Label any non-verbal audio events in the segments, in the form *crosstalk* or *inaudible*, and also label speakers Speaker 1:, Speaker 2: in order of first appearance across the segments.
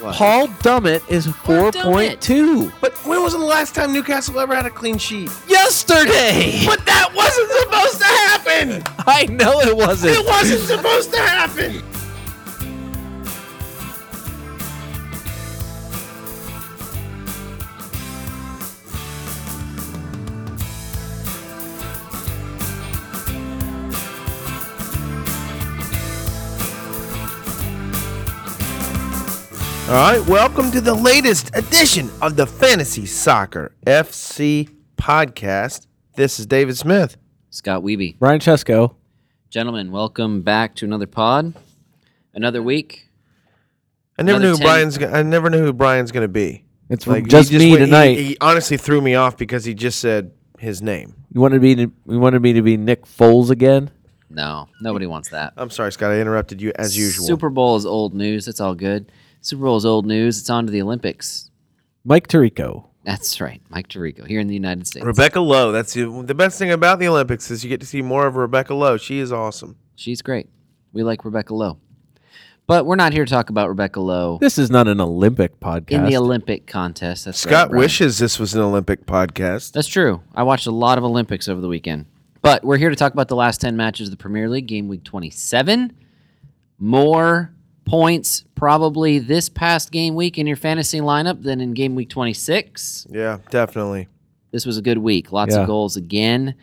Speaker 1: What?
Speaker 2: Paul Dummett is
Speaker 3: Paul Dummett.
Speaker 2: 4.2.
Speaker 1: But when was the last time Newcastle ever had a clean sheet?
Speaker 2: Yesterday!
Speaker 1: But that wasn't supposed to happen.
Speaker 2: I know it wasn't.
Speaker 1: It wasn't supposed to happen. All right, welcome to the latest edition of the Fantasy Soccer FC podcast. This is David Smith.
Speaker 3: Scott Weeby.
Speaker 2: Brian Chesko.
Speaker 3: Gentlemen, welcome back to another pod. Another week.
Speaker 1: I never
Speaker 3: Another
Speaker 1: knew who
Speaker 3: 10.
Speaker 1: Brian's. go- I never knew who Brian's going to be.
Speaker 2: It's
Speaker 1: he went- he- He, honestly threw me off because he just said his name.
Speaker 2: you wanted me to you wanted me to be Nick Foles again?
Speaker 3: No, nobody wants that.
Speaker 1: I'm sorry, Scott. I interrupted you as usual.
Speaker 3: Super Bowl is old news. That's all good. Super Bowl is old news. It's on to the Olympics.
Speaker 2: Mike Tirico.
Speaker 3: That's right. Mike Tirico here in the United States.
Speaker 1: Rebecca Lowe. That's the, the best thing about the Olympics is you get to see more of Rebecca Lowe. She is awesome.
Speaker 3: She's great. We like Rebecca Lowe. But we're not here to talk about Rebecca Lowe
Speaker 2: This is not an Olympic podcast.
Speaker 3: in the Olympic contest. That's right,
Speaker 1: Scott
Speaker 3: Brian.
Speaker 1: wishes this was an Olympic podcast.
Speaker 3: That's true. I watched a lot of Olympics over the weekend. But we're here to talk about the last 10 matches of the Premier League, game week 27. More points probably this past game week in your fantasy lineup than in game week 26.
Speaker 1: Yeah, definitely.
Speaker 3: This was a good week. Lots
Speaker 2: Yeah.
Speaker 3: of goals again.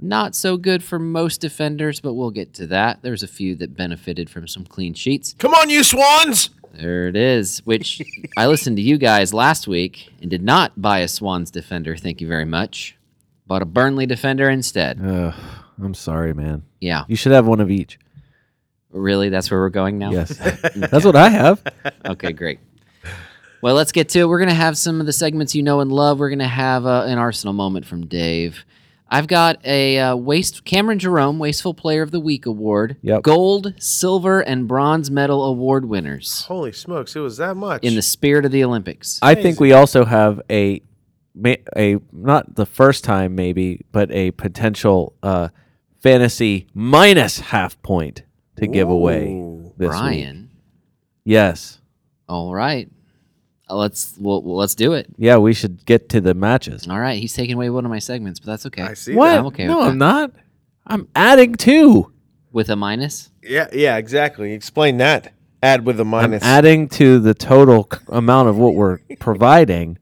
Speaker 3: Not so good for most defenders, but we'll get to that. There's a few that benefited from some clean sheets.
Speaker 1: Come on, you swans!
Speaker 3: There it is,
Speaker 2: *laughs*
Speaker 3: which I listened to you guys last week and did not buy a Swans defender. Thank you very much. Bought a Burnley defender instead.
Speaker 2: Ugh, I'm sorry, man.
Speaker 3: Yeah.
Speaker 2: You should have one of each.
Speaker 3: Really? That's where we're going now?
Speaker 2: Yes. That's what I have.
Speaker 3: *laughs* Okay, great. Well, let's get to it. We're going to have some of the segments you know and love. We're going to have uh, an Arsenal moment from Dave. I've got a uh, waste Cameron Jerome Wasteful Player of the Week award.
Speaker 2: Yep.
Speaker 3: Gold, silver, and bronze medal award winners
Speaker 1: Holy smokes, it was that much.
Speaker 3: in the spirit of the Olympics.
Speaker 2: I think we also have a ma- a not the first time maybe, but a potential uh, fantasy minus half point to give away
Speaker 1: Ooh,
Speaker 2: this week.
Speaker 3: Brian.
Speaker 2: Yes.
Speaker 3: All right. Uh, Let's well, well, let's do it.
Speaker 2: Yeah, we should get to the matches.
Speaker 3: All right, he's taking away one of my segments, but that's okay.
Speaker 1: I see.
Speaker 2: What?
Speaker 3: I'm okay
Speaker 2: no,
Speaker 3: with
Speaker 2: I'm not. I'm adding two.
Speaker 3: With a minus,
Speaker 1: that. Yeah, yeah, exactly. Explain that. Add with a
Speaker 2: I'm
Speaker 1: minus.
Speaker 2: adding to the total c- amount of what
Speaker 3: *laughs*
Speaker 2: we're providing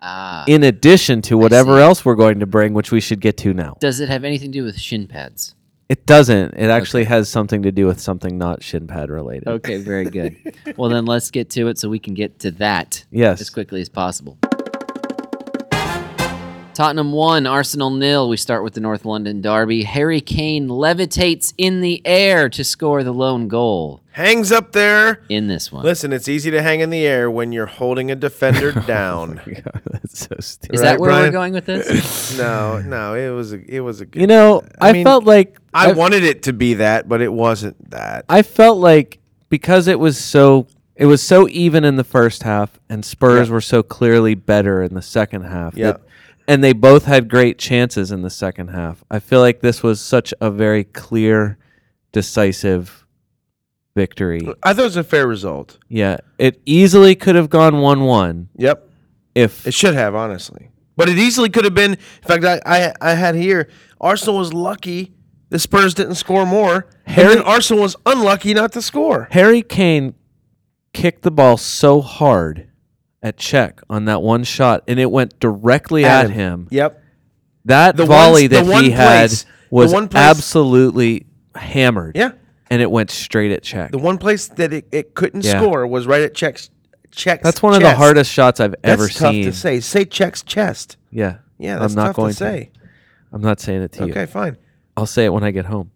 Speaker 3: ah,
Speaker 2: in addition to whatever else we're going to bring, which we should get to now.
Speaker 3: does it have anything to do with shin pads?
Speaker 2: It doesn't. It actually has something to do with something not shin pad related.
Speaker 3: Okay,
Speaker 1: *laughs*
Speaker 3: very good. well, then let's get to it so we can get to that
Speaker 2: Yes.
Speaker 3: as quickly as possible. Tottenham 1, Arsenal nil. We start with the North London derby. Harry Kane levitates in the air to score the lone goal
Speaker 1: Hangs up there.
Speaker 3: in this one.
Speaker 1: Listen, it's easy to hang in the air when you're holding a
Speaker 2: *laughs*
Speaker 1: defender
Speaker 2: Oh
Speaker 1: down.
Speaker 2: That's so stupid.
Speaker 3: Is
Speaker 1: Right,
Speaker 3: that where
Speaker 1: Brian?
Speaker 3: we're going
Speaker 1: *laughs*
Speaker 3: with this?
Speaker 1: No, no, it was a, it was a good.
Speaker 2: You know, I,
Speaker 1: mean,
Speaker 2: felt like
Speaker 1: I wanted it to be that, but it wasn't that.
Speaker 2: I felt like because it was so it was so even in the first half and Spurs were so clearly better in the second half.
Speaker 1: Yeah.
Speaker 2: that- and they both had great chances in the second half. I feel like this was such a very clear, decisive victory.
Speaker 1: I thought it was a fair result.
Speaker 2: Yeah. It easily could have gone one one
Speaker 1: Yep,
Speaker 2: if
Speaker 1: it should have honestly, but it easily could have been. In fact, I I, I had here Arsenal was lucky. The Spurs didn't score more.
Speaker 2: Harry-
Speaker 1: Harry Arsenal was unlucky not to score.
Speaker 2: Harry Kane kicked the ball so hard at check on that one shot and it went directly at,
Speaker 1: Adam.
Speaker 2: him.
Speaker 1: Yep.
Speaker 2: That
Speaker 1: The
Speaker 2: volley
Speaker 1: one- the
Speaker 2: that
Speaker 1: one
Speaker 2: he had
Speaker 1: place- the
Speaker 2: was
Speaker 1: one place-
Speaker 2: absolutely hammered.
Speaker 1: Yeah.
Speaker 2: And it went straight at check.
Speaker 1: The one place that it, it couldn't
Speaker 2: Yeah.
Speaker 1: score was right at Czech's checks.
Speaker 2: That's one of the
Speaker 1: chest.
Speaker 2: hardest shots I've
Speaker 1: That's
Speaker 2: ever
Speaker 1: tough
Speaker 2: seen.
Speaker 1: to say. Say Czech's chest.
Speaker 2: Yeah.
Speaker 1: Yeah, that's
Speaker 2: I'm not
Speaker 1: tough
Speaker 2: going
Speaker 1: to say.
Speaker 2: I'm not saying it to
Speaker 1: Okay,
Speaker 2: you.
Speaker 1: fine.
Speaker 2: I'll say it when I get home.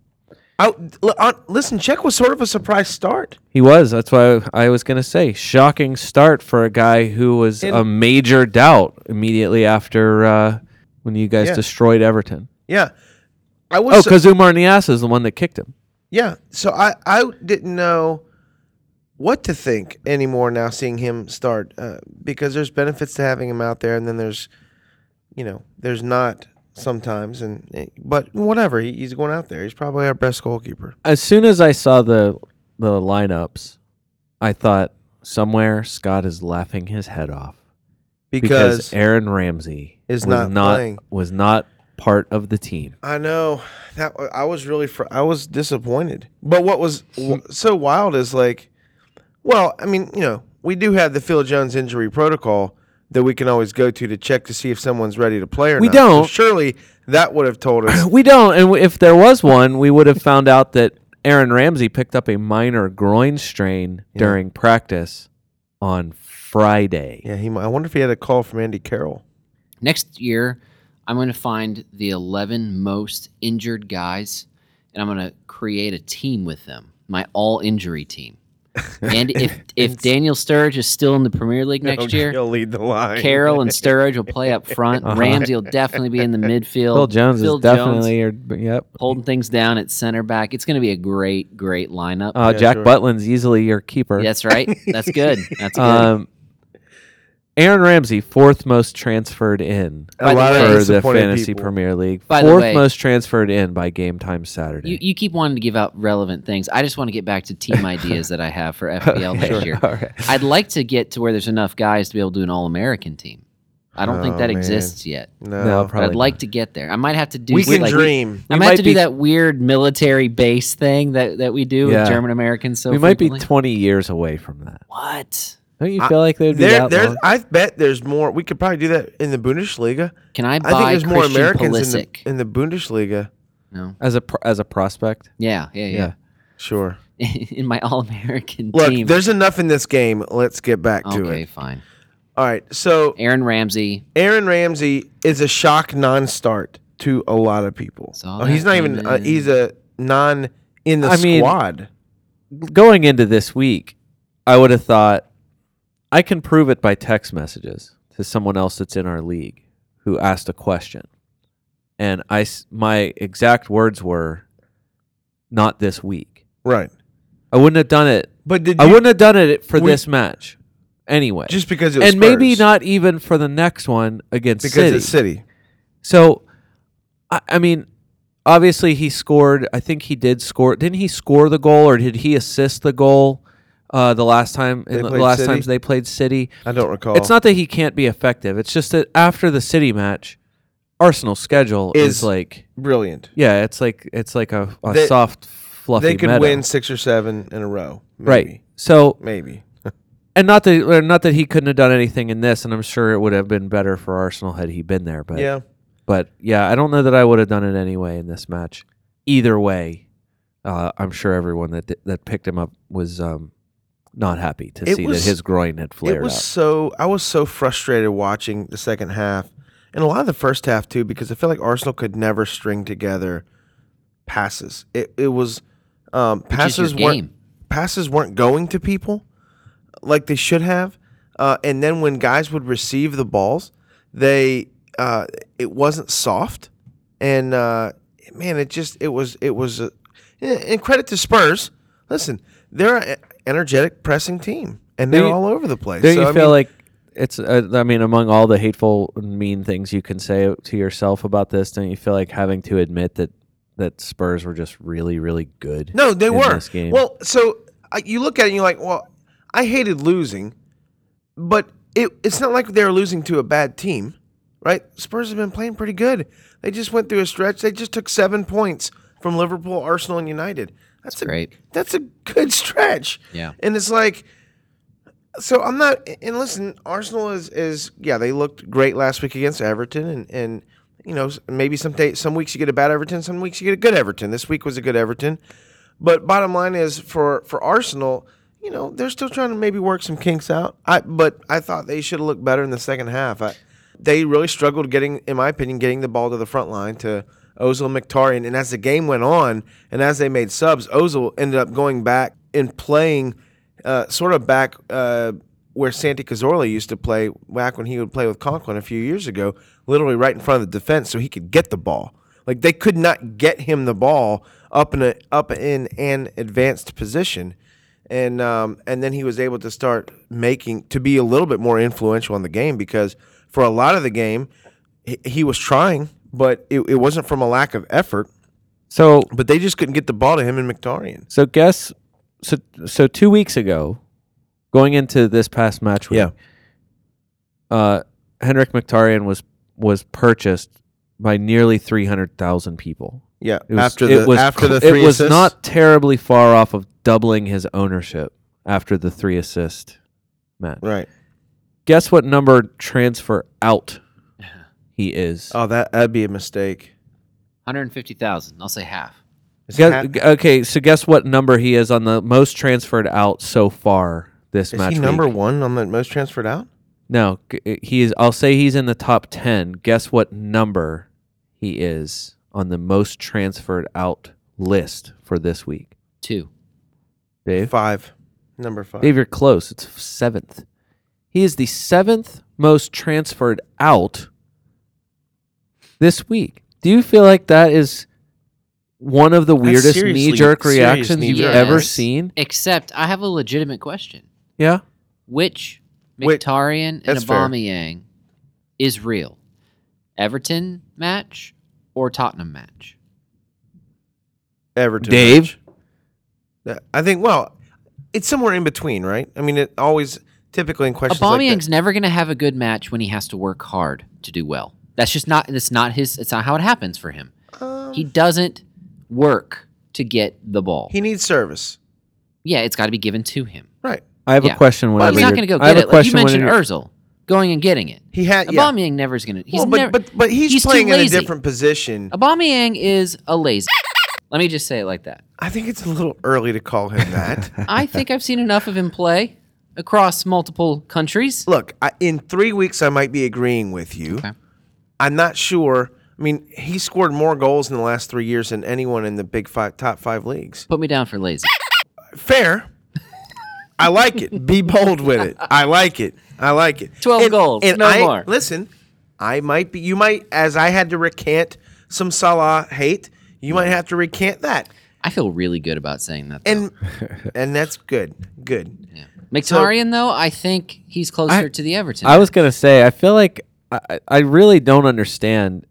Speaker 1: I, l- uh, listen, Czech was sort of a surprise start.
Speaker 2: He was. That's why I was going to say shocking start for a guy who was
Speaker 1: And-
Speaker 2: a major doubt immediately after uh, when you guys
Speaker 1: Yeah.
Speaker 2: destroyed Everton.
Speaker 1: Yeah, I was.
Speaker 2: Oh,
Speaker 1: su-
Speaker 2: because Umar Nias is the one that kicked him.
Speaker 1: Yeah. So I, I didn't know what to think anymore now seeing him start uh, because there's benefits to having him out there and then there's you know there's not sometimes and eh, but whatever he, he's going out there he's probably our best goalkeeper
Speaker 2: As soon as I saw the the lineups, I thought, somewhere Scott is laughing his head off
Speaker 1: because,
Speaker 2: Aaron Ramsey
Speaker 1: is
Speaker 2: was
Speaker 1: not playing.
Speaker 2: was not part of the team.
Speaker 1: I know that wa- I was really fr- I was disappointed. But what
Speaker 2: *laughs*
Speaker 1: was w- so wild is like, well, I mean, you know, we do have the Phil Jones injury protocol that we can always go to to check to see if someone's ready to play or
Speaker 2: We
Speaker 1: not. So
Speaker 2: don't.
Speaker 1: surely that would have told
Speaker 2: *laughs*
Speaker 1: us.
Speaker 2: We don't, and if there was one, we would have found out that Aaron Ramsey picked up a minor groin strain during practice on Friday.
Speaker 1: yeah, he. might- I wonder if he had a call from Andy Carroll.
Speaker 3: Next year, I'm going to find the 11 most injured guys and I'm going to create a team with them, my all
Speaker 2: *laughs*
Speaker 3: injury team. And if, if Daniel Sturridge is still in the Premier League next year,
Speaker 1: Oh, he'll lead the line.
Speaker 3: Carroll and Sturridge will play up front. Ramsey will definitely be in the midfield.
Speaker 2: Uh-huh. Phil Jones
Speaker 3: Phil
Speaker 2: is
Speaker 3: Jones
Speaker 2: definitely your yep.
Speaker 3: holding things down at center back. It's going to be a great, great lineup. *laughs*
Speaker 2: Uh,
Speaker 1: Yeah,
Speaker 2: Jack
Speaker 1: sure.
Speaker 2: Butland's easily your keeper.
Speaker 3: That's right. That's good. That's good.
Speaker 2: Um, Aaron Ramsey, fourth most transferred in
Speaker 1: A
Speaker 3: By the
Speaker 1: lot
Speaker 3: way-
Speaker 1: of
Speaker 2: for the
Speaker 1: disappointed
Speaker 2: Fantasy
Speaker 1: people.
Speaker 2: Premier League.
Speaker 3: By the
Speaker 2: fourth
Speaker 3: way-
Speaker 2: most transferred in by game time Saturday. *laughs*
Speaker 3: you, you keep wanting to give out relevant things. I just want to get back to team ideas that I have for FPL next year.
Speaker 2: All right.
Speaker 3: I'd like to get to where there's enough guys to be able to do an all American team. I don't think
Speaker 1: Oh,
Speaker 3: that
Speaker 1: man.
Speaker 3: exists yet.
Speaker 1: No,
Speaker 2: No,
Speaker 3: But
Speaker 2: probably
Speaker 3: I'd like to get there. I might have to do
Speaker 1: we can
Speaker 3: like-
Speaker 1: dream.
Speaker 3: I
Speaker 2: We
Speaker 3: might have
Speaker 2: might
Speaker 3: to do
Speaker 2: be-
Speaker 3: that weird military base thing that, that we do
Speaker 2: Yeah.
Speaker 3: with German Americans so
Speaker 2: we might be
Speaker 3: frequently.
Speaker 2: 20 years away from that.
Speaker 3: what?
Speaker 2: Don't you
Speaker 1: I-
Speaker 2: feel like they'd be
Speaker 1: There,
Speaker 2: that
Speaker 1: there's.
Speaker 2: long?
Speaker 1: I bet there's more. We could probably do that in the Bundesliga.
Speaker 3: Can I buy
Speaker 1: I think there's more
Speaker 3: Christian
Speaker 1: Americans in
Speaker 3: Pulisic?
Speaker 1: the, in the Bundesliga.
Speaker 3: no.
Speaker 2: as a pro- as a prospect?
Speaker 3: Yeah, yeah, yeah.
Speaker 1: Sure.
Speaker 3: *laughs* in my all American
Speaker 1: Look,
Speaker 3: team.
Speaker 1: there's enough in this game. Let's get back to
Speaker 3: okay,
Speaker 1: it.
Speaker 3: fine.
Speaker 1: All right. So
Speaker 3: Aaron Ramsey.
Speaker 1: Aaron Ramsey is a shock non-start to a lot of people.
Speaker 3: Saw
Speaker 1: oh, he's
Speaker 3: that
Speaker 1: not even. Uh,
Speaker 3: coming.
Speaker 1: he's a non in the
Speaker 2: I mean-
Speaker 1: squad. Mm.
Speaker 2: Going into this week, I would have thought I can prove it by text messages to someone else that's in our league who asked a question. And I s- my exact words were not this week.
Speaker 1: right.
Speaker 2: I wouldn't have done it.
Speaker 1: But did
Speaker 2: I
Speaker 1: you,
Speaker 2: wouldn't have done it for
Speaker 1: We-
Speaker 2: this match. Anyway.
Speaker 1: just because it was
Speaker 2: and maybe
Speaker 1: Spurs.
Speaker 2: not even for the next one against
Speaker 1: because
Speaker 2: City.
Speaker 1: it's City.
Speaker 2: So, I, I mean, obviously he scored. I think he did score. Didn't he score the goal or did he assist the goal? Uh, the last time, in the
Speaker 1: played
Speaker 2: last
Speaker 1: City? Oh.
Speaker 2: times they played City,
Speaker 1: I don't recall.
Speaker 2: it's not that he can't be effective. It's just that after the City match, Arsenal's schedule is,
Speaker 1: Is-
Speaker 2: like,
Speaker 1: brilliant.
Speaker 2: yeah, it's like it's like a, a
Speaker 1: They-
Speaker 2: soft, fluffy.
Speaker 1: They could
Speaker 2: meadow.
Speaker 1: win six or seven in a row. Maybe.
Speaker 2: right? So
Speaker 1: Maybe.
Speaker 2: and not that or not that he couldn't have done anything in this, and I'm sure it would have been better for Arsenal had he been there. But
Speaker 1: *laughs* Yeah.
Speaker 2: but yeah, I don't know that I would have done it anyway in this match. Either way, uh, I'm sure everyone that di- that picked him up was um, not happy to
Speaker 1: It
Speaker 2: see
Speaker 1: was-
Speaker 2: that his groin had flared
Speaker 1: it was
Speaker 2: up.
Speaker 1: so I was so frustrated watching the second half and a lot of the first half too because I felt like Arsenal could never string together passes. It it was um,
Speaker 3: is your
Speaker 1: passes weren't
Speaker 3: game.
Speaker 1: passes weren't going to people like they should have. Uh, and then when guys would receive the balls, they uh, it wasn't soft, and uh, man, it just it was it was. A, and credit to Spurs. Listen, they're an energetic pressing team, and they're
Speaker 2: Don't you-
Speaker 1: all over the place.
Speaker 2: Don't
Speaker 1: So,
Speaker 2: you
Speaker 1: I
Speaker 2: feel
Speaker 1: mean,
Speaker 2: like it's? Uh, I mean, among all the hateful, and mean things you can say to yourself about this, don't you feel like having to admit that that Spurs were just really, really good?
Speaker 1: No, they
Speaker 2: in
Speaker 1: were.
Speaker 2: This game?
Speaker 1: Well, so uh, you look at it and you're like, well, I hated losing, but it, it's not like they were losing to a bad team, right? Spurs have been playing pretty good. They just went through a stretch. They just took seven points from Liverpool, Arsenal, and United. That's, a,
Speaker 3: great.
Speaker 1: That's a good stretch.
Speaker 3: Yeah.
Speaker 1: And it's like, so I'm not. And listen, Arsenal is is yeah, they looked great last week against Everton, and and you know s- maybe some day, some weeks you get a bad Everton, some weeks you get a good Everton. This week was a good Everton, but bottom line is for for Arsenal, you know they're still trying to maybe work some kinks out. I but I thought they should have looked better in the second half. I, they really struggled getting, in my opinion, getting the ball to the front line to. Ozil Mctarian, and as the game went on, and as they made subs, Ozil ended up going back and playing uh, sort of back uh, where Santi Cazorla used to play back when he would play with Conklin a few years ago, literally right in front of the defense, so he could get the ball. Like they could not get him the ball up in a, up in an advanced position, and um, and then he was able to start making to be a little bit more influential in the game because for a lot of the game he, he was trying, but it, it wasn't from a lack of effort.
Speaker 2: so
Speaker 1: But they just couldn't get the ball to him and Mctarian.
Speaker 2: So guess so so two weeks ago, going into this past match week,
Speaker 1: Yeah.
Speaker 2: uh, Henrik Mkhitaryan was was purchased by nearly three hundred thousand people.
Speaker 1: Yeah,
Speaker 2: It was,
Speaker 1: after
Speaker 2: it
Speaker 1: the
Speaker 2: was
Speaker 1: after
Speaker 2: cl-
Speaker 1: the three
Speaker 2: it was
Speaker 1: assists?
Speaker 2: not terribly far off of doubling his ownership after the three assist match.
Speaker 1: right.
Speaker 2: Guess what number transfer
Speaker 1: *laughs*
Speaker 2: out he is?
Speaker 1: Oh, that that'd be a mistake.
Speaker 3: 150,000. I'll say half.
Speaker 1: Is
Speaker 2: Guess-
Speaker 1: Hat-
Speaker 2: g- okay, so guess what number he is on the most transferred out so far this
Speaker 1: is
Speaker 2: match?
Speaker 1: he number
Speaker 2: week?
Speaker 1: one on the most transferred out?
Speaker 2: No, g- he is. I'll say he's in the top ten. Guess what number he is on the most transferred out list for this week,
Speaker 3: Two.
Speaker 2: Dave?
Speaker 1: Five, number five.
Speaker 2: Dave, you're close. It's seventh. He is the seventh most transferred out this week. Do you feel like that is one of the weirdest
Speaker 1: seriously-
Speaker 2: knee jerk
Speaker 1: serious
Speaker 2: reactions you've
Speaker 1: knee-jerk.
Speaker 2: ever
Speaker 3: Yes.
Speaker 2: seen?
Speaker 3: Except I have a legitimate question.
Speaker 2: Yeah.
Speaker 3: Which
Speaker 1: Wait,
Speaker 3: Mkhitaryan and
Speaker 1: that's fair.
Speaker 3: Aubameyang is real? Everton match or Tottenham match?
Speaker 1: Everton.
Speaker 2: Dave?
Speaker 1: match. I think. Well, it's somewhere in between, right? I mean, it always typically in questions like that-
Speaker 3: Aubameyang's never going to have a good match when he has to work hard to do well. That's just not. That's not his. It's not how it happens for him.
Speaker 1: Um,
Speaker 3: He doesn't work to get the ball.
Speaker 1: he needs service,
Speaker 3: yeah, it's got to be given to him.
Speaker 1: right?
Speaker 2: I have
Speaker 3: Yeah.
Speaker 2: a question.
Speaker 3: Well,
Speaker 2: Whenever
Speaker 3: he's not
Speaker 2: you're-
Speaker 3: going to go
Speaker 2: I have
Speaker 3: get
Speaker 2: a
Speaker 3: it. Like you
Speaker 2: question when
Speaker 3: mentioned
Speaker 2: you're-
Speaker 3: Özil going and getting it.
Speaker 1: He had. Yeah.
Speaker 3: Aubameyang never's going to. He's
Speaker 1: Well, but,
Speaker 3: never.
Speaker 1: but but he's,
Speaker 3: he's too
Speaker 1: playing in a
Speaker 3: lazy.
Speaker 1: different position.
Speaker 3: Aubameyang is a lazy. Let me just say it like that.
Speaker 1: I think it's a little early to call him *laughs* that.
Speaker 3: I think I've seen enough of him play across multiple countries.
Speaker 1: Look, I, in three weeks, I might be agreeing with you.
Speaker 3: Okay.
Speaker 1: I'm not sure. I mean, he scored more goals in the last three years than anyone in the big five, top five leagues.
Speaker 3: Put me down for lazy.
Speaker 1: Fair. I like it. Be bold with it. I like it. I like it.
Speaker 3: 12
Speaker 1: And-
Speaker 3: goals,
Speaker 1: and
Speaker 3: no
Speaker 1: I-
Speaker 3: more.
Speaker 1: Listen, I might be. You might, as I had to recant some Salah hate. You might have to recant that,
Speaker 3: I feel really good about saying that.
Speaker 1: and and that's good. Good.
Speaker 3: Mkhitaryan, though, I think he's closer to the Everton.
Speaker 2: I was going to say, I feel like I, I- I really don't understand.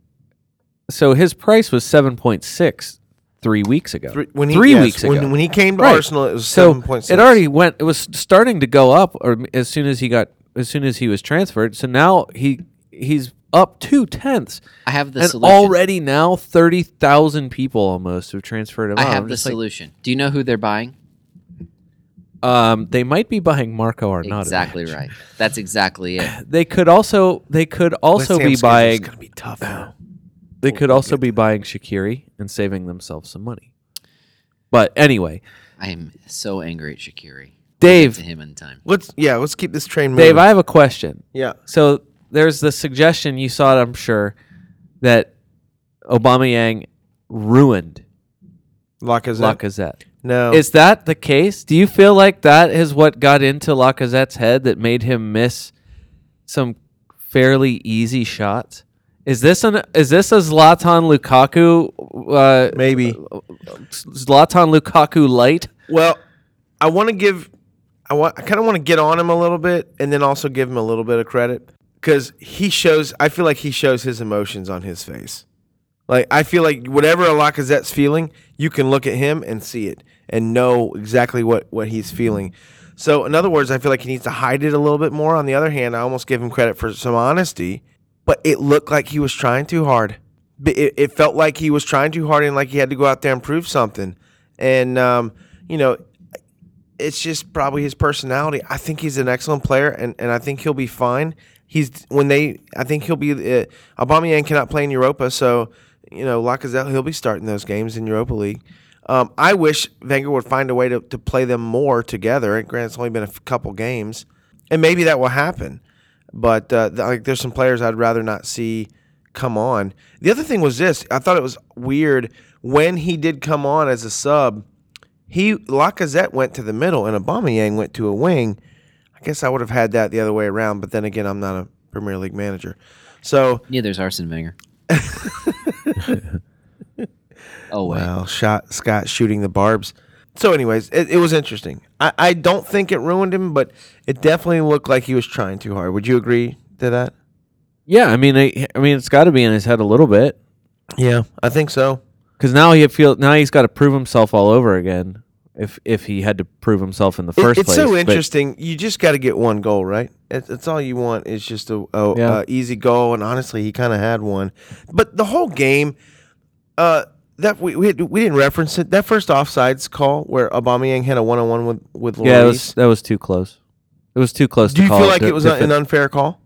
Speaker 2: So his price was 7.6 three weeks ago.
Speaker 1: Three, when he,
Speaker 2: three
Speaker 1: yes,
Speaker 2: weeks
Speaker 1: when,
Speaker 2: ago.
Speaker 1: when he came to
Speaker 2: Right.
Speaker 1: Arsenal, it was
Speaker 2: so
Speaker 1: seven point six.
Speaker 2: it already went it was starting to go up or m- as soon as he got as soon as he was transferred so now he he's up two tenths
Speaker 3: I have the
Speaker 2: and
Speaker 3: solution.
Speaker 2: already now 30,000 people almost have transferred him
Speaker 3: I
Speaker 2: out. I'm
Speaker 3: have the
Speaker 2: just like,
Speaker 3: solution. Do you know who they're buying?
Speaker 2: um they might be buying Marco Arnautovic
Speaker 3: exactly right. That's exactly
Speaker 2: *laughs*
Speaker 3: it.
Speaker 2: they could also they could also be
Speaker 1: It's
Speaker 2: buying
Speaker 1: gonna be tough. Now.
Speaker 2: They could also be buying Shakiri and saving themselves some money. But anyway,
Speaker 3: I am so angry at Shakiri.
Speaker 2: Dave.
Speaker 3: to him in time.
Speaker 1: Let's yeah, let's keep this train moving.
Speaker 2: Dave, I have a question.
Speaker 1: yeah,
Speaker 2: So there's the suggestion you saw it, I'm sure, that Aubameyang ruined
Speaker 1: Lacazette.
Speaker 2: Lacazette.
Speaker 1: no,
Speaker 2: Is that the case? Do you feel like that is what got into Lacazette's head that made him miss some fairly easy shots? Is this an is this a Zlatan Lukaku uh,
Speaker 1: maybe.
Speaker 2: Zlatan Lukaku light?
Speaker 1: Well, I want to give, I want, I kind of want to get on him a little bit, and then also give him a little bit of credit because he shows. I feel like he shows his emotions on his face. Like I feel like whatever Lacazette's feeling, you can look at him and see it and know exactly what what he's feeling. So in other words, I feel like he needs to hide it a little bit more. On the other hand, I almost give him credit for some honesty, but it looked like he was trying too hard. B- It, it felt like he was trying too hard and like he had to go out there and prove something. And um, you know, it's just probably his personality. I think he's an excellent player, and, and I think he'll be fine. He's when they, I think he'll be. Uh, Aubameyang cannot play in Europa, so you know Lacazette he'll be starting those games in Europa League. Um, I wish Wenger would find a way to, to play them more together. And granted, it's only been a f- couple games, and maybe that will happen. But uh, th- like, there's some players I'd rather not see come on. The other thing was this: I thought it was weird when he did come on as a sub he Lacazette went to the middle and Aubameyang went to a wing. I guess I would have had that the other way around, but then again, I'm not a Premier League manager, so
Speaker 3: Neither is
Speaker 2: *laughs*
Speaker 3: Arsene Wenger. oh wait.
Speaker 1: well, shot Scott shooting the barbs. So, anyways, it, it was interesting. I, I don't think it ruined him, but it definitely looked like he was trying too hard. Would you agree to that?
Speaker 2: Yeah, I mean, I, I mean, it's got to be in his head a little bit
Speaker 1: Yeah, I think so.
Speaker 2: because now he feel now he's got to prove himself all over again if if he had to prove himself in the
Speaker 1: It-
Speaker 2: first
Speaker 1: it's
Speaker 2: place.
Speaker 1: so
Speaker 2: but-
Speaker 1: interesting. You just got to get one goal, right? It's, it's all you want is just a, a,
Speaker 2: Yeah.
Speaker 1: a easy goal, and honestly, he kind of had one. But the whole game, uh, that we, we we didn't reference it. That first offsides call where Aubameyang had a one on one with with
Speaker 2: yeah, it was,
Speaker 1: Lloris.
Speaker 2: that was too close. It was too close.
Speaker 1: Do
Speaker 2: to
Speaker 1: you
Speaker 2: call
Speaker 1: feel like
Speaker 2: di-
Speaker 1: it was
Speaker 2: different.
Speaker 1: an unfair call?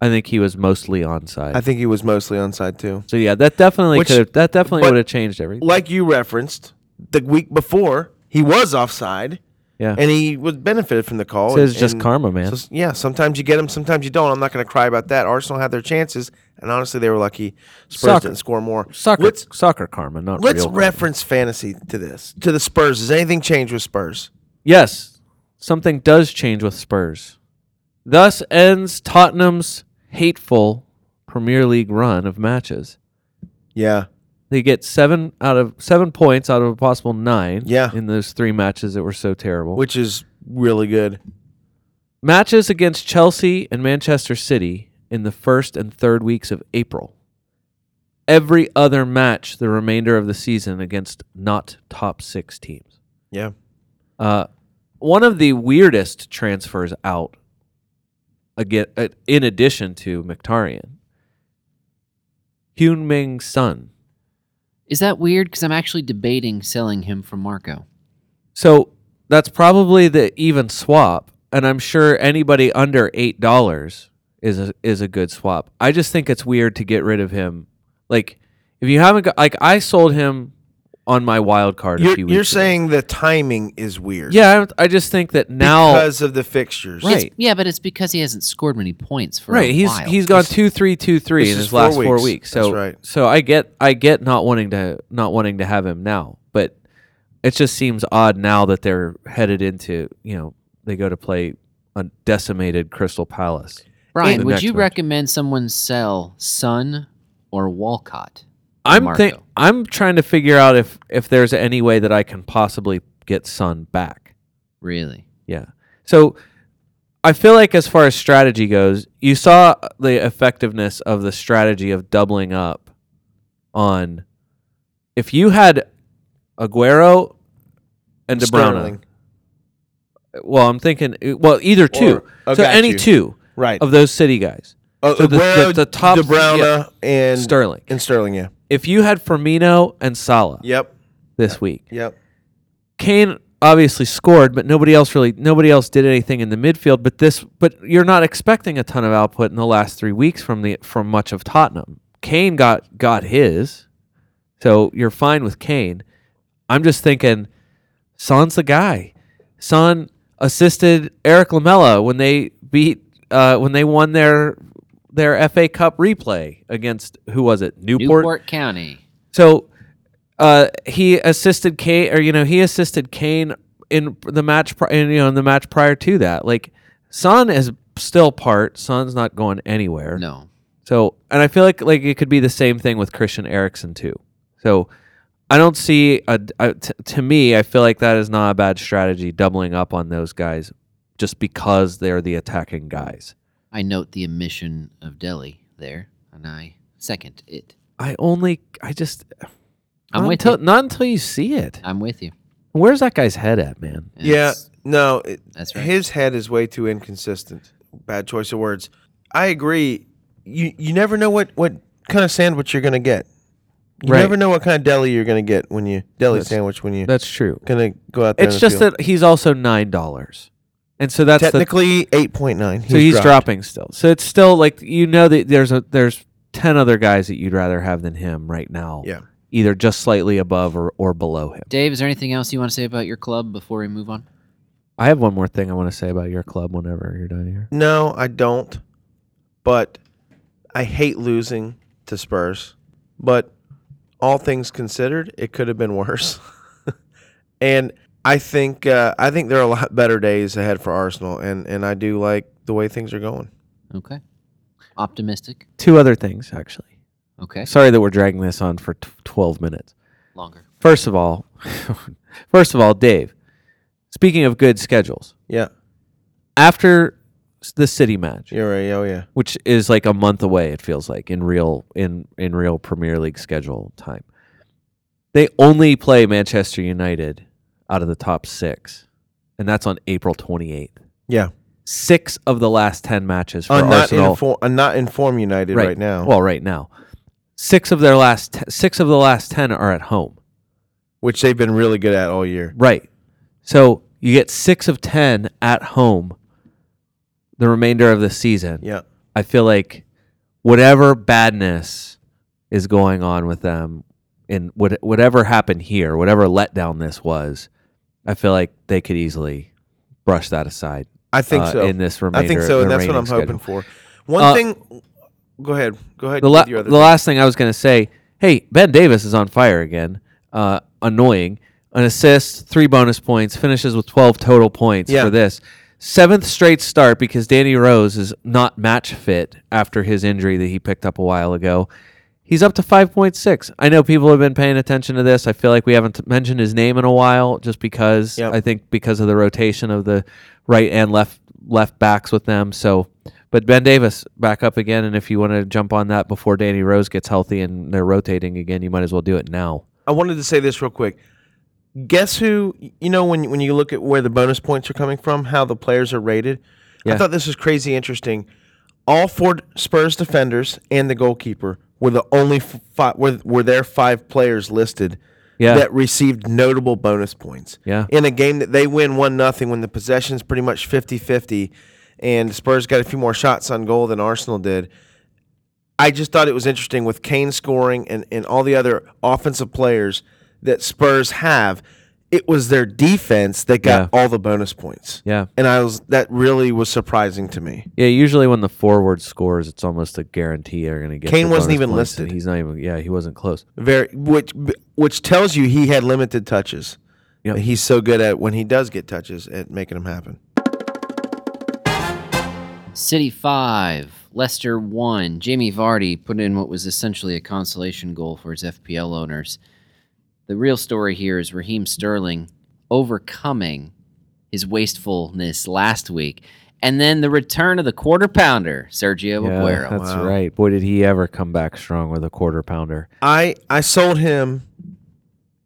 Speaker 2: I think he was mostly onside.
Speaker 1: I think he was mostly onside too.
Speaker 2: so yeah, that definitely
Speaker 1: Which-
Speaker 2: could have that definitely
Speaker 1: but-
Speaker 2: would have changed everything.
Speaker 1: Like you referenced the week before, he was offside,
Speaker 2: Yeah,
Speaker 1: and he was benefited from the call.
Speaker 2: so it's
Speaker 1: and-
Speaker 2: just
Speaker 1: and-
Speaker 2: karma, man.
Speaker 1: So, yeah, sometimes you get them, sometimes you don't. I'm not going to cry about that. Arsenal had their chances, and honestly, they were lucky. Spurs
Speaker 2: Soccer.
Speaker 1: didn't score more.
Speaker 2: soccer,
Speaker 1: Let's,
Speaker 2: soccer karma, not
Speaker 1: let's
Speaker 2: real. karma.
Speaker 1: reference fantasy to this, to the Spurs. Has anything changed with Spurs?
Speaker 2: Yes, something does change with Spurs. Thus ends Tottenham's hateful Premier League run of matches.
Speaker 1: Yeah.
Speaker 2: They get seven out of seven points out of a possible nine.
Speaker 1: Yeah.
Speaker 2: in those three matches that were so terrible.
Speaker 1: Which is really good.
Speaker 2: matches against Chelsea and Manchester City in the first and third weeks of April. Every other match the remainder of the season against not top six teams.
Speaker 1: Yeah.
Speaker 2: Uh, one of the weirdest transfers out, again, uh, in addition to Mkhitaryan, Hyun Ming Sun.
Speaker 3: Is that weird? Because I'm actually debating selling him for Marco.
Speaker 2: So that's probably the even swap, and I'm sure anybody under eight dollars is a, is a good swap. I just think it's weird to get rid of him. Like if you haven't got, like I sold him on my wild card. a
Speaker 1: You're,
Speaker 2: few weeks
Speaker 1: you're
Speaker 2: ago.
Speaker 1: saying the timing is weird.
Speaker 2: yeah. I, I just think that now,
Speaker 1: Because of the fixtures.
Speaker 2: Right.
Speaker 3: It's- yeah, but it's because he hasn't scored many points for
Speaker 2: right?
Speaker 3: A
Speaker 2: He's
Speaker 3: while.
Speaker 2: he's gone two three two three
Speaker 1: This
Speaker 2: in
Speaker 1: is
Speaker 2: his last
Speaker 1: four
Speaker 2: four
Speaker 1: weeks.
Speaker 2: weeks. So
Speaker 1: That's right.
Speaker 2: so I get I get not wanting to not wanting to have him now, but it just seems odd now that they're headed into you know they go to play a decimated Crystal Palace.
Speaker 3: Brian,
Speaker 2: the
Speaker 3: would
Speaker 2: next
Speaker 3: you
Speaker 2: match.
Speaker 3: recommend someone sell Sun or Walcott?
Speaker 2: I'm think
Speaker 3: Marco.
Speaker 2: I'm trying to figure out if if there's any way that I can possibly get Sun back.
Speaker 3: Really?
Speaker 2: Yeah. So I feel like as far as strategy goes, you saw the effectiveness of the strategy of doubling up on if you had Aguero and De Bruyne.
Speaker 1: Sterling.
Speaker 2: Well, I'm thinking well either two.
Speaker 1: I
Speaker 2: so
Speaker 1: got
Speaker 2: any
Speaker 1: you.
Speaker 2: two
Speaker 1: Right.
Speaker 2: of those city guys.
Speaker 1: Oh,
Speaker 2: so the-
Speaker 1: Aguero,
Speaker 2: the- the top-
Speaker 1: De Bruyne
Speaker 2: yeah.
Speaker 1: and,
Speaker 2: Sterling.
Speaker 1: and Sterling, yeah.
Speaker 2: If you had Firmino and Salah
Speaker 1: Yep.
Speaker 2: this week,
Speaker 1: Yep.
Speaker 2: Kane obviously scored, but nobody else really nobody else did anything in the midfield. But this, but you're not expecting a ton of output in the last three weeks from the from much of Tottenham. Kane got got his, so you're fine with Kane. I'm just thinking, Son's the guy. Son assisted Eric Lamella when they beat uh, when they won their their FA Cup replay against who was it
Speaker 3: Newport, County.
Speaker 2: so uh, he assisted Kane, or you know, he assisted Kane in the match, pri- in, you know, in the match prior to that. Like Son is still part. Son's not going anywhere.
Speaker 3: No.
Speaker 2: So, and I feel like like it could be the same thing with Christian Eriksen too. So, I don't see a, a t- to me. I feel like that is not a bad strategy, doubling up on those guys just because they're the attacking guys.
Speaker 3: I note the omission of Delhi there, and I second it.
Speaker 2: I only, I just,
Speaker 3: I'm
Speaker 2: not
Speaker 3: with
Speaker 2: until,
Speaker 3: you.
Speaker 2: not until you see it.
Speaker 3: I'm with you.
Speaker 2: Where's that guy's head at, man?
Speaker 1: Yeah.
Speaker 3: That's-
Speaker 1: No, it,
Speaker 3: That's right.
Speaker 1: His head is way too inconsistent. Bad choice of words. I agree. You you never know what, what kind of sandwich you're gonna get. You
Speaker 2: Right.
Speaker 1: never know what kind of deli you're gonna get when you deli
Speaker 2: That's-
Speaker 1: sandwich when you
Speaker 2: That's true.
Speaker 1: gonna go out there.
Speaker 2: It's just that he's also nine dollars, and so that's the,
Speaker 1: technically eight point nine.
Speaker 2: so he's dropping still. So it's still like you know that there's a there's ten other guys that you'd rather have than him right now.
Speaker 1: Yeah.
Speaker 2: either just slightly above or or below him.
Speaker 3: Dave, is there anything else you want to say about your club before we move on?
Speaker 2: I have one more thing I want to say about your club. Whenever you're done here,
Speaker 1: No, I don't. But I hate losing to Spurs. But all things considered, it could have been worse. *laughs* and I think uh, I think there are a lot better days ahead for Arsenal, and and I do like the way things are going.
Speaker 3: Okay. Optimistic.
Speaker 2: two other things actually.
Speaker 3: Okay.
Speaker 2: Sorry that we're dragging this on for t- twelve minutes.
Speaker 3: Longer.
Speaker 2: First of all, *laughs* first of all, Dave. Speaking of good schedules,
Speaker 1: Yeah,
Speaker 2: after s- the city match,
Speaker 1: you're right. Oh yeah,
Speaker 2: which is like a month away it feels like in real in in real Premier League schedule time. They only play Manchester United out of the top six, and that's on April 28th.
Speaker 1: Yeah.
Speaker 2: Six of the last 10 matches for
Speaker 1: I'm Oh, not,
Speaker 2: Arsenal.
Speaker 1: inform, I'm not inform United right, now,
Speaker 2: Well, right now. Six of their last t- six of the last 10 are at home.
Speaker 1: which they've been really good at all year.
Speaker 2: Right. So you get six of 10 at home the remainder of the season.
Speaker 1: Yeah.
Speaker 2: I feel like whatever badness is going on with them and what, whatever happened here, whatever letdown this was, I feel like they could easily brush that aside.
Speaker 1: I think
Speaker 2: uh,
Speaker 1: so.
Speaker 2: in this remainder.
Speaker 1: I think so, and
Speaker 2: the
Speaker 1: that's what
Speaker 2: remaining
Speaker 1: I'm hoping
Speaker 2: schedule.
Speaker 1: for. One
Speaker 2: Uh,
Speaker 1: thing. Go ahead. Go ahead.
Speaker 2: The,
Speaker 1: with
Speaker 2: la-
Speaker 1: your other
Speaker 2: the last thing I was going to say, hey, Ben Davis is on fire again. Uh, annoying. An assist, three bonus points, finishes with 12 total points
Speaker 1: Yeah.
Speaker 2: for this. Seventh straight start because Danny Rose is not match fit after his injury that he picked up a while ago. He's up to 5.6. I know people have been paying attention to this. I feel like we haven't mentioned his name in a while just because
Speaker 1: Yep.
Speaker 2: I think because of the rotation of the right and left left backs with them. So, but Ben Davis back up again and if you want to jump on that before Danny Rose gets healthy and they're rotating again, you might as well do it now.
Speaker 1: I wanted to say this real quick. Guess who? You know when when you look at where the bonus points are coming from, how the players are rated. I
Speaker 2: Yeah.
Speaker 1: thought this was crazy interesting. All four Spurs defenders and the goalkeeper were the only f- five were, were their five players listed
Speaker 2: Yeah.
Speaker 1: that received notable bonus points.
Speaker 2: Yeah.
Speaker 1: In a game that they win one nothing when the possession's pretty much 50-50 and Spurs got a few more shots on goal than Arsenal did. I just thought it was interesting with Kane scoring and, and all the other offensive players that Spurs have. It was their defense that got all the bonus points.
Speaker 2: Yeah.
Speaker 1: And I was that really was surprising to me.
Speaker 2: Yeah, usually when the forward scores, it's almost a guarantee they're going to get.
Speaker 1: Kane
Speaker 2: the
Speaker 1: wasn't
Speaker 2: bonus
Speaker 1: even
Speaker 2: points, and
Speaker 1: listed.
Speaker 2: He's not even. Yeah, he wasn't close.
Speaker 1: Very which which tells you he had limited touches.
Speaker 2: Yep.
Speaker 1: He's so good at when he does get touches at making them happen.
Speaker 3: City five, Leicester one. Jamie Vardy put in what was essentially a consolation goal for his FPL owners. The real story here is Raheem Sterling overcoming his wastefulness last week, and then the return of the quarter pounder, Sergio Aguero.
Speaker 2: that's
Speaker 1: Wow.
Speaker 2: right. Boy, did he ever come back strong with a quarter pounder.
Speaker 1: I I sold him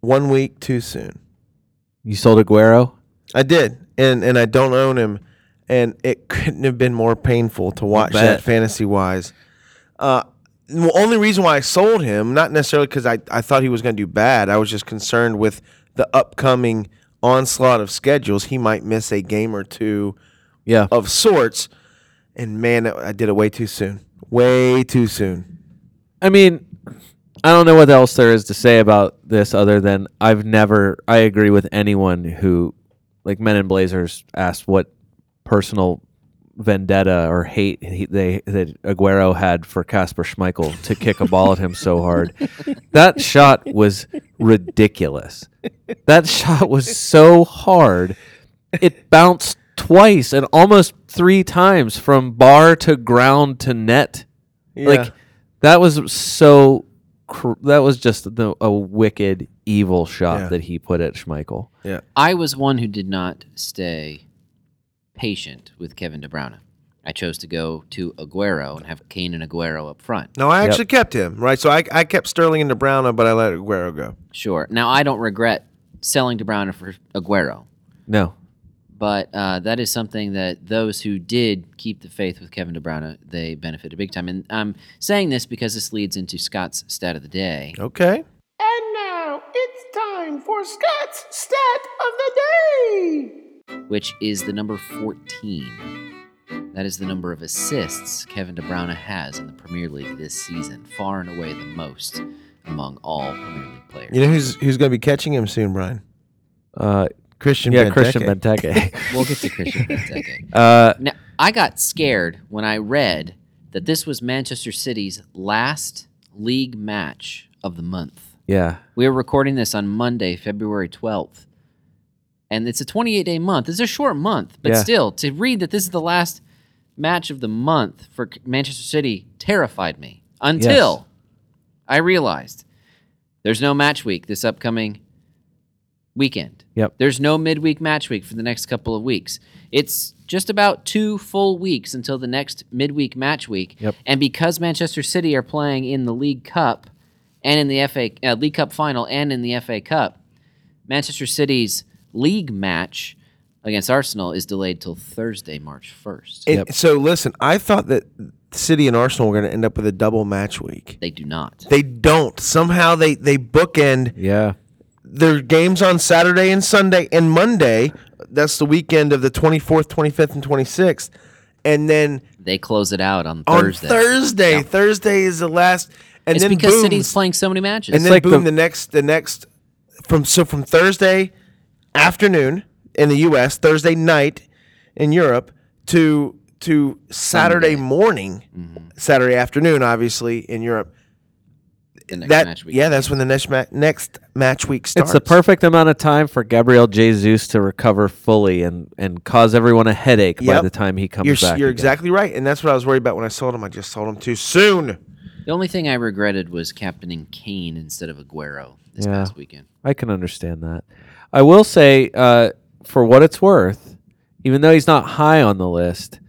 Speaker 1: one week too soon.
Speaker 2: You sold Aguero.
Speaker 1: I did, and and I don't own him, and it couldn't have been more painful to watch
Speaker 2: bet.
Speaker 1: that fantasy wise. Uh, the only reason why I sold him, not necessarily because I I thought he was going to do bad. I was just concerned with the upcoming onslaught of schedules. He might miss a game or two
Speaker 2: Yeah,
Speaker 1: of sorts, and man, I did it way too soon. Way too soon.
Speaker 2: I mean, I don't know what else there is to say about this other than I've never. I agree with anyone who, like Men in Blazers, asked what personal vendetta or hate he, they that Aguero had for Casper Schmeichel to kick a ball at him so
Speaker 1: *laughs*
Speaker 2: hard. That shot was ridiculous. That shot was so hard. It bounced twice and almost three times from bar to ground to net. Like that was so. Cr- that was just the, a wicked, evil shot
Speaker 1: Yeah.
Speaker 2: that he put at Schmeichel.
Speaker 1: yeah,
Speaker 3: I was one who did not stay patient with Kevin De Bruyne. I chose to go to Aguero and have Kane and Aguero up front.
Speaker 1: No, I actually kept him right. So I I kept Sterling and De Bruyne, but I let Aguero go.
Speaker 3: Sure. Now I don't regret selling De Bruyne for Aguero,
Speaker 2: No,
Speaker 3: but uh, that is something that those who did keep the faith with Kevin De Bruyne they benefited big time. And I'm saying this because this leads into Scott's stat of the day.
Speaker 1: Okay.
Speaker 4: And now it's time for Scott's stat of the day.
Speaker 3: which is the number 14. That is the number of assists Kevin De Bruyne has in the Premier League this season, far and away the most among all Premier League players.
Speaker 1: You know who's who's going to be catching him soon, Brian?
Speaker 2: uh,
Speaker 1: Christian.
Speaker 2: yeah,
Speaker 1: Benteke.
Speaker 2: Christian
Speaker 1: *laughs*
Speaker 2: Benteke.
Speaker 3: We'll get to Christian
Speaker 2: *laughs*
Speaker 3: Benteke.
Speaker 2: uh,
Speaker 3: Now, I got scared when I read that this was Manchester City's last league match of the month.
Speaker 2: yeah,
Speaker 3: We are recording this on Monday, February 12th. And it's a 28 day month. It's a short month, but
Speaker 2: Yeah.
Speaker 3: still, to read that this is the last match of the month for C- Manchester City terrified me until I realized there's no match week this upcoming weekend.
Speaker 2: Yep.
Speaker 3: There's no midweek match week for the next couple of weeks. It's just about two full weeks until the next midweek match week.
Speaker 2: Yep.
Speaker 3: And because Manchester City are playing in the League Cup and in the FA uh, League Cup final and in the FA Cup, Manchester City's league match against Arsenal is delayed till Thursday, March 1st.
Speaker 1: It- So listen, I thought that City and Arsenal were going to end up with a double match week.
Speaker 3: they do not.
Speaker 1: They don't. Somehow they they bookend
Speaker 2: Yeah.
Speaker 1: their games on Saturday and Sunday and Monday. That's the weekend of the 24th, 25th, and 26th. And then
Speaker 3: They close it out on
Speaker 1: on
Speaker 3: Thursday.
Speaker 1: Thursday, Thursday, is the last. And
Speaker 3: It's
Speaker 1: then
Speaker 3: because
Speaker 1: boom,
Speaker 3: City's playing so many matches.
Speaker 1: and then
Speaker 2: like
Speaker 1: boom,
Speaker 2: the-
Speaker 1: the, next, the next, from so from Thursday afternoon in the U.S., Thursday night in Europe to to Saturday morning,
Speaker 3: Mm-hmm.
Speaker 1: Saturday afternoon, obviously in Europe.
Speaker 3: the next
Speaker 1: that
Speaker 3: match week.
Speaker 1: yeah, that's when the next ma- next match week starts.
Speaker 2: It's the perfect amount of time for Gabriel Jesus to recover fully and, and cause everyone a headache by
Speaker 1: Yep.
Speaker 2: the time he comes
Speaker 1: You're s-
Speaker 2: back.
Speaker 1: you're
Speaker 2: again.
Speaker 1: exactly right, and that's what I was worried about when I sold him. I just sold him too soon.
Speaker 3: The only thing I regretted was captaining Kane instead of Aguero this
Speaker 2: Yeah.
Speaker 3: past weekend.
Speaker 2: I can understand that. I will say, uh, for what it's worth, even though he's not high on the list,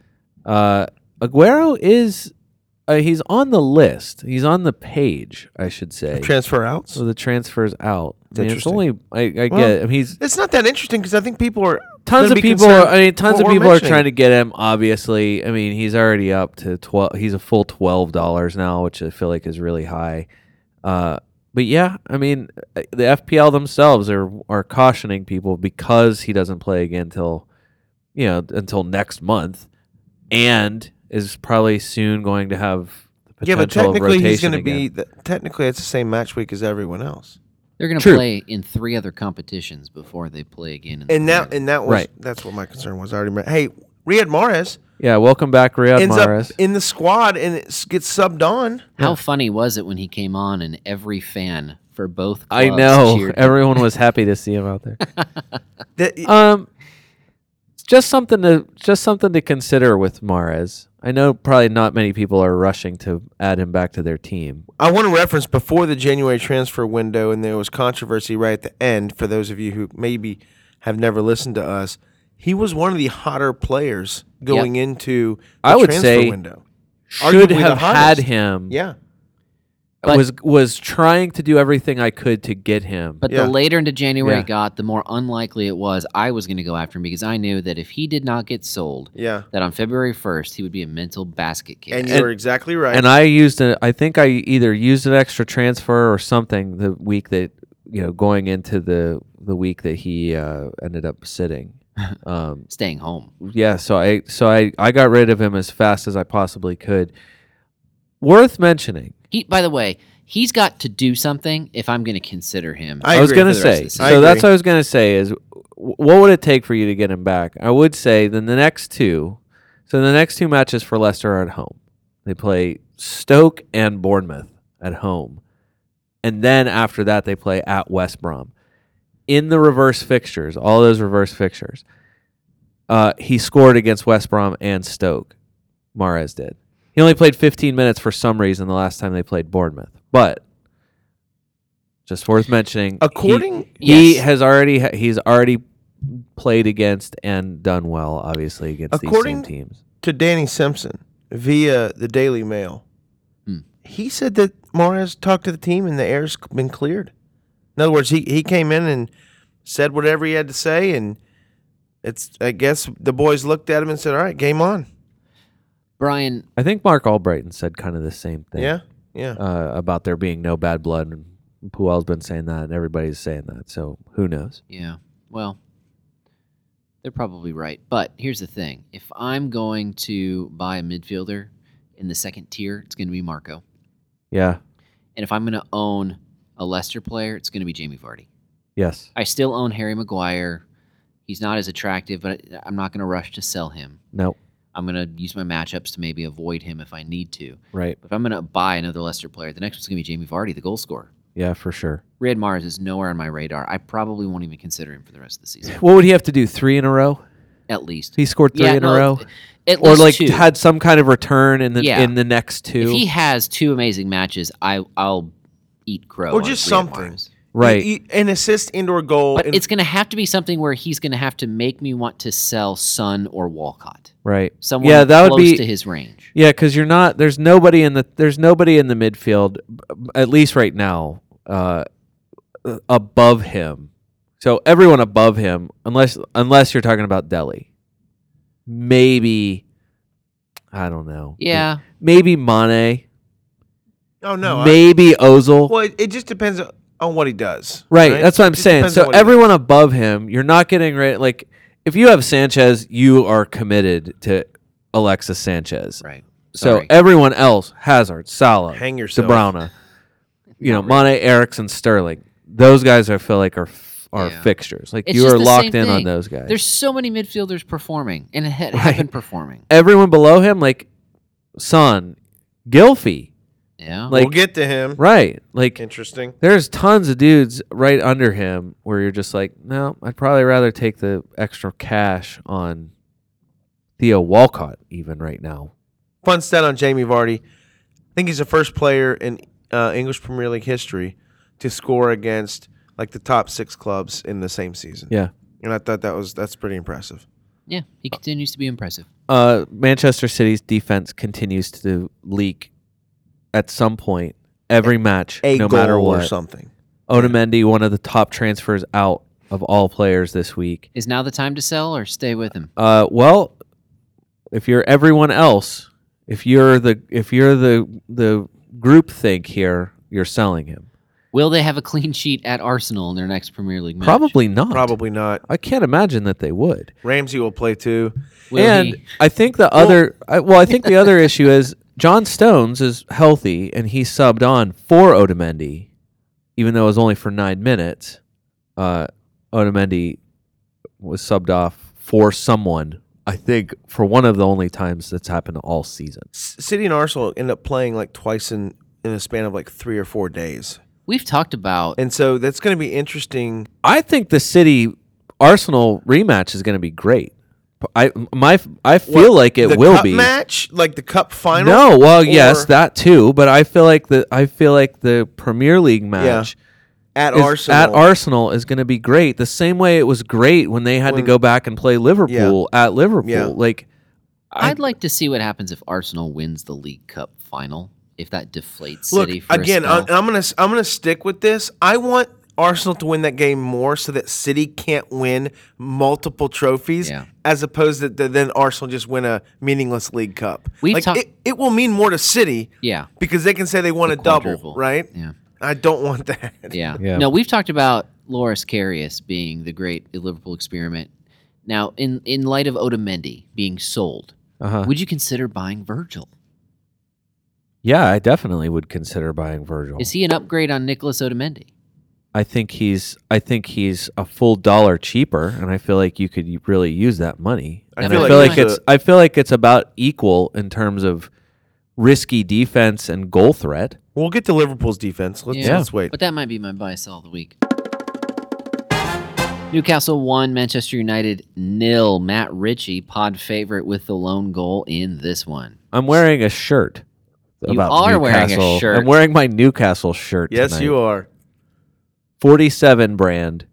Speaker 2: uh, Aguero is. Uh, he's on the list. He's on the page, I should say.
Speaker 1: Transfer outs.
Speaker 2: so the transfers out. I mean, it's
Speaker 1: interesting.
Speaker 2: only I, I
Speaker 1: Well,
Speaker 2: get. I mean, he's
Speaker 1: It's not that interesting because I think people are
Speaker 2: tons
Speaker 1: gonna
Speaker 2: of
Speaker 1: be
Speaker 2: people are,
Speaker 1: concerned
Speaker 2: I mean tons
Speaker 1: what
Speaker 2: of
Speaker 1: we're
Speaker 2: people are
Speaker 1: mentioning.
Speaker 2: trying to get him obviously I mean he's already up to 12 he's a full $12 now which I feel like is really high uh but yeah I mean uh, the FPL themselves are are cautioning people because he doesn't play again till you know until next month and is probably soon going to have the
Speaker 1: Yeah,
Speaker 2: potential
Speaker 1: but technically
Speaker 2: of rotation
Speaker 1: he's going to
Speaker 2: again.
Speaker 1: be the, technically it's the same match week as everyone else.
Speaker 3: They're going to
Speaker 2: True.
Speaker 3: play in three other competitions before they play again. In the
Speaker 1: And that
Speaker 3: Premier League.
Speaker 1: and that was
Speaker 2: Right.
Speaker 1: that's what my concern was. I already met. Hey, Riyad Mahrez
Speaker 2: Yeah, welcome back Riyad
Speaker 1: ends
Speaker 2: Mahrez.
Speaker 1: up in the squad and it s- gets subbed on.
Speaker 3: how funny was it when he came on and every fan for both
Speaker 2: I
Speaker 3: clubs
Speaker 2: know
Speaker 3: cheered him?
Speaker 2: *laughs* everyone was happy to see him out there.
Speaker 1: That-
Speaker 2: Um, just something to just something to consider with Mares. I know probably not many people are rushing to add him back to their team.
Speaker 1: I want to reference before the January transfer window, and there was controversy right at the end. For those of you who maybe have never listened to us, he was one of the hotter players going into the
Speaker 2: I would
Speaker 1: transfer
Speaker 2: say
Speaker 1: window. Arguably
Speaker 2: Should
Speaker 1: the
Speaker 2: have had
Speaker 1: hottest.
Speaker 2: him.
Speaker 1: Yeah,
Speaker 3: But-
Speaker 2: was was trying to do everything I could to get him.
Speaker 3: But
Speaker 1: Yeah.
Speaker 3: the later into January
Speaker 2: Yeah.
Speaker 3: it got, the more unlikely it was I was going to go after him because I knew that if he did not get sold,
Speaker 1: yeah,
Speaker 3: that on February 1st, he would be a mental basket case.
Speaker 1: and you
Speaker 2: And-
Speaker 1: were exactly right.
Speaker 2: and I used a, I think I either used an extra transfer or something the week that you know going into the the week that he uh, ended up
Speaker 1: *laughs*
Speaker 2: sitting. Um,
Speaker 3: staying home.
Speaker 2: yeah so i so i i got rid of him as fast as i possibly could worth mentioning
Speaker 3: He, by the way, he's got to do something if I'm going to consider him.
Speaker 1: I
Speaker 2: i, was
Speaker 1: agree.
Speaker 2: gonna
Speaker 3: For the
Speaker 2: say
Speaker 3: rest of the
Speaker 2: so
Speaker 1: season. I
Speaker 2: that's
Speaker 1: agree.
Speaker 2: what i was gonna say is w- what would it take for you to get him back i would say then the next two so the next two matches for leicester are at home they play stoke and bournemouth at home and then after that they play at west brom in the reverse fixtures all those reverse fixtures uh, he scored against west brom and stoke Mares did. He only played 15 minutes for some reason the last time they played Bournemouth, but just worth mentioning. he-
Speaker 1: According-
Speaker 2: he,
Speaker 3: Yes.
Speaker 2: has already ha- he's already played against and done well, obviously against
Speaker 1: According-
Speaker 2: these same teams.
Speaker 1: to Danny Simpson via the Daily Mail.
Speaker 3: Hmm.
Speaker 1: He said that Mares talked to the team and the air's been cleared. In other words, he, he came in and said whatever he had to say, and it's I guess the boys looked at him and said, "All right, game on."
Speaker 3: Brian,
Speaker 2: I think Mark Albrighton said kind of the same thing.
Speaker 1: Yeah, yeah.
Speaker 2: Uh, about there being no bad blood, and Puel's been saying that, and everybody's saying that. So who knows?
Speaker 3: Yeah. Well, they're probably right. But here's the thing if I'm going to buy a midfielder in the second tier, it's going to be Marco.
Speaker 2: Yeah.
Speaker 3: And if I'm going to own a Leicester player, it's going to be Jamie Vardy.
Speaker 2: Yes.
Speaker 3: I still own Harry Maguire. He's not as attractive, but I- I'm not going to rush to sell him.
Speaker 2: No.
Speaker 3: I'm going to use my matchups to maybe avoid him if I need to.
Speaker 2: Right.
Speaker 3: But if I'm going to buy another Leicester player, the next one's going to be Jamie Vardy, the goal scorer.
Speaker 2: Yeah. For sure.
Speaker 3: Riyad Mars is nowhere on my radar. I probably won't even consider him for the rest of the season,
Speaker 2: What would he have to do? Three in a row?
Speaker 3: at least.
Speaker 2: He scored three
Speaker 3: Yeah,
Speaker 2: in
Speaker 3: no,
Speaker 2: a row.
Speaker 3: At
Speaker 2: or
Speaker 3: least
Speaker 2: like
Speaker 3: two.
Speaker 2: had some kind of return in the
Speaker 3: Yeah.
Speaker 2: in the next two.
Speaker 3: if he has two amazing matches, I I'll eat crow
Speaker 1: Or
Speaker 3: on
Speaker 1: just
Speaker 3: Riyad
Speaker 1: something.
Speaker 3: Mahrez.
Speaker 2: right.
Speaker 1: He- he- an assist indoor goal.
Speaker 3: But
Speaker 1: and-
Speaker 3: it's going to have to be something where he's going to have to make me want to sell Sun or Walcott,
Speaker 2: right.
Speaker 3: someone
Speaker 2: yeah, that
Speaker 3: close
Speaker 2: would be
Speaker 3: to his range.
Speaker 2: Yeah, cuz you're not there's nobody in the there's nobody in the midfield b- at least right now uh above him So everyone above him, unless unless you're talking about Delhi, maybe I don't know.
Speaker 3: Yeah.
Speaker 2: Maybe Mane.
Speaker 1: Oh no. I-
Speaker 2: maybe Ozil.
Speaker 1: well, it, it just depends o- on what he does.
Speaker 2: Right, that's what I'm
Speaker 1: It just
Speaker 2: saying.
Speaker 1: depends on
Speaker 2: So
Speaker 1: what he
Speaker 2: everyone above him, you're not getting rid. Like, if you have Sanchez, you are committed to Alexis Sanchez.
Speaker 3: Right.
Speaker 2: So
Speaker 3: Sorry.
Speaker 2: everyone else, Hazard, Salah,
Speaker 1: does. hang yourself.
Speaker 2: DeBruyne,
Speaker 1: *laughs*
Speaker 2: you know, Mane, Erickson, Sterling. Those guys, I feel like are f- are
Speaker 3: Yeah.
Speaker 2: fixtures. Like
Speaker 3: It's
Speaker 2: you
Speaker 3: just
Speaker 2: are
Speaker 3: the
Speaker 2: locked in
Speaker 3: same
Speaker 2: on
Speaker 3: thing.
Speaker 2: those guys.
Speaker 3: There's so many midfielders performing and
Speaker 2: *laughs*
Speaker 3: have
Speaker 2: Right.
Speaker 3: been performing.
Speaker 2: everyone below him, like Son, Gilfy,
Speaker 3: Yeah.
Speaker 2: like
Speaker 1: we'll get to him.
Speaker 2: right, like
Speaker 1: Interesting.
Speaker 2: there's tons of dudes right under him where you're just like, no, I'd probably rather take the extra cash on Theo Walcott even right now.
Speaker 1: Fun stat on Jamie Vardy. I think he's the first player in uh, English Premier League history to score against like the top six clubs in the same season.
Speaker 2: Yeah.
Speaker 1: And I thought that was that's pretty impressive.
Speaker 3: yeah. He continues to be impressive.
Speaker 2: Uh, Manchester City's defense continues to leak at some point every match,
Speaker 1: A
Speaker 2: no
Speaker 1: goal
Speaker 2: matter
Speaker 1: or
Speaker 2: what.
Speaker 1: something.
Speaker 2: Otamendi, one of the top transfers out of all players this week.
Speaker 3: Is now the time to sell or stay with him?
Speaker 2: Uh, well, if you're everyone else, if you're the if you're the the group think here, you're selling him.
Speaker 3: Will they have a clean sheet at Arsenal in their next Premier League match?
Speaker 2: Probably not.
Speaker 1: Probably not.
Speaker 2: I can't imagine that they would.
Speaker 1: Ramsey will play too.
Speaker 3: Will
Speaker 2: and
Speaker 3: he?
Speaker 2: I think the other, I, well, I think the other issue is John Stones is healthy and he subbed on for Otamendi, even though it was only for nine minutes. Uh, Otamendi was subbed off for someone. I think for one of the only times that's happened all season.
Speaker 1: S- City and Arsenal end up playing like twice in in a span of like three or four days,
Speaker 3: We've talked about
Speaker 1: and so that's going to be interesting.
Speaker 2: I think the City Arsenal rematch is going to be great. I my I feel like it
Speaker 1: the
Speaker 2: will
Speaker 1: cup
Speaker 2: be
Speaker 1: match, like the cup final.
Speaker 2: No, well, yes,
Speaker 1: or-
Speaker 2: that too. But I feel like the I feel like the Premier League match
Speaker 1: at
Speaker 2: is-
Speaker 1: Arsenal.
Speaker 2: at Arsenal is going to be great. The same way it was great when they had
Speaker 1: When-
Speaker 2: to go back and play Liverpool at Liverpool.
Speaker 1: Yeah.
Speaker 2: Like, I,
Speaker 3: I'd like to see what happens if Arsenal wins the League Cup final. If that deflates
Speaker 1: Look
Speaker 3: City for
Speaker 1: again. uh,
Speaker 3: a spell.
Speaker 1: I, I'm gonna s- I'm gonna stick with this. I want Arsenal to win that game more so that City can't win multiple trophies,
Speaker 3: Yeah.
Speaker 1: as opposed to th- then Arsenal just win a meaningless League Cup.
Speaker 3: We've
Speaker 1: like
Speaker 3: talked-
Speaker 1: it, it will mean more to City
Speaker 3: yeah,
Speaker 1: because they can say they won a double,
Speaker 3: quadruple.
Speaker 1: right?
Speaker 3: yeah,
Speaker 1: I don't want that.
Speaker 3: yeah,
Speaker 2: Yeah.
Speaker 3: No, we've talked about Loris Karius being the great Liverpool experiment. Now, in in light of Otamendi being sold,
Speaker 2: uh
Speaker 3: would you consider buying Virgil?
Speaker 2: yeah, I definitely would consider buying Virgil.
Speaker 3: Is he an upgrade on Nicholas Otamendi?
Speaker 2: I think he's I think he's a full dollar cheaper, and I feel like you could y- really use that money.
Speaker 1: *laughs* I
Speaker 2: and
Speaker 1: feel
Speaker 2: I
Speaker 1: like
Speaker 2: feel like,
Speaker 3: it's
Speaker 2: it's I feel like it's about equal in terms of risky defense and goal threat.
Speaker 1: We'll get to Liverpool's defense. Let's,
Speaker 3: Yeah.
Speaker 1: let's wait.
Speaker 3: But that might be my bias all the week. Newcastle won, Manchester United nil. Matt Ritchie, pod favorite with the lone goal in this one.
Speaker 2: I'm wearing a shirt.
Speaker 3: You are wearing a shirt.
Speaker 2: I'm wearing my Newcastle shirt.
Speaker 1: Yes, you are.
Speaker 2: 47 brand.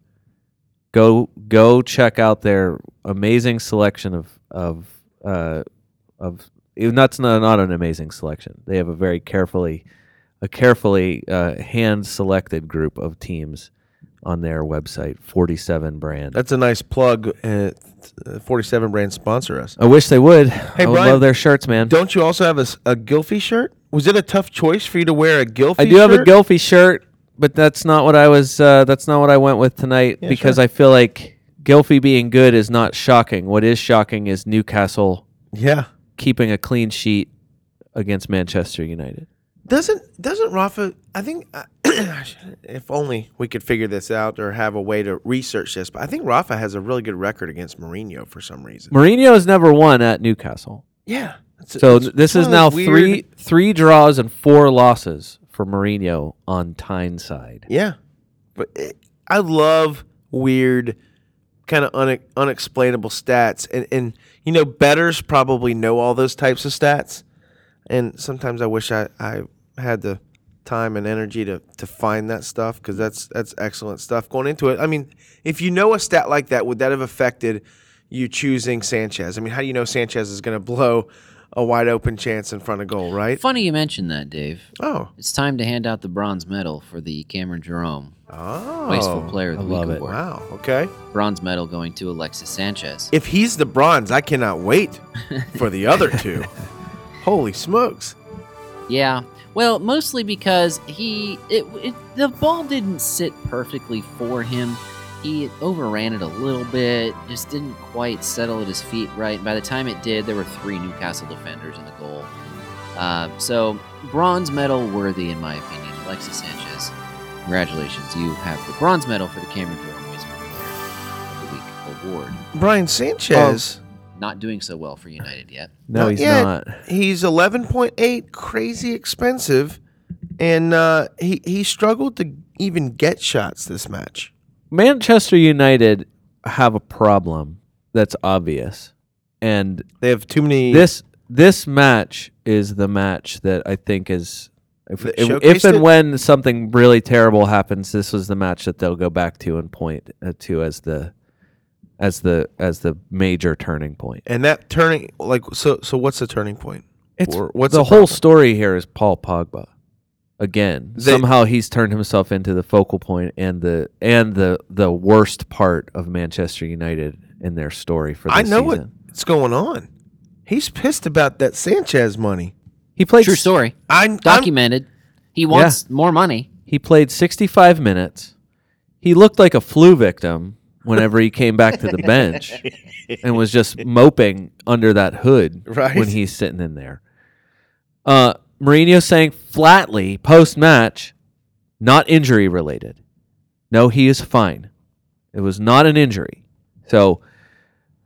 Speaker 2: Go go check out their amazing selection of of uh of eh, that's not, not an amazing selection. They have a very carefully a carefully uh, hand selected group of teams on their website. 47 brand.
Speaker 1: That's a nice plug. Uh, th- 47 brand sponsor us.
Speaker 2: I wish they would. Hey, I would
Speaker 1: Brian,
Speaker 2: love their shirts, man.
Speaker 1: Don't you also have a, s- a Gilfy shirt? Was it a tough choice for you to wear a Gilfy?
Speaker 2: I do have a
Speaker 1: shirt?
Speaker 2: Gilfy shirt, but that's not what I was. Uh, that's not what I went with tonight because I feel like Gilfy being good is not shocking. What is shocking is Newcastle
Speaker 1: Yeah.
Speaker 2: keeping a clean sheet against Manchester United.
Speaker 1: Doesn't doesn't Rafa? I think uh, *clears throat* if only we could figure this out or have a way to research this. But I think Rafa has a really good record against Mourinho for some reason.
Speaker 2: Mourinho has never won at Newcastle,
Speaker 1: yeah. It's-
Speaker 2: so
Speaker 1: it's
Speaker 2: th- this
Speaker 1: one
Speaker 2: is
Speaker 1: of
Speaker 2: now
Speaker 1: those weird-
Speaker 2: three three draws and four losses for Mourinho on Tyneside.
Speaker 1: Yeah, but it, I love weird, kind of un, unexplainable stats, and and you know, betters probably know all those types of stats, and sometimes I wish I I had the time and energy to to find that stuff because that's that's excellent stuff going into it. I mean, if you know a stat like that, would that have affected? You choosing Sanchez. I mean, how do you know Sanchez is going to blow a wide open chance in front of goal, right?
Speaker 3: Funny you mentioned that, Dave.
Speaker 1: Oh,
Speaker 3: It's time to hand out the bronze medal for the Cameron Jerome
Speaker 1: oh,
Speaker 3: Wasteful Player of the
Speaker 2: I
Speaker 3: Week
Speaker 2: love it.
Speaker 3: award.
Speaker 1: Wow. Okay.
Speaker 3: Bronze medal going to Alexis Sanchez.
Speaker 1: If he's the bronze, I cannot wait for the other *laughs* two. Holy smokes!
Speaker 3: Yeah. Well, mostly because he it, it the ball didn't sit perfectly for him. He overran it a little bit, just didn't quite settle at his feet right. By the time it did, there were three Newcastle defenders in the goal. Uh, so bronze medal worthy, in my opinion, Alexis Sanchez. Congratulations, you have the bronze medal for the Cameron Jerome Wasteful Player of the Week award.
Speaker 1: Brian Sanchez.
Speaker 3: Not doing so well for United yet.
Speaker 2: No,
Speaker 1: Oh, Not
Speaker 2: he's
Speaker 1: yet.
Speaker 2: not.
Speaker 1: He's eleven point eight, crazy expensive, and uh, he he struggled to even get shots this match.
Speaker 2: Manchester United have a problem that's obvious, and
Speaker 1: They have too many.
Speaker 2: this this match is the match that I think is if,
Speaker 1: That
Speaker 2: if,
Speaker 1: showcased
Speaker 2: if and
Speaker 1: it?
Speaker 2: when something really terrible happens, this was the match that they'll go back to and point uh, to as the as the as the major turning point.
Speaker 1: and that turning like so. So what's the turning point?
Speaker 2: It's
Speaker 1: Or what's
Speaker 2: the
Speaker 1: the
Speaker 2: whole
Speaker 1: problem?
Speaker 2: story here is Paul Pogba. Again,
Speaker 1: They-
Speaker 2: somehow he's turned himself into the focal point and the and the the worst part of Manchester United in their story for this
Speaker 1: I know
Speaker 2: season.
Speaker 1: what's going on. He's pissed about that Sanchez money.
Speaker 2: He played
Speaker 3: True
Speaker 2: s-
Speaker 3: story.
Speaker 1: I I'm,
Speaker 3: Documented. He wants more money.
Speaker 2: He played 65 minutes. He looked like a flu victim whenever he came back to the bench and was just moping under that hood
Speaker 1: Right.
Speaker 2: when he's sitting in there. Uh, Mourinho saying flatly post match, not injury related. No, he is fine. It was not an injury. So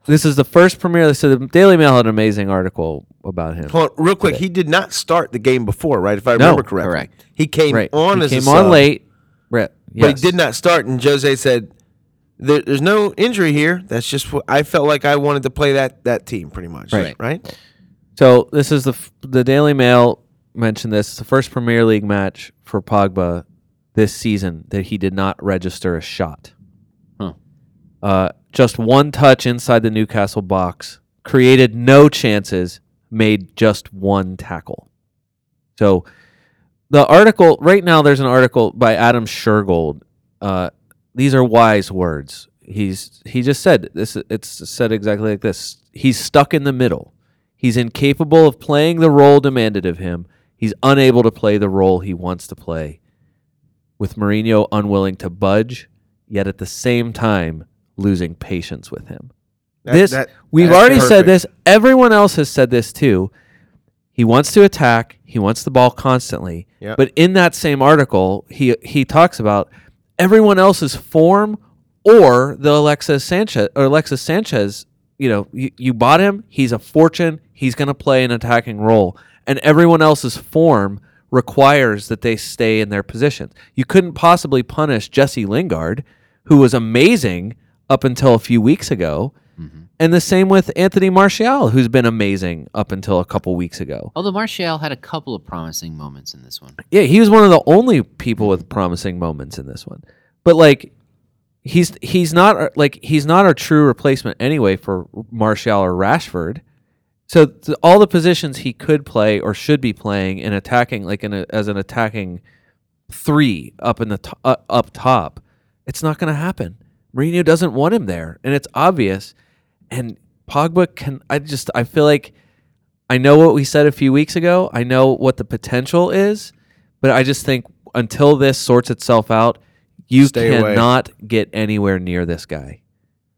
Speaker 2: this is the first premiere. So the Daily Mail had an amazing article about him.
Speaker 1: Hold on, real quick, he did not start the game before, right? If I
Speaker 2: No,
Speaker 1: remember correctly,
Speaker 3: correct.
Speaker 1: He came
Speaker 2: Right,
Speaker 1: on
Speaker 2: he
Speaker 1: as a
Speaker 2: came
Speaker 1: sub,
Speaker 2: on late. Right.
Speaker 1: but
Speaker 2: yes.
Speaker 1: he did not start. And Jose said, there, "There's no injury here. That's just what I felt like I wanted to play that that team, pretty much,
Speaker 3: Right.
Speaker 1: Right?
Speaker 2: So this is the f- the Daily Mail mentioned this. It's the first Premier League match for Pogba this season that he did not register a shot.
Speaker 3: Huh.
Speaker 2: Uh, just one touch inside the Newcastle box created no chances, made just one tackle. So the article right now there's an article by Adam Shergold. Uh, these are wise words. He's he just said this. It's said exactly like this. He's stuck in the middle. He's incapable of playing the role demanded of him. He's unable to play the role he wants to play. With Mourinho unwilling to budge, yet at the same time losing patience with him.
Speaker 1: That-
Speaker 2: this
Speaker 1: that-
Speaker 2: we've
Speaker 1: that's
Speaker 2: already said
Speaker 1: perfect.
Speaker 2: this. Everyone else has said this too. He wants to attack. He wants the ball constantly.
Speaker 1: Yep.
Speaker 2: But in that same article, he he talks about everyone else's form or the Alexis Sanchez or Alexis Sanchez. You know, you, you bought him. He's a fortune. He's going to play an attacking role, and everyone else's form requires that they stay in their positions. You couldn't possibly punish Jesse Lingard, who was amazing up until a few weeks ago. And the same with Anthony Martial, who's been amazing up until a couple weeks ago.
Speaker 3: Although Martial had a couple of promising moments in this one.
Speaker 2: Yeah, he was one of the only people with promising moments in this one. But like he's he's not our- like he's not a true replacement anyway for Martial or Rashford. So th- all the positions he could play or should be playing in attacking like in a, as an attacking 3 up in the to- uh, up top, it's not going to happen. Mourinho doesn't want him there and it's obvious and Pogba can I just I feel like I know what we said a few weeks ago. I know what the potential is, but I just think until this sorts itself out, you
Speaker 1: Stay away.
Speaker 2: cannot get anywhere near this guy.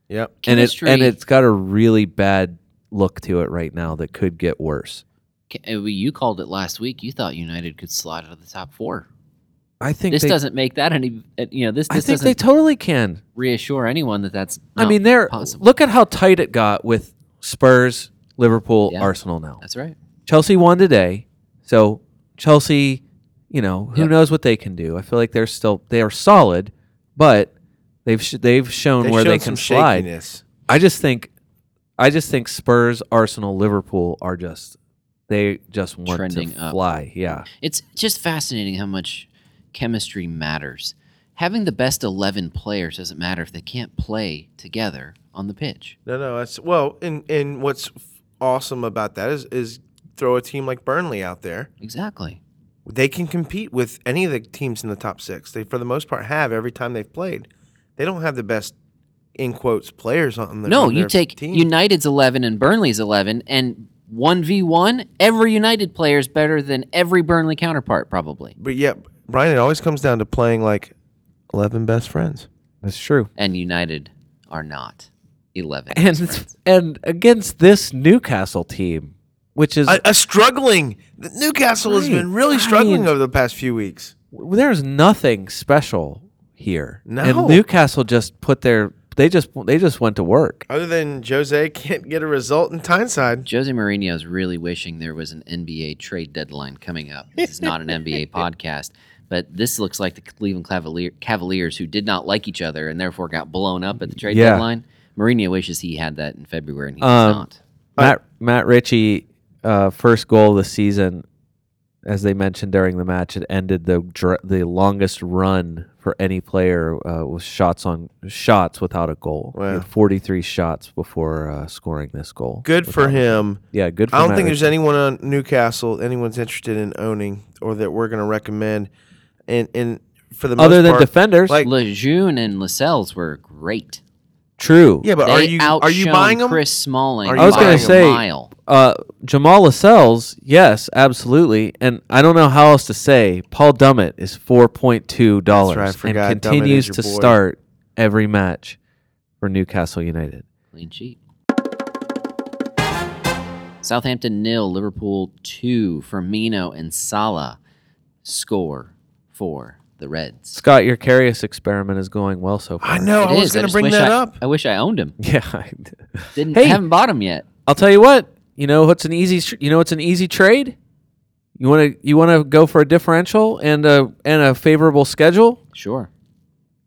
Speaker 1: Yep.
Speaker 3: Chemistry.
Speaker 2: And it and it's got a really bad look to it right now that could get worse.
Speaker 3: Ca- uh, well, You called it last week. You thought United could slide out of the top four.
Speaker 2: I think
Speaker 3: This
Speaker 2: they,
Speaker 3: doesn't make that any. uh, You know, this,
Speaker 2: I
Speaker 3: this
Speaker 2: think
Speaker 3: doesn't
Speaker 2: they totally can.
Speaker 3: reassure anyone that that's.
Speaker 2: I
Speaker 3: not
Speaker 2: mean, they're
Speaker 3: possible.
Speaker 2: look at how tight it got with Spurs, Liverpool,
Speaker 3: Yeah.
Speaker 2: Arsenal now.
Speaker 3: That's right.
Speaker 2: Chelsea won today, so Chelsea, you know, who
Speaker 3: Yep.
Speaker 2: knows what they can do. I feel like they're still they are solid, but they've sh- they've shown
Speaker 1: They've
Speaker 2: where they
Speaker 1: shown
Speaker 2: can
Speaker 1: some
Speaker 2: slide.
Speaker 1: shakiness.
Speaker 2: I just think, I just think Spurs, Arsenal, Liverpool are just they just want
Speaker 3: Trending
Speaker 2: to
Speaker 3: up.
Speaker 2: fly. Yeah,
Speaker 3: It's just fascinating how much chemistry matters. Having the best eleven players doesn't matter if they can't play together on the pitch.
Speaker 1: No, no. That's well, and and what's f- awesome about that is is throw a team like Burnley out there.
Speaker 3: Exactly.
Speaker 1: They can compete with any of the teams in the top six. They, for the most part, have every time they've played. They don't have the best, in quotes, players on their
Speaker 3: No,
Speaker 1: on
Speaker 3: you
Speaker 1: their
Speaker 3: take
Speaker 1: team.
Speaker 3: United's 11 and Burnley's 11 and 1v1, every United player is better than every Burnley counterpart probably.
Speaker 1: But yeah, Brian, it always comes down to playing like eleven best friends.
Speaker 2: That's true.
Speaker 3: And United are not 11.
Speaker 2: *laughs* And it's- and against this Newcastle team, which is
Speaker 1: A, a struggling Newcastle has been
Speaker 2: Right,
Speaker 1: really struggling
Speaker 2: right.
Speaker 1: over the past few weeks.
Speaker 2: w- there's nothing special here.
Speaker 1: No.
Speaker 2: And Newcastle just put their they just they just went to work.
Speaker 1: Other than Jose can't get a result in Tyneside.
Speaker 3: Jose Mourinho is really wishing there was an NBA trade deadline coming up. This is not
Speaker 2: *laughs*
Speaker 3: an NBA podcast, but this looks like the Cleveland Cavalier, Cavaliers who did not like each other and therefore got blown up at the trade
Speaker 2: Yeah.
Speaker 3: deadline. Mourinho wishes he had that in February and he does
Speaker 2: Um,
Speaker 3: not.
Speaker 2: Matt Matt Ritchie uh, first goal of the season as they mentioned during the match it ended the dr- the longest run for any player uh, with shots on shots without a goal. He had
Speaker 1: Wow.
Speaker 2: 43 shots before uh, scoring this goal.
Speaker 1: Good for him.
Speaker 2: Yeah, good for
Speaker 1: I don't
Speaker 2: Matt
Speaker 1: think there's
Speaker 2: Ritchie.
Speaker 1: anyone on Newcastle anyone's interested in owning or that we're going to recommend. And and for the
Speaker 2: other
Speaker 1: most
Speaker 2: than
Speaker 1: part,
Speaker 2: defenders.
Speaker 1: like-
Speaker 3: Lejeune and Lascelles were great.
Speaker 2: true.
Speaker 1: yeah, but
Speaker 3: they
Speaker 1: are you are you
Speaker 3: outshone
Speaker 1: buying them?
Speaker 3: Chris Smalling.
Speaker 1: Are
Speaker 2: I was
Speaker 1: you
Speaker 3: going
Speaker 2: gonna
Speaker 1: buying
Speaker 3: to
Speaker 1: him?
Speaker 2: say
Speaker 3: mile.
Speaker 2: uh, Jamal Lascelles, yes, absolutely, and I don't know how else to say. Paul Dummett is four point two dollars
Speaker 1: That's right, I forgot
Speaker 2: and
Speaker 1: Dummett is
Speaker 2: continues
Speaker 1: your
Speaker 2: to
Speaker 1: boy.
Speaker 2: start every match for Newcastle United.
Speaker 3: Clean sheet. Southampton nil, Liverpool two. Firmino and Salah score for the Reds.
Speaker 2: Scott, your Carius experiment is going well so far.
Speaker 1: I know. Oh, I
Speaker 3: It
Speaker 1: was
Speaker 3: is.
Speaker 1: going to
Speaker 3: just
Speaker 1: bring
Speaker 3: wish
Speaker 1: that
Speaker 3: I-
Speaker 1: up.
Speaker 3: I wish I owned him.
Speaker 2: *laughs* Yeah, I d- *laughs*
Speaker 3: Didn't
Speaker 2: Hey.
Speaker 3: haven't bought him yet.
Speaker 2: I'll tell you what. You know what's an easy? tr- You know what's an easy trade? You want to you want to go for a differential and a and a favorable schedule?
Speaker 3: Sure.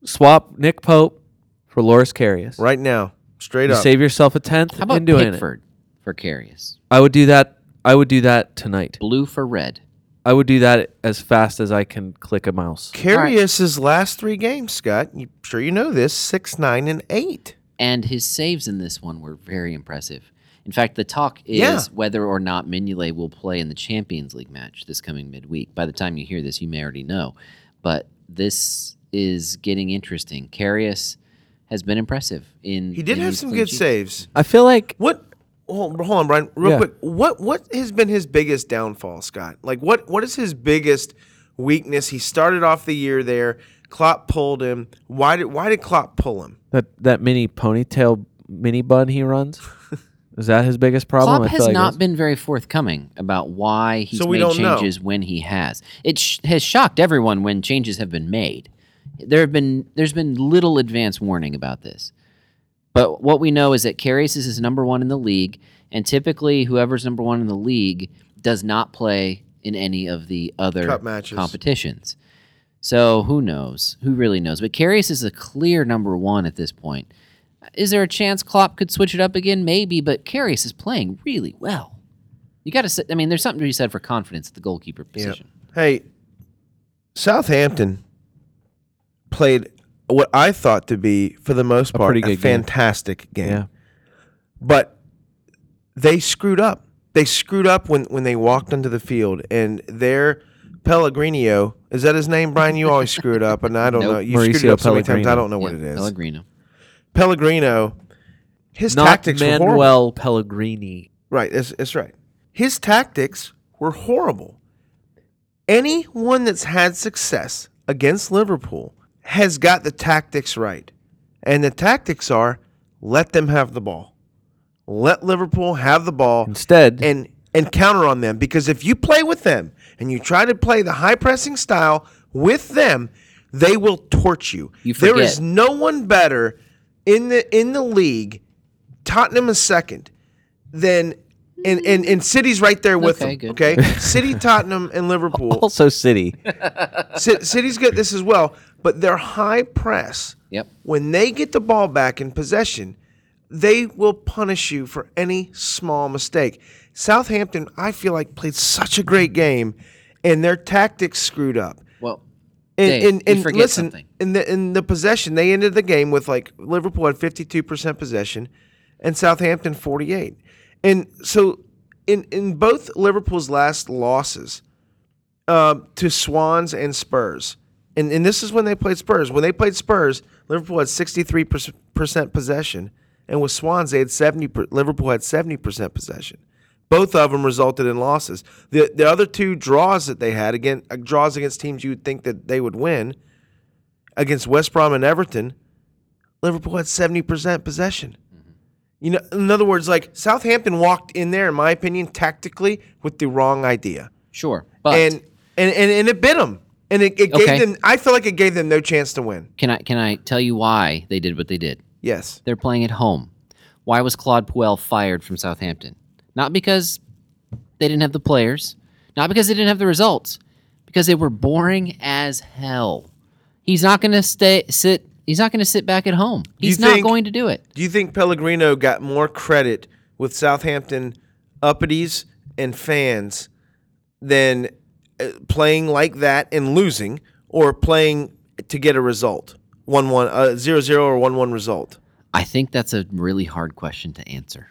Speaker 2: Swap Nick Pope for Loris Carius.
Speaker 1: Right now, straight
Speaker 2: You
Speaker 1: up.
Speaker 2: save yourself a tenth
Speaker 3: How about
Speaker 2: in doing it.
Speaker 3: Pickford for Carius?
Speaker 2: I would do that. I would do that tonight.
Speaker 3: Blue for red.
Speaker 2: I would do that as fast as I can click a mouse.
Speaker 1: Carius's last three games, Scott. You sure you know this? Six, nine, and eight.
Speaker 3: And his saves in this one were very impressive. In fact, the talk is
Speaker 1: Yeah.
Speaker 3: whether or not Mignolet will play in the Champions League match this coming midweek. By the time you hear this, you may already know. But this is getting interesting. Karius has been impressive in.
Speaker 1: He did
Speaker 3: in
Speaker 1: have
Speaker 3: these
Speaker 1: some
Speaker 3: clean
Speaker 1: good
Speaker 3: sheets.
Speaker 1: saves.
Speaker 2: I feel like
Speaker 1: What? Hold, hold on, Brian. Real
Speaker 2: Yeah.
Speaker 1: quick. What? What has been his biggest downfall, Scott? Like, what? What is his biggest weakness? He started off the year there. Klopp pulled him. Why did? Why did Klopp pull him?
Speaker 2: that that mini ponytail mini bun he
Speaker 3: *laughs*
Speaker 2: runs is that his biggest problem.
Speaker 3: Klopp
Speaker 2: I feel
Speaker 3: has
Speaker 2: like
Speaker 3: not
Speaker 2: it's-
Speaker 3: been very forthcoming about why he's
Speaker 1: So we
Speaker 3: made
Speaker 1: don't know.
Speaker 3: changes when he has. It sh- has shocked everyone when changes have been made. There have been there's been little advance warning about this. But what we know is that Karius is his number one in the league, and typically whoever's number one in the league does not play in any of the other
Speaker 1: Cup matches.
Speaker 3: competitions. So who knows? Who really knows? But Karius is a clear number one at this point. Is there a chance Klopp could switch it up again? Maybe, but Karius is playing really well. You got to. I mean, there's something to be said for confidence at the goalkeeper position.
Speaker 1: Hey, Southampton played what I thought to be, for the most part,
Speaker 2: pretty
Speaker 1: a,
Speaker 2: good game.
Speaker 1: fantastic game.
Speaker 2: Yeah,
Speaker 1: But they screwed up. They screwed up when, when they walked onto the field, and their Pellegrino is that his name, Brian? You always screw it up, and I don't
Speaker 3: Nope.
Speaker 1: know. You screwed it
Speaker 2: Mauricio
Speaker 1: up so many times. I
Speaker 2: Pellegrino.
Speaker 1: don't know what
Speaker 3: Yeah,
Speaker 1: it is.
Speaker 3: Pellegrino.
Speaker 1: Pellegrino, his
Speaker 2: not
Speaker 1: tactics were horrible.
Speaker 2: Manuel Pellegrini.
Speaker 1: Right, that's, that's right. His tactics were horrible. Anyone that's had success against Liverpool has got the tactics right. And the tactics are let them have the ball. Let Liverpool have the ball
Speaker 2: Instead,
Speaker 1: and and counter on them because if you play with them and you try to play the high pressing style with them, they will torch you.
Speaker 3: You
Speaker 1: there is
Speaker 3: forget.
Speaker 1: no one better in the in the league. Tottenham is second. Then and and, and City's right there with
Speaker 3: Okay,
Speaker 1: them.
Speaker 3: good. *laughs*
Speaker 1: Okay, City, Tottenham, and Liverpool.
Speaker 2: also City.
Speaker 1: Ci- City's got this as well, but their high press
Speaker 3: Yep.
Speaker 1: when they get the ball back in possession, they will punish you for any small mistake. Southampton, I feel like, played such a great game, and their tactics screwed up.
Speaker 3: Well,
Speaker 1: And,
Speaker 3: Dave,
Speaker 1: and,
Speaker 3: you
Speaker 1: and
Speaker 3: forget
Speaker 1: listen,
Speaker 3: something.
Speaker 1: in the in the possession, they ended the game with like Liverpool had fifty two percent possession, and Southampton forty eight, and so in in both Liverpool's last losses uh, to Swans and Spurs, and and this is when they played Spurs. When they played Spurs, Liverpool had sixty three percent possession, and with Swans they had seventy. per- Liverpool had seventy percent possession. Both of them resulted in losses. The the other two draws that they had again uh, draws against teams you would think that they would win against West Brom and Everton. Liverpool had seventy percent possession. You know, in other words, like Southampton walked in there, in my opinion, tactically with the wrong idea,
Speaker 3: Sure, but
Speaker 1: and, and and and it bit them, and it, it gave
Speaker 3: Okay.
Speaker 1: them. I feel like it gave them no chance to win.
Speaker 3: can I can I tell you why they did what they did?
Speaker 1: Yes,
Speaker 3: They're playing at home. Why was Claude Puel fired from Southampton? Not because they didn't have the players, not because they didn't have the results, because they were boring as hell. He's not going to stay sit. He's not going to sit back at home. He's not
Speaker 1: think-
Speaker 3: going to do it.
Speaker 1: do you think Pellegrino got more credit with Southampton uppities and fans than uh, playing like that and losing, or playing to get a result, one one, uh, zero zero, or one one result?
Speaker 3: I think that's a really hard question to answer.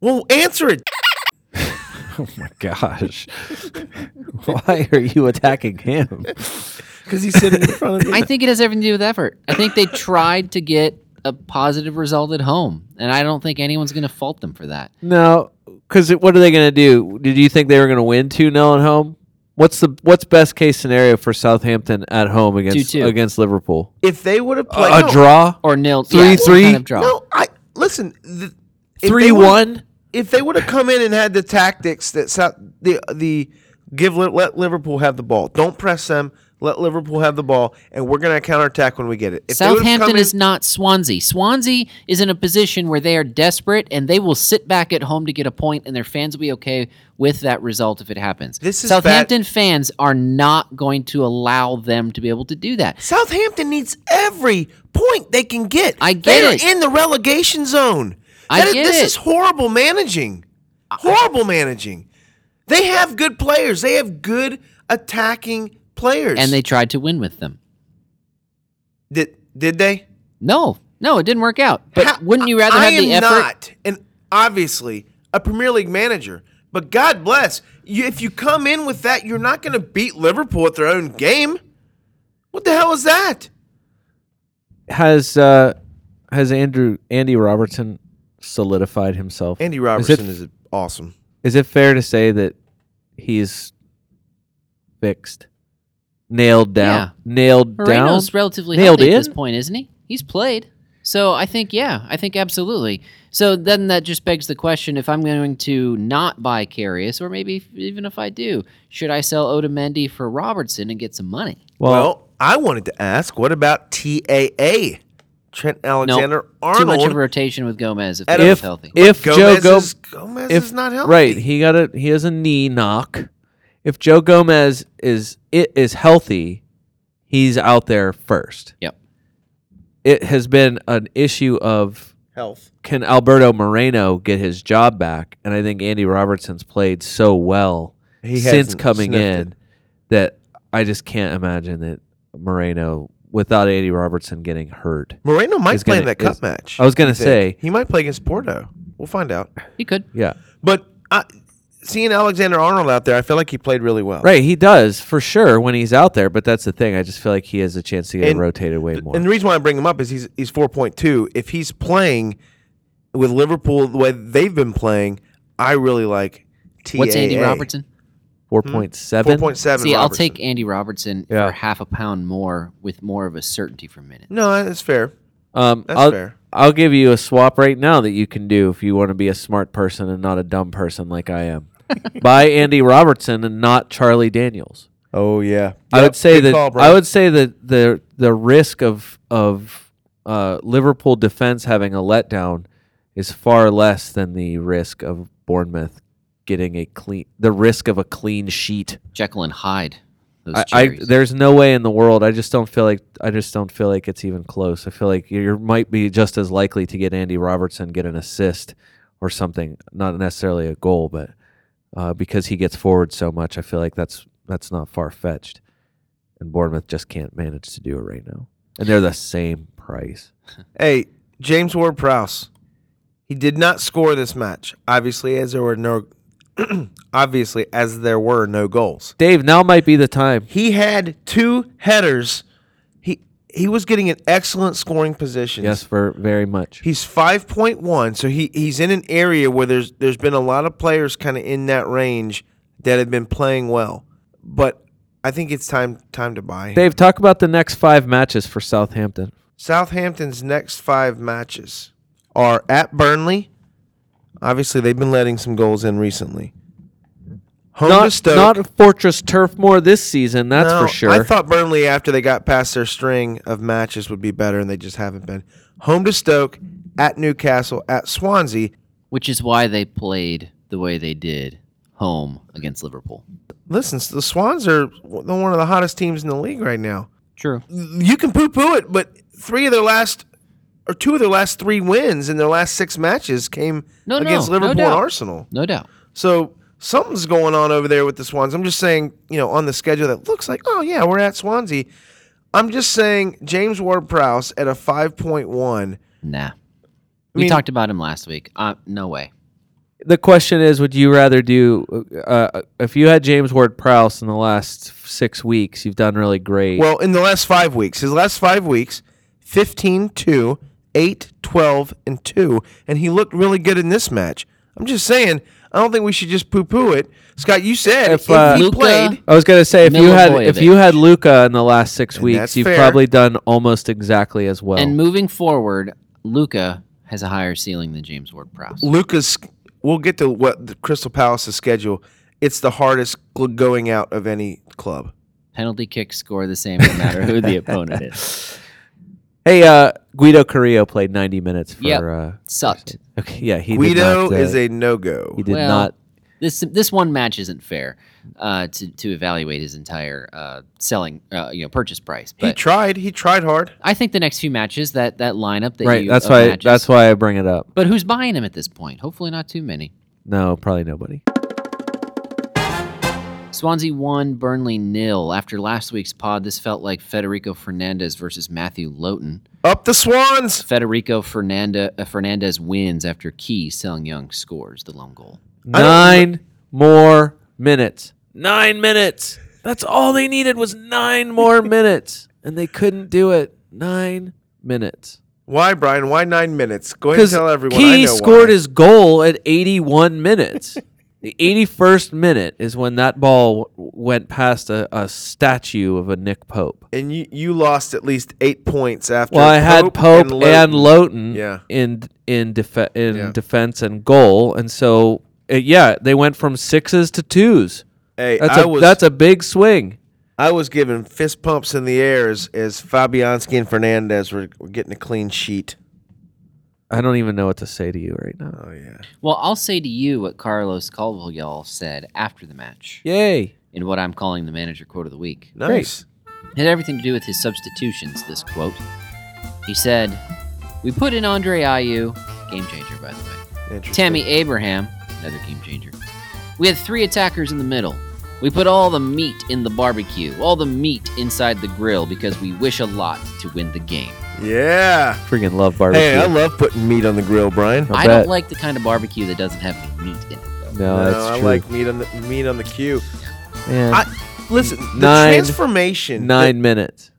Speaker 1: Well, answer it.
Speaker 2: Oh *laughs* my gosh. *laughs* Why are you attacking
Speaker 1: *laughs*
Speaker 2: him?
Speaker 1: Because he's sitting in
Speaker 2: *laughs*
Speaker 1: front of me.
Speaker 3: I think it has everything to do with effort. I think they tried to get a positive result at home, and I don't think anyone's going to fault them for that.
Speaker 2: No, because what are they going to do? Did you think they were going to win two 0 at home? What's the what's best case scenario for Southampton at home against
Speaker 3: 2-2.
Speaker 2: against Liverpool?
Speaker 1: if they would have played
Speaker 2: a
Speaker 1: no,
Speaker 2: draw
Speaker 3: Or nil,
Speaker 2: Three,
Speaker 3: yeah, some
Speaker 2: three?
Speaker 3: kind of draw.
Speaker 1: No, I listen. The, if they
Speaker 2: three
Speaker 1: would've-
Speaker 2: one.
Speaker 1: If they would have come in and had the tactics that South, the the give Li- let Liverpool have the ball, don't press them. Let Liverpool have the ball, and we're going to counterattack when we get it. If they would've come
Speaker 3: Southampton
Speaker 1: in-
Speaker 3: is not Swansea. Swansea is in a position where they are desperate and they will sit back at home to get a point, and their fans will be okay with that result if it happens.
Speaker 1: This is bad-
Speaker 3: Southampton fans are not going to allow them to be able to do that.
Speaker 1: Southampton needs every point they can get.
Speaker 3: I get
Speaker 1: They're
Speaker 3: it.
Speaker 1: in the relegation zone.
Speaker 3: I
Speaker 1: That is-
Speaker 3: get
Speaker 1: this
Speaker 3: it.
Speaker 1: is horrible managing. Horrible managing. They have good players. They have good attacking players.
Speaker 3: And they tried to win with them.
Speaker 1: did did they?
Speaker 3: No, no, it didn't work out. But
Speaker 1: How-
Speaker 3: wouldn't you rather
Speaker 1: I
Speaker 3: have the
Speaker 1: am
Speaker 3: effort?
Speaker 1: not, and obviously a Premier League manager. But God bless you. If you come in with that, you're not going to beat Liverpool at their own game. What the hell is that?
Speaker 2: Has uh, has Andrew Andy Robertson solidified himself?
Speaker 1: Andy Robertson
Speaker 2: Is it,
Speaker 1: is awesome.
Speaker 2: is it fair to say that he's fixed, nailed down,
Speaker 3: Yeah.
Speaker 2: nailed down?
Speaker 3: Moreno's relatively
Speaker 2: Nailed
Speaker 3: healthy at this
Speaker 2: in?
Speaker 3: point, isn't he? He's played. So I think, yeah, I think absolutely. So then that just begs the question if I'm going to not buy Carius, or maybe if- even if I do, should I sell Otamendi for Robertson and get some money?
Speaker 1: Well, I wanted to ask, what about TAA? Trent
Speaker 3: No,
Speaker 1: Alexander
Speaker 3: too much of a
Speaker 1: Arnold.
Speaker 3: rotation with Gomez if
Speaker 1: At
Speaker 3: he's
Speaker 1: a-
Speaker 2: if
Speaker 3: healthy.
Speaker 2: if Joe
Speaker 1: Gomez,
Speaker 2: Go-
Speaker 1: is, Gomez
Speaker 2: if-
Speaker 1: is not healthy.
Speaker 2: Right, he got a he has a knee knock. If Joe Gomez is it is healthy, he's out there first.
Speaker 3: Yep.
Speaker 2: It has been an issue of
Speaker 1: Health.
Speaker 2: can Alberto Moreno get his job back? And I think Andy Robertson's played so well
Speaker 1: He
Speaker 2: since
Speaker 1: hasn't
Speaker 2: coming
Speaker 1: sniffed
Speaker 2: in
Speaker 1: it.
Speaker 2: that I just can't imagine that Moreno without Andy Robertson getting hurt.
Speaker 1: Moreno might
Speaker 2: Is
Speaker 1: play
Speaker 2: gonna-
Speaker 1: in that cup
Speaker 2: is-
Speaker 1: match.
Speaker 2: I was gonna
Speaker 1: you think.
Speaker 2: say-
Speaker 1: he might play against Porto. We'll find out.
Speaker 3: He could.
Speaker 2: Yeah.
Speaker 1: But I, seeing Alexander Arnold out there, I feel like he played really well.
Speaker 2: Right, he does for sure when he's out there, but that's the thing. I just feel like he has a chance to get
Speaker 1: And-
Speaker 2: rotated way more.
Speaker 1: And the reason why I bring him up is he's he's four point two. If he's playing with Liverpool the way they've been playing, I really like TAA.
Speaker 3: What's Andy Robertson?
Speaker 2: Four point
Speaker 1: hmm, Four
Speaker 2: seven.
Speaker 1: point seven.
Speaker 3: See,
Speaker 1: Robertson.
Speaker 3: I'll take Andy Robertson
Speaker 2: Yeah.
Speaker 3: for half a pound more with more of a certainty for minute.
Speaker 1: No, that's fair.
Speaker 2: Um,
Speaker 1: That's
Speaker 2: I'll,
Speaker 1: fair.
Speaker 2: I'll give you a swap right now that you can do if you want to be a smart person and not a dumb person like I
Speaker 1: *laughs*
Speaker 2: am. Buy Andy Robertson and not Charlie Daniels.
Speaker 1: Oh yeah,
Speaker 2: I would say that
Speaker 1: call, bro.
Speaker 2: I would say that the the risk of of uh, Liverpool defense having a letdown is far less than the risk of Bournemouth getting a clean the risk of a clean sheet.
Speaker 3: Jekyll and Hyde. Those
Speaker 2: I, I
Speaker 3: cherries.
Speaker 2: there's no way in the world. I just don't feel like I just don't feel like it's even close. I feel like you might be just as likely to get Andy Robertson get an assist or something, not necessarily a goal, but uh, because he gets forward so much, I feel like that's that's not far fetched. And Bournemouth just can't manage to do it right now, and they're the same price.
Speaker 1: Hey, James Ward Prowse. He did not score this match, obviously, as there were no, *clears throat* obviously as there were no goals.
Speaker 2: Dave, now might be the time.
Speaker 1: He had two headers. He he was getting in excellent scoring positions.
Speaker 2: Yes, for very much.
Speaker 1: He's five point one, so he, he's in an area where there's there's been a lot of players kind of in that range that have been playing well. But I think it's time time to buy. him.
Speaker 2: Dave, talk about the next five matches for Southampton.
Speaker 1: Southampton's next five matches are at Burnley. Obviously, they've been letting some goals in recently. Home to
Speaker 2: Not,
Speaker 1: Stoke.
Speaker 2: not Fortress Turf Moor this season, that's
Speaker 1: No,
Speaker 2: for sure.
Speaker 1: I thought Burnley, after they got past their string of matches, would be better, and they just haven't been. Home to Stoke, at Newcastle, at Swansea.
Speaker 3: which is why they played the way they did home against Liverpool.
Speaker 1: Listen, s- the Swans are w- the- one of the hottest teams in the league right now.
Speaker 3: True.
Speaker 1: You can poo poo it, but three of their last, or two of their last three wins in their last six matches came
Speaker 3: No, no,
Speaker 1: against
Speaker 3: no
Speaker 1: Liverpool and
Speaker 3: doubt.
Speaker 1: Arsenal.
Speaker 3: No doubt.
Speaker 1: So something's going on over there with the Swans. I'm just saying, you know, on the schedule that looks like, oh yeah, we're at Swansea. I'm just saying James Ward Prowse at a 5.1.
Speaker 3: Nah. We
Speaker 1: mean-
Speaker 3: talked about him last week. Uh, no way.
Speaker 2: the question is would you rather do uh, if you had James Ward Prowse in the last six weeks, you've done really great.
Speaker 1: Well, in the last five weeks, his last five weeks, 15, 2, 8, 12, and 2. And he looked really good in this match. I'm just saying, I don't think we should just poo poo it. Scott, you said
Speaker 2: If,
Speaker 1: if,
Speaker 2: uh,
Speaker 1: he
Speaker 3: Luka-
Speaker 1: played,
Speaker 2: I was gonna say if you had if
Speaker 3: Milivojevic.
Speaker 2: you had Luca in the last six
Speaker 1: that's
Speaker 2: weeks, you've
Speaker 1: fair.
Speaker 2: probably done almost exactly as well.
Speaker 3: And moving forward, Luca has a higher ceiling than James Ward Prowse.
Speaker 1: Lucas, we'll get to what the Crystal Palace's schedule. It's the hardest gl- going out of any club.
Speaker 3: Penalty kicks score the same no matter who the opponent
Speaker 2: *laughs*
Speaker 3: is.
Speaker 2: hey, uh, Guido Carrillo played ninety minutes for.
Speaker 3: Yep.
Speaker 2: Uh,
Speaker 3: Sucked.
Speaker 2: okay, yeah, he did
Speaker 1: Guido
Speaker 2: not, uh,
Speaker 1: is a no go.
Speaker 2: he did
Speaker 3: well,
Speaker 2: not.
Speaker 3: This this one match isn't fair uh, to to evaluate his entire uh, selling uh, you know purchase price.
Speaker 1: He
Speaker 3: But
Speaker 1: tried. He tried hard.
Speaker 3: I think the next few matches that that lineup that
Speaker 2: Right,
Speaker 3: you,
Speaker 2: that's
Speaker 3: of
Speaker 2: why
Speaker 3: matches-
Speaker 2: that's why I bring it up.
Speaker 3: But who's buying him at this point? Hopefully not too many.
Speaker 2: No, probably nobody.
Speaker 3: Swansea won Burnley nil. After last week's pod, this felt like Federico Fernandez versus Matthew Lowton.
Speaker 1: Up the Swans.
Speaker 3: Federico Fernanda, uh, Fernandez wins after Key Selling Young scores the lone goal.
Speaker 1: don't-
Speaker 2: Nine more minutes. Nine minutes. That's all they needed was nine
Speaker 1: *laughs*
Speaker 2: more minutes, and they couldn't do it. Nine minutes.
Speaker 1: Why, Brian? Why nine minutes? Go ahead and
Speaker 2: Because
Speaker 1: tell everyone. I
Speaker 2: Key
Speaker 1: know
Speaker 2: scored
Speaker 1: why.
Speaker 2: his goal at 81
Speaker 1: *laughs*
Speaker 2: minutes. the 81st minute is when that ball w- went past a, a statue of a Nick Pope.
Speaker 1: and you, you lost at least eight points after.
Speaker 2: Well, I had Pope and Lowton,
Speaker 1: Yeah.
Speaker 2: in in defe- in
Speaker 1: Yeah.
Speaker 2: defense and goal, and so uh, yeah, they went from sixes to twos.
Speaker 1: Hey,
Speaker 2: That's
Speaker 1: I
Speaker 2: a
Speaker 1: was
Speaker 2: that's a big swing.
Speaker 1: I was giving fist pumps in the air as as Fabianski and Fernandez were, were getting a clean sheet.
Speaker 2: I don't even know what to say to you right now.
Speaker 1: Oh yeah.
Speaker 3: Well, I'll say to you what Carlos Calvillal said after the match
Speaker 2: Yay!
Speaker 3: in what I'm calling the manager quote of the week.
Speaker 1: Nice.
Speaker 3: It had everything to do with his substitutions, this quote. He said, We put in Andre Ayew, game changer, by the way.
Speaker 1: Interesting.
Speaker 3: Tammy Abraham, another game changer. We had three attackers in the middle. We put all the meat in the barbecue, all the meat inside the grill because we wish a lot to win the game.
Speaker 1: Yeah.
Speaker 2: Freaking love barbecue.
Speaker 1: Hey, I love putting meat on the grill, Brian.
Speaker 2: I
Speaker 3: I, don't
Speaker 2: bet.
Speaker 3: like the kind of barbecue that doesn't have any meat in it.
Speaker 2: Oh, no,
Speaker 3: though.
Speaker 1: no,
Speaker 2: that's
Speaker 1: I
Speaker 2: true.
Speaker 1: like meat on the meat on the queue.
Speaker 2: Man,
Speaker 1: I- Listen, the
Speaker 2: Nine-
Speaker 1: transformation. that-
Speaker 2: nine minutes.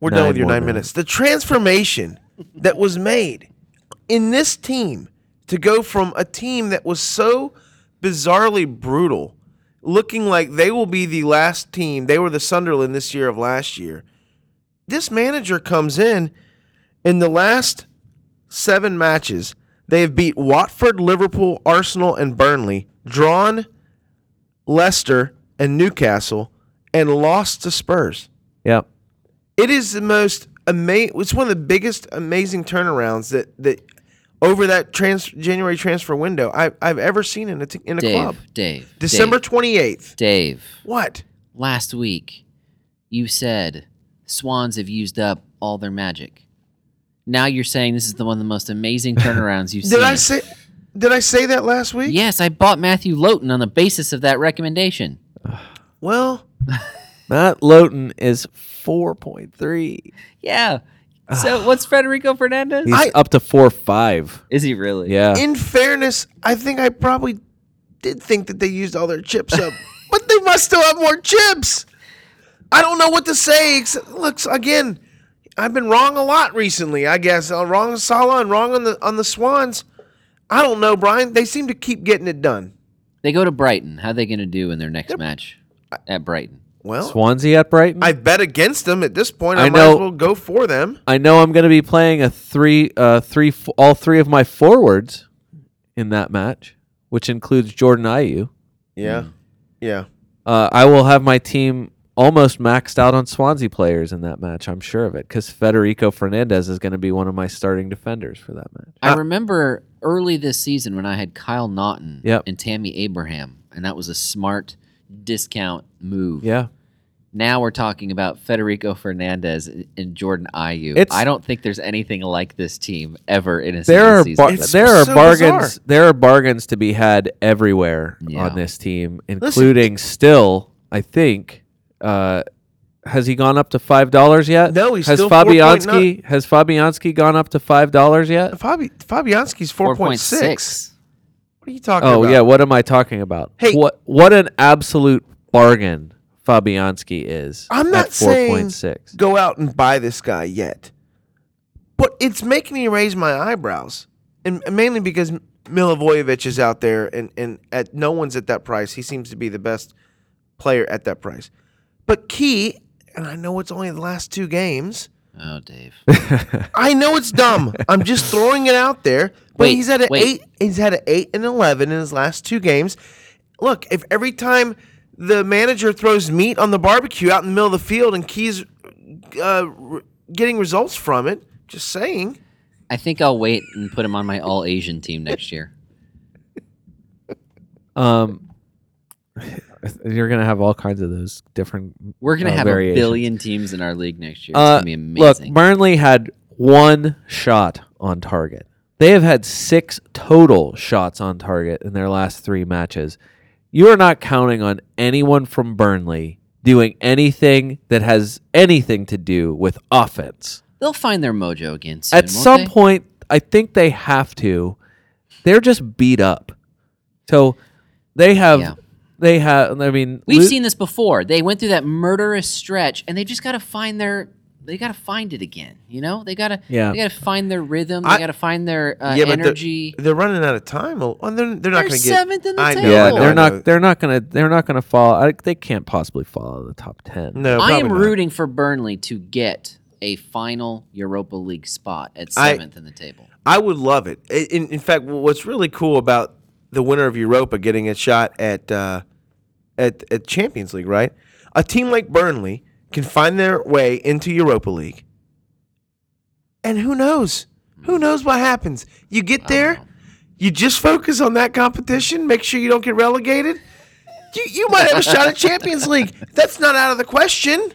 Speaker 1: We're
Speaker 2: Nine
Speaker 1: done with your
Speaker 2: more
Speaker 1: nine minutes.
Speaker 2: minutes.
Speaker 1: The transformation that was made in this team to go from a team that was so bizarrely brutal, looking like they will be the last team, they were the Sunderland this year of last year. This manager comes in in the last seven matches, they have beat Watford, Liverpool, Arsenal, and Burnley, drawn Leicester and Newcastle, and lost to Spurs.
Speaker 2: Yep.
Speaker 1: It is the most amazing. It's one of the biggest amazing turnarounds that that over that trans- January transfer window I, I've ever seen in a t- in a
Speaker 3: Dave,
Speaker 1: club.
Speaker 3: Dave,
Speaker 1: December
Speaker 3: Dave,
Speaker 1: twenty eighth.
Speaker 3: Dave,
Speaker 1: What?
Speaker 3: last week you said swans have used up all their magic. Now you're saying this is the one of the most
Speaker 1: *laughs*
Speaker 3: amazing turnarounds you've seen.
Speaker 1: Did I say? Did I say that last week?
Speaker 3: Yes, I bought Matthew Lowton on the basis of that recommendation.
Speaker 1: Well,
Speaker 2: Matt Lowton is four point three.
Speaker 3: Yeah. So
Speaker 2: *sighs*
Speaker 3: what's Federico Fernandez?
Speaker 2: He's
Speaker 1: I-
Speaker 2: up to four five.
Speaker 3: Is he really?
Speaker 2: Yeah.
Speaker 1: *laughs* In fairness, I think I probably did think that they used all their chips up, but they must still have more chips. I don't know what to say. Except, look, again, I've been wrong a lot recently. I guess uh, wrong on Salah and wrong on the on the Swans. I don't know, Brian. They seem to keep getting it done.
Speaker 3: They go to Brighton. How are they going to do in their next match at Brighton?
Speaker 1: Well,
Speaker 2: Swansea at Brighton.
Speaker 1: I bet against them at this point. I,
Speaker 2: I
Speaker 1: might
Speaker 2: know-
Speaker 1: as well go for them.
Speaker 2: I know I'm going to be playing a three, uh, three, f- all three of my forwards in that match, which includes Jordan Ayew.
Speaker 1: Yeah, yeah.
Speaker 2: Uh, I will have my team almost maxed out on Swansea players in that match. I'm sure of it because Federico Fernandez is going to be one of my starting defenders for that match.
Speaker 3: I remember early this season when I had Kyle Naughton
Speaker 2: Yep.
Speaker 3: and Tammy Abraham, and that was a smart discount move.
Speaker 2: Yeah,
Speaker 3: Now we're talking about Federico Fernandez and Jordan Ayew.
Speaker 2: It's-
Speaker 3: I don't think there's anything like this team ever in a
Speaker 2: there
Speaker 3: single
Speaker 2: are
Speaker 3: season.
Speaker 2: bar-
Speaker 1: It's
Speaker 2: there are
Speaker 1: so
Speaker 2: bargains
Speaker 1: bizarre.
Speaker 2: there are bargains to be had everywhere
Speaker 3: Yeah.
Speaker 2: on this team, including still. I think uh, has he gone up to five dollars yet?
Speaker 1: No, he's
Speaker 2: has
Speaker 1: still
Speaker 2: Fabianski has Fabianski gone up to five dollars yet?
Speaker 1: Fabi Fabianski's four point six. What are you talking
Speaker 2: Oh
Speaker 1: about?
Speaker 2: yeah, what am I talking about?
Speaker 1: Hey.
Speaker 2: what what an absolute bargain Fabianski is.
Speaker 1: I'm
Speaker 2: at
Speaker 1: not saying
Speaker 2: 4.6.
Speaker 1: go out and buy this guy yet. But it's making me raise my eyebrows, and and mainly because Milivojevic is out there, and and at no one's at that price. He seems to be the best player at that price. But Key, and I know it's only the last two games.
Speaker 3: Oh,
Speaker 2: *laughs*
Speaker 3: Dave.
Speaker 1: I know it's dumb. I'm just throwing it out there. But
Speaker 3: Wait,
Speaker 1: he's had an
Speaker 3: wait.
Speaker 1: eight. He's had an eight and eleven in his last two games. Look, if every time the manager throws meat on the barbecue out in the middle of the field and Key's uh, r- getting results from it, just saying.
Speaker 3: I think I'll wait and put him on my all Asian team next year.
Speaker 2: Um, *laughs* you're gonna have all kinds of those different.
Speaker 3: We're gonna
Speaker 2: uh,
Speaker 3: have
Speaker 2: variations.
Speaker 3: a billion teams in our league next year. It's
Speaker 2: Uh,
Speaker 3: gonna be
Speaker 2: look,
Speaker 3: amazing.
Speaker 2: Burnley had one shot on target. They have had six total shots on target in their last three matches. You are not counting on anyone from Burnley doing anything that has anything to do with offense.
Speaker 3: They'll find their mojo again soon.
Speaker 2: At
Speaker 3: won't
Speaker 2: some
Speaker 3: they?
Speaker 2: point, I think they have to. They're just beat up, so they have.
Speaker 3: Yeah.
Speaker 2: They have. I mean,
Speaker 3: we've
Speaker 2: lo-
Speaker 3: seen this before. They went through that murderous stretch, and they just got to find their. They got to find it again. You know, they got to.
Speaker 2: Yeah.
Speaker 3: They got to find their rhythm.
Speaker 1: I-
Speaker 3: they got to find their uh,
Speaker 1: but they're-
Speaker 3: energy.
Speaker 1: They're, running out of time. Oh, and they're, they're not
Speaker 3: They're
Speaker 1: going to get
Speaker 3: seventh in the
Speaker 1: I know,
Speaker 3: table.
Speaker 2: Yeah,
Speaker 1: I know, I
Speaker 2: they're
Speaker 1: know.
Speaker 2: not. They're not gonna. They're not gonna fall. I, they can't possibly fall out of the top ten.
Speaker 1: No,
Speaker 3: I am
Speaker 1: probably not.
Speaker 3: rooting for Burnley to get a final Europa League spot at
Speaker 1: I-
Speaker 3: seventh in the table.
Speaker 1: I would love it. I- In, in fact, what's really cool about the winner of Europa getting a shot at uh, at at Champions League, right? A team like Burnley can find their way into Europa League, and who knows? Who knows what happens? You get there, you just focus on that competition. Make sure you don't get relegated. You, you might have a shot at Champions League. That's not out of the question.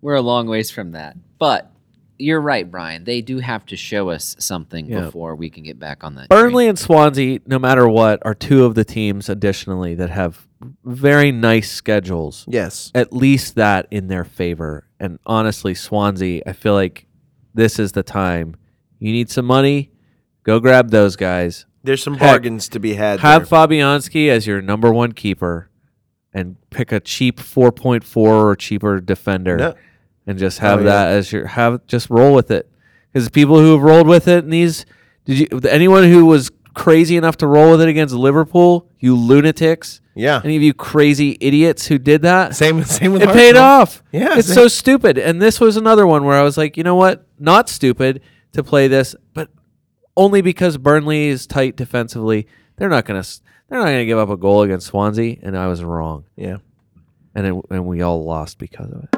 Speaker 3: We're a long ways from that, but you're right, Brian. They do have to show us something before we can get back on that. train.
Speaker 2: Burnley and Swansea, no matter what, are two of the teams additionally that have very nice schedules.
Speaker 1: Yes.
Speaker 2: At least that in their favor. And honestly, Swansea, I feel like this is the time. You need some money, go grab those guys.
Speaker 1: There's some
Speaker 2: Heck,
Speaker 1: bargains to be had.
Speaker 2: Have
Speaker 1: there.
Speaker 2: Fabianski as your number one keeper and pick a cheap 4.4 or cheaper defender
Speaker 1: No.
Speaker 2: and just have
Speaker 1: Oh, yeah.
Speaker 2: that as your have just roll with it because people who have rolled with it and these did you anyone who was crazy enough to roll with it against Liverpool you lunatics
Speaker 1: Yeah.
Speaker 2: any of you crazy idiots who did that
Speaker 1: Same same with
Speaker 2: it paid
Speaker 1: Arsenal.
Speaker 2: off
Speaker 1: Yeah,
Speaker 2: it's
Speaker 1: same.
Speaker 2: so stupid and this was another one where I was like you know what not stupid to play this but only because Burnley is tight defensively they're not gonna s- they're not gonna give up a goal against Swansea and I was wrong
Speaker 1: Yeah.
Speaker 2: and it, and we all lost because of it.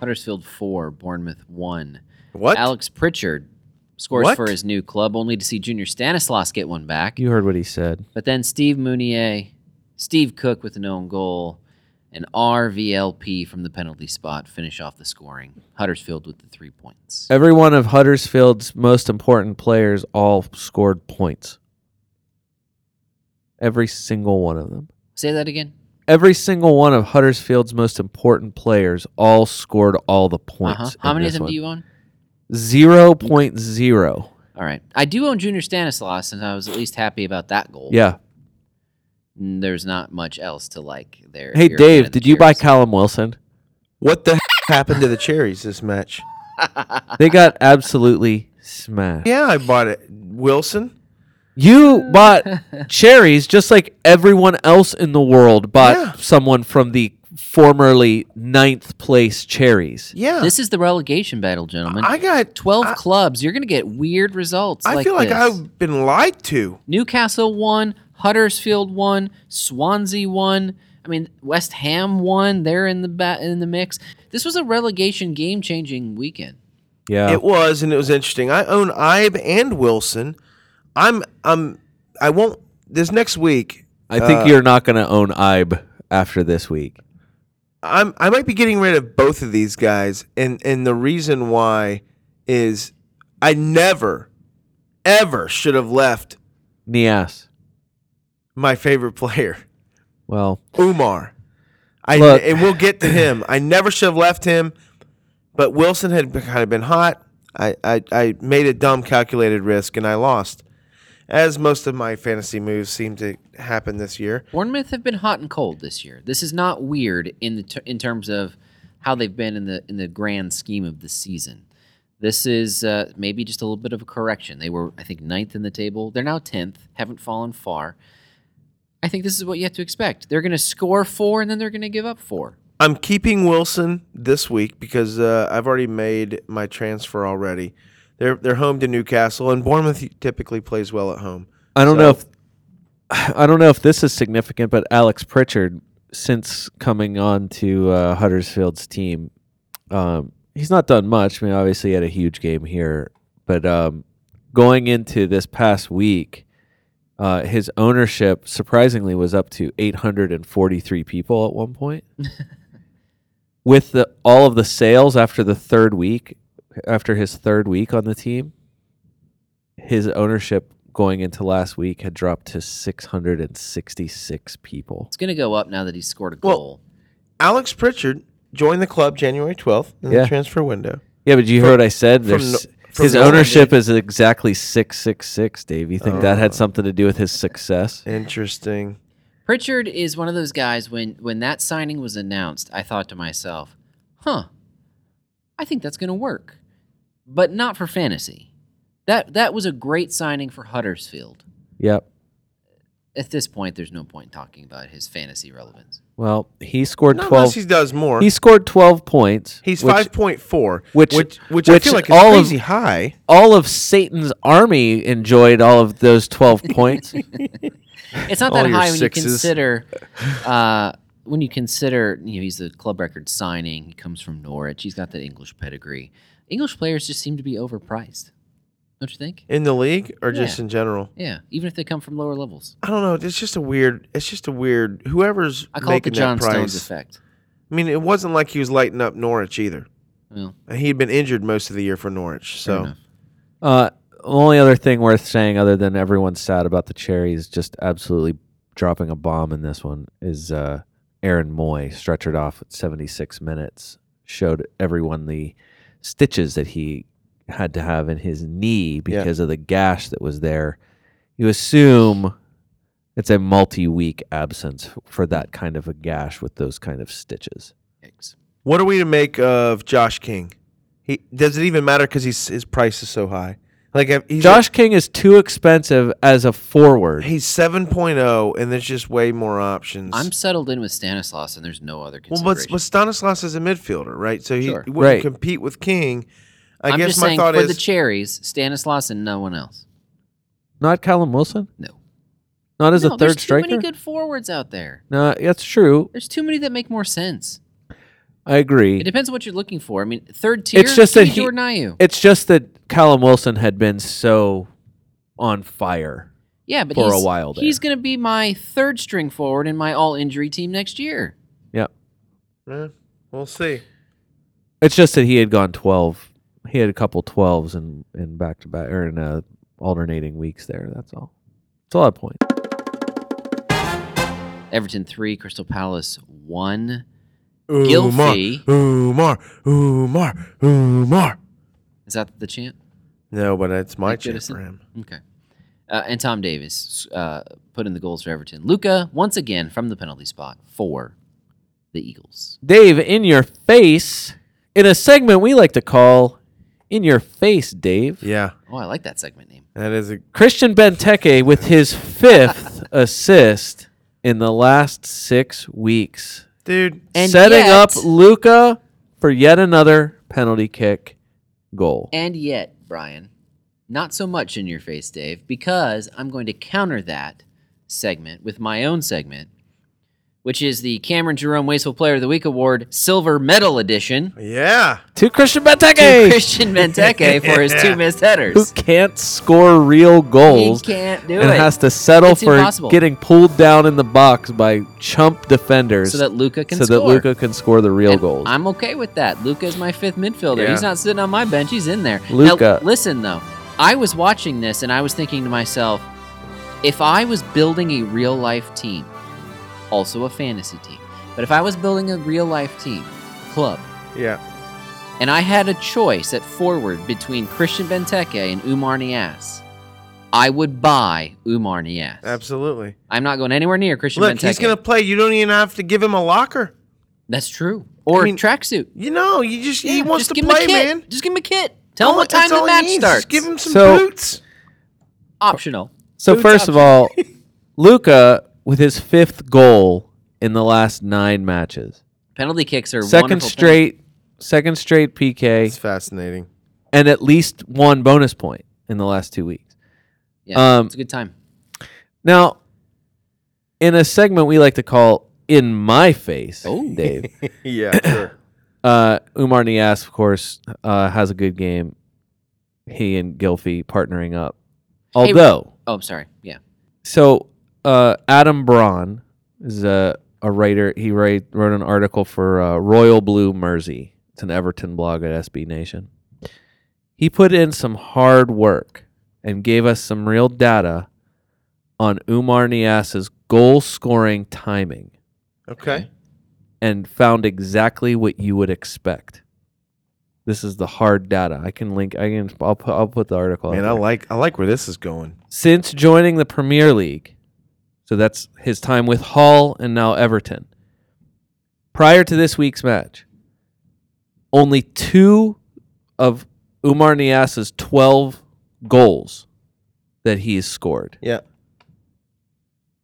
Speaker 3: Huddersfield four, Bournemouth one.
Speaker 1: What?
Speaker 3: Alex Pritchard scores
Speaker 1: What?
Speaker 3: for his new club, only to see Junior Stanislas get one back.
Speaker 2: You heard what he said.
Speaker 3: But then Steve Mounier, Steve Cook with an own goal, and RVLP from the penalty spot finish off the scoring. Huddersfield with the three points.
Speaker 2: Every one of Huddersfield's most important players all scored points. Every single one of them.
Speaker 3: Say that again.
Speaker 2: every single one of Huddersfield's most important players all scored all the points.
Speaker 3: Uh-huh. How
Speaker 2: in
Speaker 3: many of
Speaker 2: this
Speaker 3: them
Speaker 2: one.
Speaker 3: do you own?
Speaker 2: Zero point zero.
Speaker 3: All right. I do own Junior Stanislas, and I was at least happy about that goal.
Speaker 2: Yeah.
Speaker 3: Mm, There's not much else to like there.
Speaker 2: Hey
Speaker 3: if you're a fan
Speaker 2: Dave,
Speaker 3: of the
Speaker 2: did you buy
Speaker 3: Cheers.
Speaker 2: Callum Wilson?
Speaker 1: What the happened to the cherries this match?
Speaker 2: They got absolutely smashed.
Speaker 1: Yeah, I bought it. Wilson.
Speaker 2: You bought cherries just like everyone else in the world bought
Speaker 1: Yeah.
Speaker 2: someone from the formerly ninth place cherries.
Speaker 1: Yeah,
Speaker 3: This is the relegation battle, gentlemen.
Speaker 1: I got
Speaker 3: 12
Speaker 1: I,
Speaker 3: clubs. You're going to get weird results.
Speaker 1: I
Speaker 3: like
Speaker 1: feel like
Speaker 3: this.
Speaker 1: I've been lied to.
Speaker 3: Newcastle won, Huddersfield won, Swansea won. I mean, West Ham won. They're in the ba- in the mix. This was a relegation game changing weekend.
Speaker 2: Yeah.
Speaker 1: It was, and it was interesting. I own Ibe and Wilson. I'm, I'm, I won't. This next week,
Speaker 2: I
Speaker 1: uh,
Speaker 2: think you're not going to own Ibe after this week.
Speaker 1: I'm, I might be getting rid of both of these guys, and and the reason why is I never, ever should have left
Speaker 2: E Nias.
Speaker 1: my favorite *laughs* player,
Speaker 2: Well,
Speaker 1: Umar. I
Speaker 2: Look.
Speaker 1: and we'll get to him. I never should have left him, but Wilson had been, kind of been hot. I, I I made a dumb calculated risk and I lost. As most of my fantasy moves seem to happen this year.
Speaker 3: Bournemouth have been hot and cold this year. This is not weird in the ter- in terms of how they've been in the in the grand scheme of the season. This is uh, maybe just a little bit of a correction. They were, I think, ninth in the table. They're now tenth. Haven't fallen far. I think this is what you have to expect. They're going to score four and then they're going to give up four.
Speaker 1: I'm keeping Wilson this week because uh, I've already made my transfer already. They're they're home to Newcastle and Bournemouth typically plays well at home.
Speaker 2: I don't know if I don't know if *sighs* this is significant, but Alex Pritchard, since coming on to uh, Huddersfield's team, um, he's not done much. I mean, obviously, he had a huge game here, but um, going into this past week, uh, his ownership surprisingly was up to 843 people at one point. With the, all of the sales after the third week, after his third week on the team, his ownership going into last week had dropped to 666 people.
Speaker 3: It's going to go up now that he's scored a
Speaker 1: Well,
Speaker 3: goal.
Speaker 1: Alex Pritchard joined the club January 12th in
Speaker 2: Yeah.
Speaker 1: the transfer window.
Speaker 2: Yeah, but you hear what I said?
Speaker 1: from
Speaker 2: There's,
Speaker 1: no- from
Speaker 2: his
Speaker 1: no one
Speaker 2: ownership is exactly 666, Dave. You think that had something to do with his success?
Speaker 1: Interesting.
Speaker 3: Pritchard is one of those guys. When when that signing was announced, I thought to myself, "Huh, I think that's going to work," but not for fantasy. That that was a great signing for Huddersfield.
Speaker 2: Yep.
Speaker 3: At this point, there's no point talking about his fantasy relevance.
Speaker 2: Well, he scored
Speaker 1: Not
Speaker 2: 12
Speaker 1: unless he does more.
Speaker 2: He scored 12 points.
Speaker 1: He's
Speaker 2: which
Speaker 1: five point four,
Speaker 2: which-
Speaker 1: which which, which, I
Speaker 2: which
Speaker 1: feel like is
Speaker 2: all of-
Speaker 1: crazy high.
Speaker 2: all of Satan's army enjoyed all of those 12
Speaker 1: *laughs*
Speaker 2: points.
Speaker 3: It's not
Speaker 1: All
Speaker 3: that
Speaker 1: your
Speaker 3: high when
Speaker 1: sixes. *laughs*
Speaker 3: you consider uh, when you consider you know he's the club record signing. He comes from Norwich. He's got that English pedigree. English players just seem to be overpriced, don't you think?
Speaker 1: in the league or just
Speaker 3: Yeah.
Speaker 1: in general.
Speaker 3: Yeah, even if they come from lower levels.
Speaker 1: I don't know. It's just a weird. It's just a weird. Whoever's
Speaker 3: I call it the
Speaker 1: making
Speaker 3: John
Speaker 1: that price.
Speaker 3: Stones effect.
Speaker 1: I mean, it wasn't like he was lighting up Norwich either.
Speaker 3: Well,
Speaker 1: He'd been injured most of the year for Norwich, so
Speaker 3: enough.
Speaker 2: Uh, only other thing worth saying, other than everyone's sad about the cherries, just absolutely dropping a bomb in this one is uh, Aaron Moy stretchered off at 76 minutes, showed everyone the stitches that he had to have in his knee because of the gash that was there. You assume it's a multi-week absence for that kind of a gash with those kind of stitches.
Speaker 3: Yikes.
Speaker 1: what are we to make of Josh King? He does it even matter because he's his price is so high. Like if he's
Speaker 2: Josh King is too expensive as a forward.
Speaker 1: he's 7.0 and there's just way more options.
Speaker 3: I'm settled in with Stanislaus, and there's no other
Speaker 1: well,
Speaker 3: consideration.
Speaker 1: but, but Stanislas is a midfielder, right? So he
Speaker 3: Sure.
Speaker 1: wouldn't
Speaker 2: Right.
Speaker 1: compete with King. I
Speaker 3: am
Speaker 1: guess
Speaker 3: just
Speaker 1: my
Speaker 3: saying
Speaker 1: thought
Speaker 3: for
Speaker 1: is
Speaker 3: the cherries, Stanislaus and no one else.
Speaker 2: Not Callum Wilson?
Speaker 3: No,
Speaker 2: Not as
Speaker 3: no,
Speaker 2: a
Speaker 3: there's
Speaker 2: third
Speaker 3: too
Speaker 2: striker?
Speaker 3: many good forwards out there.
Speaker 2: no, that's true.
Speaker 3: There's too many that make more sense.
Speaker 2: I agree.
Speaker 3: It depends on what you're looking for. I mean, third tier.
Speaker 2: It's just
Speaker 3: give
Speaker 2: that
Speaker 3: me
Speaker 2: he-
Speaker 3: Jordan Ayew.
Speaker 2: It's just that Callum Wilson had been so on fire.
Speaker 3: yeah, but
Speaker 2: for a
Speaker 3: he's-
Speaker 2: while there.
Speaker 3: he's going to be my third string forward in my all injury team next year.
Speaker 2: Yep.
Speaker 1: Eh, we'll see.
Speaker 2: It's just that he had gone 12. He had a couple 12s in, in back to back or in uh, alternating weeks there. That's all. It's a lot of points.
Speaker 3: Everton three, Crystal Palace one.
Speaker 1: Umar,
Speaker 3: Guilty.
Speaker 1: Umar, Umar, Umar.
Speaker 3: Is that the chant?
Speaker 1: No, but it's my
Speaker 3: Nick
Speaker 1: chance
Speaker 3: Goodison?
Speaker 1: for him.
Speaker 3: Okay. Uh, and Tom Davis uh, put in the goals for Everton. Luca once again from the penalty spot for the Eagles.
Speaker 2: Dave, in your face, in a segment we like to call In Your Face, Dave.
Speaker 1: Yeah,
Speaker 3: Oh, I like that segment name.
Speaker 1: that is a
Speaker 2: Christian Benteke with his fifth assist in the last six weeks,
Speaker 1: dude.
Speaker 3: And
Speaker 2: setting
Speaker 3: yet-
Speaker 2: up Luca for yet another penalty kick goal.
Speaker 3: And yet, Brian, not so much in your face, Dave, because I'm going to counter that segment with my own segment, which is the Cameron Jerome Wasteful Player of the Week Award Silver Medal Edition
Speaker 1: Yeah,
Speaker 2: to Christian
Speaker 3: to
Speaker 2: Benteke,
Speaker 3: *laughs* Christian Benteke for his
Speaker 2: *laughs*
Speaker 3: two missed
Speaker 2: who
Speaker 3: headers.
Speaker 2: can't score real goals.
Speaker 3: He can't do
Speaker 2: and
Speaker 3: it.
Speaker 2: has to settle
Speaker 3: It's
Speaker 2: for
Speaker 3: impossible.
Speaker 2: getting pulled down in the box by chump defenders
Speaker 3: so that Luca can
Speaker 2: so
Speaker 3: score.
Speaker 2: that Luca can score the real
Speaker 3: And
Speaker 2: goals.
Speaker 3: I'm okay with that. Luca's my fifth midfielder.
Speaker 1: Yeah.
Speaker 3: He's not sitting on my bench. He's in there. Now,
Speaker 2: Luka.
Speaker 3: listen though, I was watching this and I was thinking to myself, if I was building a real life team, also a fantasy team, but if I was building a real life team, club,
Speaker 1: yeah.
Speaker 3: and I had a choice at forward between Christian Benteke and Umar Nias, I would buy Umar Nias.
Speaker 1: Absolutely.
Speaker 3: I'm not going anywhere near Christian
Speaker 1: Look,
Speaker 3: Benteke.
Speaker 1: he's gonna play. You don't even have to give him a locker.
Speaker 3: That's true. Or
Speaker 1: I mean,
Speaker 3: tracksuit.
Speaker 1: You know, you just he
Speaker 3: Yeah,
Speaker 1: wants
Speaker 3: just
Speaker 1: to
Speaker 3: give him a
Speaker 1: play,
Speaker 3: kit.
Speaker 1: man.
Speaker 3: Just give him a kit. Tell him
Speaker 1: All-
Speaker 3: what time
Speaker 1: that's all
Speaker 3: the
Speaker 1: he
Speaker 3: match
Speaker 1: needs. Just
Speaker 3: starts.
Speaker 1: give him some
Speaker 2: So-
Speaker 1: boots.
Speaker 3: optional.
Speaker 2: so
Speaker 1: Who's
Speaker 2: first
Speaker 1: up?
Speaker 2: of
Speaker 3: *laughs*
Speaker 2: all, Luca with his fifth goal in the last nine matches,
Speaker 3: Penalty kicks are
Speaker 2: second
Speaker 3: wonderful
Speaker 2: straight, second straight PK,
Speaker 1: It's fascinating.
Speaker 2: and at least one bonus point in the last two weeks.
Speaker 3: points. Yeah,
Speaker 2: um,
Speaker 3: it's a good time.
Speaker 2: Now, in a segment we like to call "In My Face," Dave.
Speaker 3: *clears throat*
Speaker 1: yeah, sure.
Speaker 2: Uh, Umar Nias, of course, uh, has a good game. He and Gilfy partnering up. Although,
Speaker 3: Oh, I'm sorry. Yeah,
Speaker 2: so uh, Adam Braun is a, a writer. He write, wrote an article for uh, Royal Blue Mersey. It's an Everton blog at SB Nation. He put in some hard work and gave us some real data on Umar Nias's goal scoring timing
Speaker 1: Okay.
Speaker 2: and found exactly what you would expect. This is the hard data. I can link. I can. I'll put. I'll put the article.
Speaker 1: Man,
Speaker 2: out
Speaker 1: I
Speaker 2: there.
Speaker 1: like I like where this is going.
Speaker 2: Since joining the Premier League, so that's his time with Hull and now Everton. Prior to this week's match, only two of Umar Nias's twelve goals that he has scored
Speaker 1: Yeah.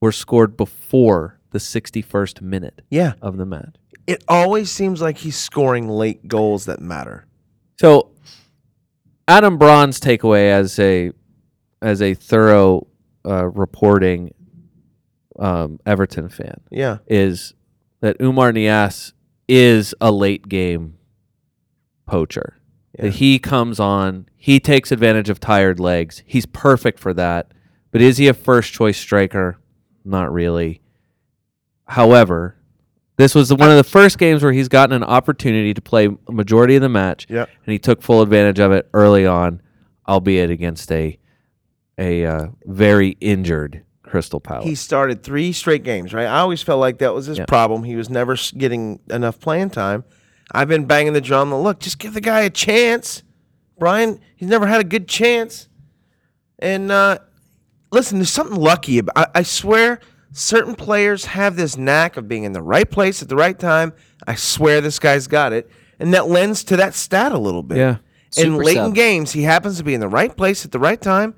Speaker 2: were scored before the sixty-first minute
Speaker 1: Yeah.
Speaker 2: of the match.
Speaker 1: It always seems like he's scoring late goals that matter.
Speaker 2: So Adam Braun's takeaway as a as a thorough uh, reporting um, Everton fan
Speaker 1: Yeah.
Speaker 2: is that Umar Nias is a late game poacher.
Speaker 1: Yeah.
Speaker 2: That he comes on, he takes advantage of tired legs. He's perfect for that. But is he a first choice striker? Not really. However, this was the, one of the first games where he's gotten an opportunity to play a majority of the match,
Speaker 1: Yeah.
Speaker 2: and he took full advantage of it early on, albeit against a a uh, very injured Crystal Palace.
Speaker 1: He started three straight games, right? I always felt like that was his
Speaker 2: Yeah.
Speaker 1: problem. He was never s- getting enough playing time. I've been banging the drum. that, Look, just give the guy a chance. Brian, he's never had a good chance. And uh, listen, there's something lucky about. I, I swear, certain players have this knack of being in the right place at the right time. I swear, this guy's got it, and that lends to that stat a little bit.
Speaker 2: Yeah.
Speaker 1: In
Speaker 3: Super
Speaker 1: late in
Speaker 3: sub.
Speaker 1: games, he happens to be in the right place at the right time,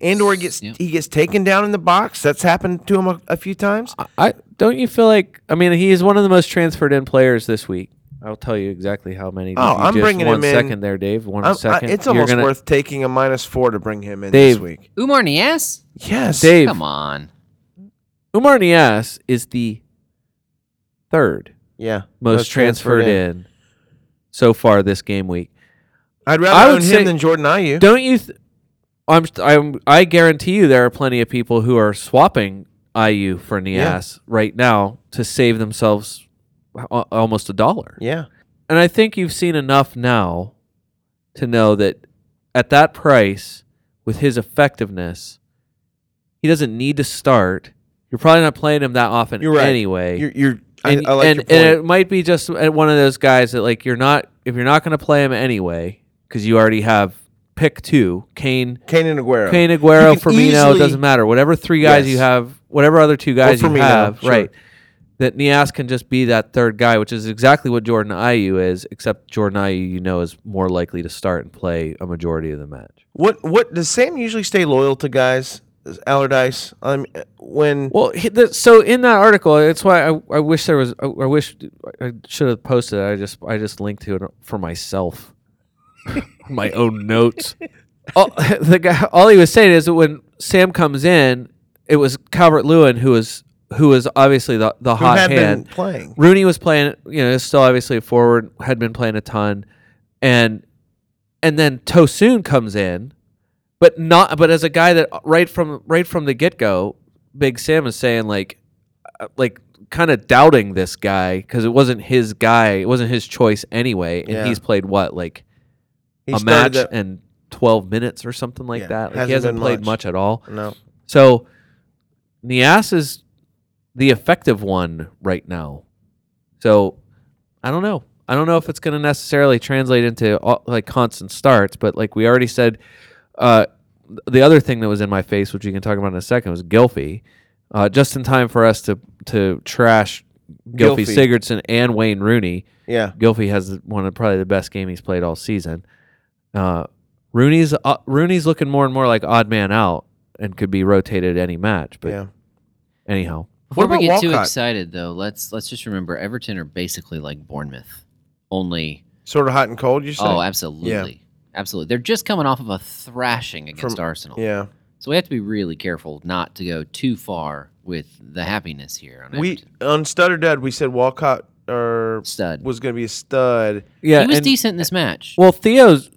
Speaker 1: and or he gets
Speaker 3: Yeah.
Speaker 1: he gets taken down in the box. That's happened to him a, a few times.
Speaker 2: I don't you feel like I mean he is one of the most transferred in players this week. I'll tell you exactly how many.
Speaker 1: Oh,
Speaker 2: You
Speaker 1: I'm
Speaker 2: just-
Speaker 1: bringing
Speaker 2: one
Speaker 1: him in.
Speaker 2: second there, Dave. One
Speaker 1: I'm- I-
Speaker 2: second.
Speaker 1: it's
Speaker 2: You're
Speaker 1: almost
Speaker 2: gonna-
Speaker 1: worth taking a minus four to bring him in
Speaker 2: Dave.
Speaker 1: this week.
Speaker 3: Umar Nias.
Speaker 1: Yes,
Speaker 2: Dave.
Speaker 3: Come on.
Speaker 2: Umar Nias is the third
Speaker 1: Yeah,
Speaker 2: most, transferred, in. so far this game week.
Speaker 1: I'd
Speaker 2: I
Speaker 1: rather
Speaker 2: would
Speaker 1: own
Speaker 2: say-
Speaker 1: him than Jordan Ayew.
Speaker 2: Don't you? Th- I'm, I'm. I guarantee you, there are plenty of people who are swapping IU for Nias right now to save themselves a- almost a dollar.
Speaker 1: Yeah,
Speaker 2: and I think you've seen enough now to know that at that price, with his effectiveness, he doesn't need to start. You're probably not playing him that often
Speaker 1: You're right.
Speaker 2: anyway.
Speaker 1: You're, you're I,
Speaker 2: and,
Speaker 1: I like
Speaker 2: and,
Speaker 1: your point.
Speaker 2: and it might be just uh, one of those guys that like you're not if you're not going to play him anyway because you already have pick two Kane,
Speaker 1: Kane and Aguero.
Speaker 2: Kane,
Speaker 1: You
Speaker 2: Aguero,
Speaker 1: can
Speaker 2: Firmino.
Speaker 1: easily-
Speaker 2: it doesn't matter. Whatever three guys
Speaker 1: Yes.
Speaker 2: you have, whatever other two guys you
Speaker 1: Firmino,
Speaker 2: have,
Speaker 1: sure.
Speaker 2: right? That Nias can just be that third guy, which is exactly what Jordan Ayew is, except Jordan Ayew you know is more likely to start and play a majority of the match.
Speaker 1: What what does Sam usually stay loyal to guys? Allardyce. Um, when
Speaker 2: Well, he- the, so in that article, it's why I, I wish there was. I, I wish I should have posted. It. I just I just linked to it for myself, *laughs* my own notes. All, *laughs* the guy, all he was saying is that when Sam comes in, it was Calvert Lewin who was who was obviously the the
Speaker 1: who
Speaker 2: hot
Speaker 1: had
Speaker 2: hand.
Speaker 1: been playing?
Speaker 2: Rooney was playing, you know, still obviously a forward, had been playing a ton, and and then Tosun comes in, but not, but as a guy that uh, right from right from the get go, Big Sam is saying like, uh, like kind of doubting this guy because it wasn't his guy, it wasn't his choice anyway, and
Speaker 1: Yeah.
Speaker 2: he's played what like
Speaker 1: He
Speaker 2: a
Speaker 1: started
Speaker 2: match
Speaker 1: that-
Speaker 2: and twelve minutes or something like
Speaker 1: Yeah,
Speaker 2: that. Like he
Speaker 1: hasn't
Speaker 2: hasn't
Speaker 1: been
Speaker 2: played
Speaker 1: much.
Speaker 2: much at all.
Speaker 1: no.
Speaker 2: So Nias is the effective one right now. So I don't know. I don't know if it's going to necessarily translate into all, like constant starts, but like we already said, uh, the other thing that was in my face, which we can talk about in a second, was Gilfy. Uh, just in time for us to to trash Gilfy,
Speaker 1: Gylfi.
Speaker 2: Sigurdsson and Wayne Rooney.
Speaker 1: Yeah.
Speaker 2: Gilfy has one of probably the best game he's played all season. Uh, Rooney's uh, Rooney's looking more and more like odd man out and could be rotated any match. But
Speaker 1: yeah.
Speaker 2: anyhow,
Speaker 1: What
Speaker 3: Before we
Speaker 1: about
Speaker 3: get too
Speaker 1: Walcott?
Speaker 3: excited, though, let's let's just remember Everton are basically like Bournemouth, only
Speaker 1: Sort of hot and cold. You say?
Speaker 3: oh, absolutely, absolutely. They're just coming off of a thrashing against
Speaker 1: From-
Speaker 3: Arsenal,
Speaker 1: yeah.
Speaker 3: so we have to be really careful not to go too far with the happiness here on
Speaker 1: We
Speaker 3: Everton.
Speaker 1: on Stutter Dud we said Walcott or
Speaker 3: Stud.
Speaker 1: was going to be a stud.
Speaker 2: yeah,
Speaker 3: he was
Speaker 2: and-
Speaker 3: decent in this match.
Speaker 2: Well, Theo's.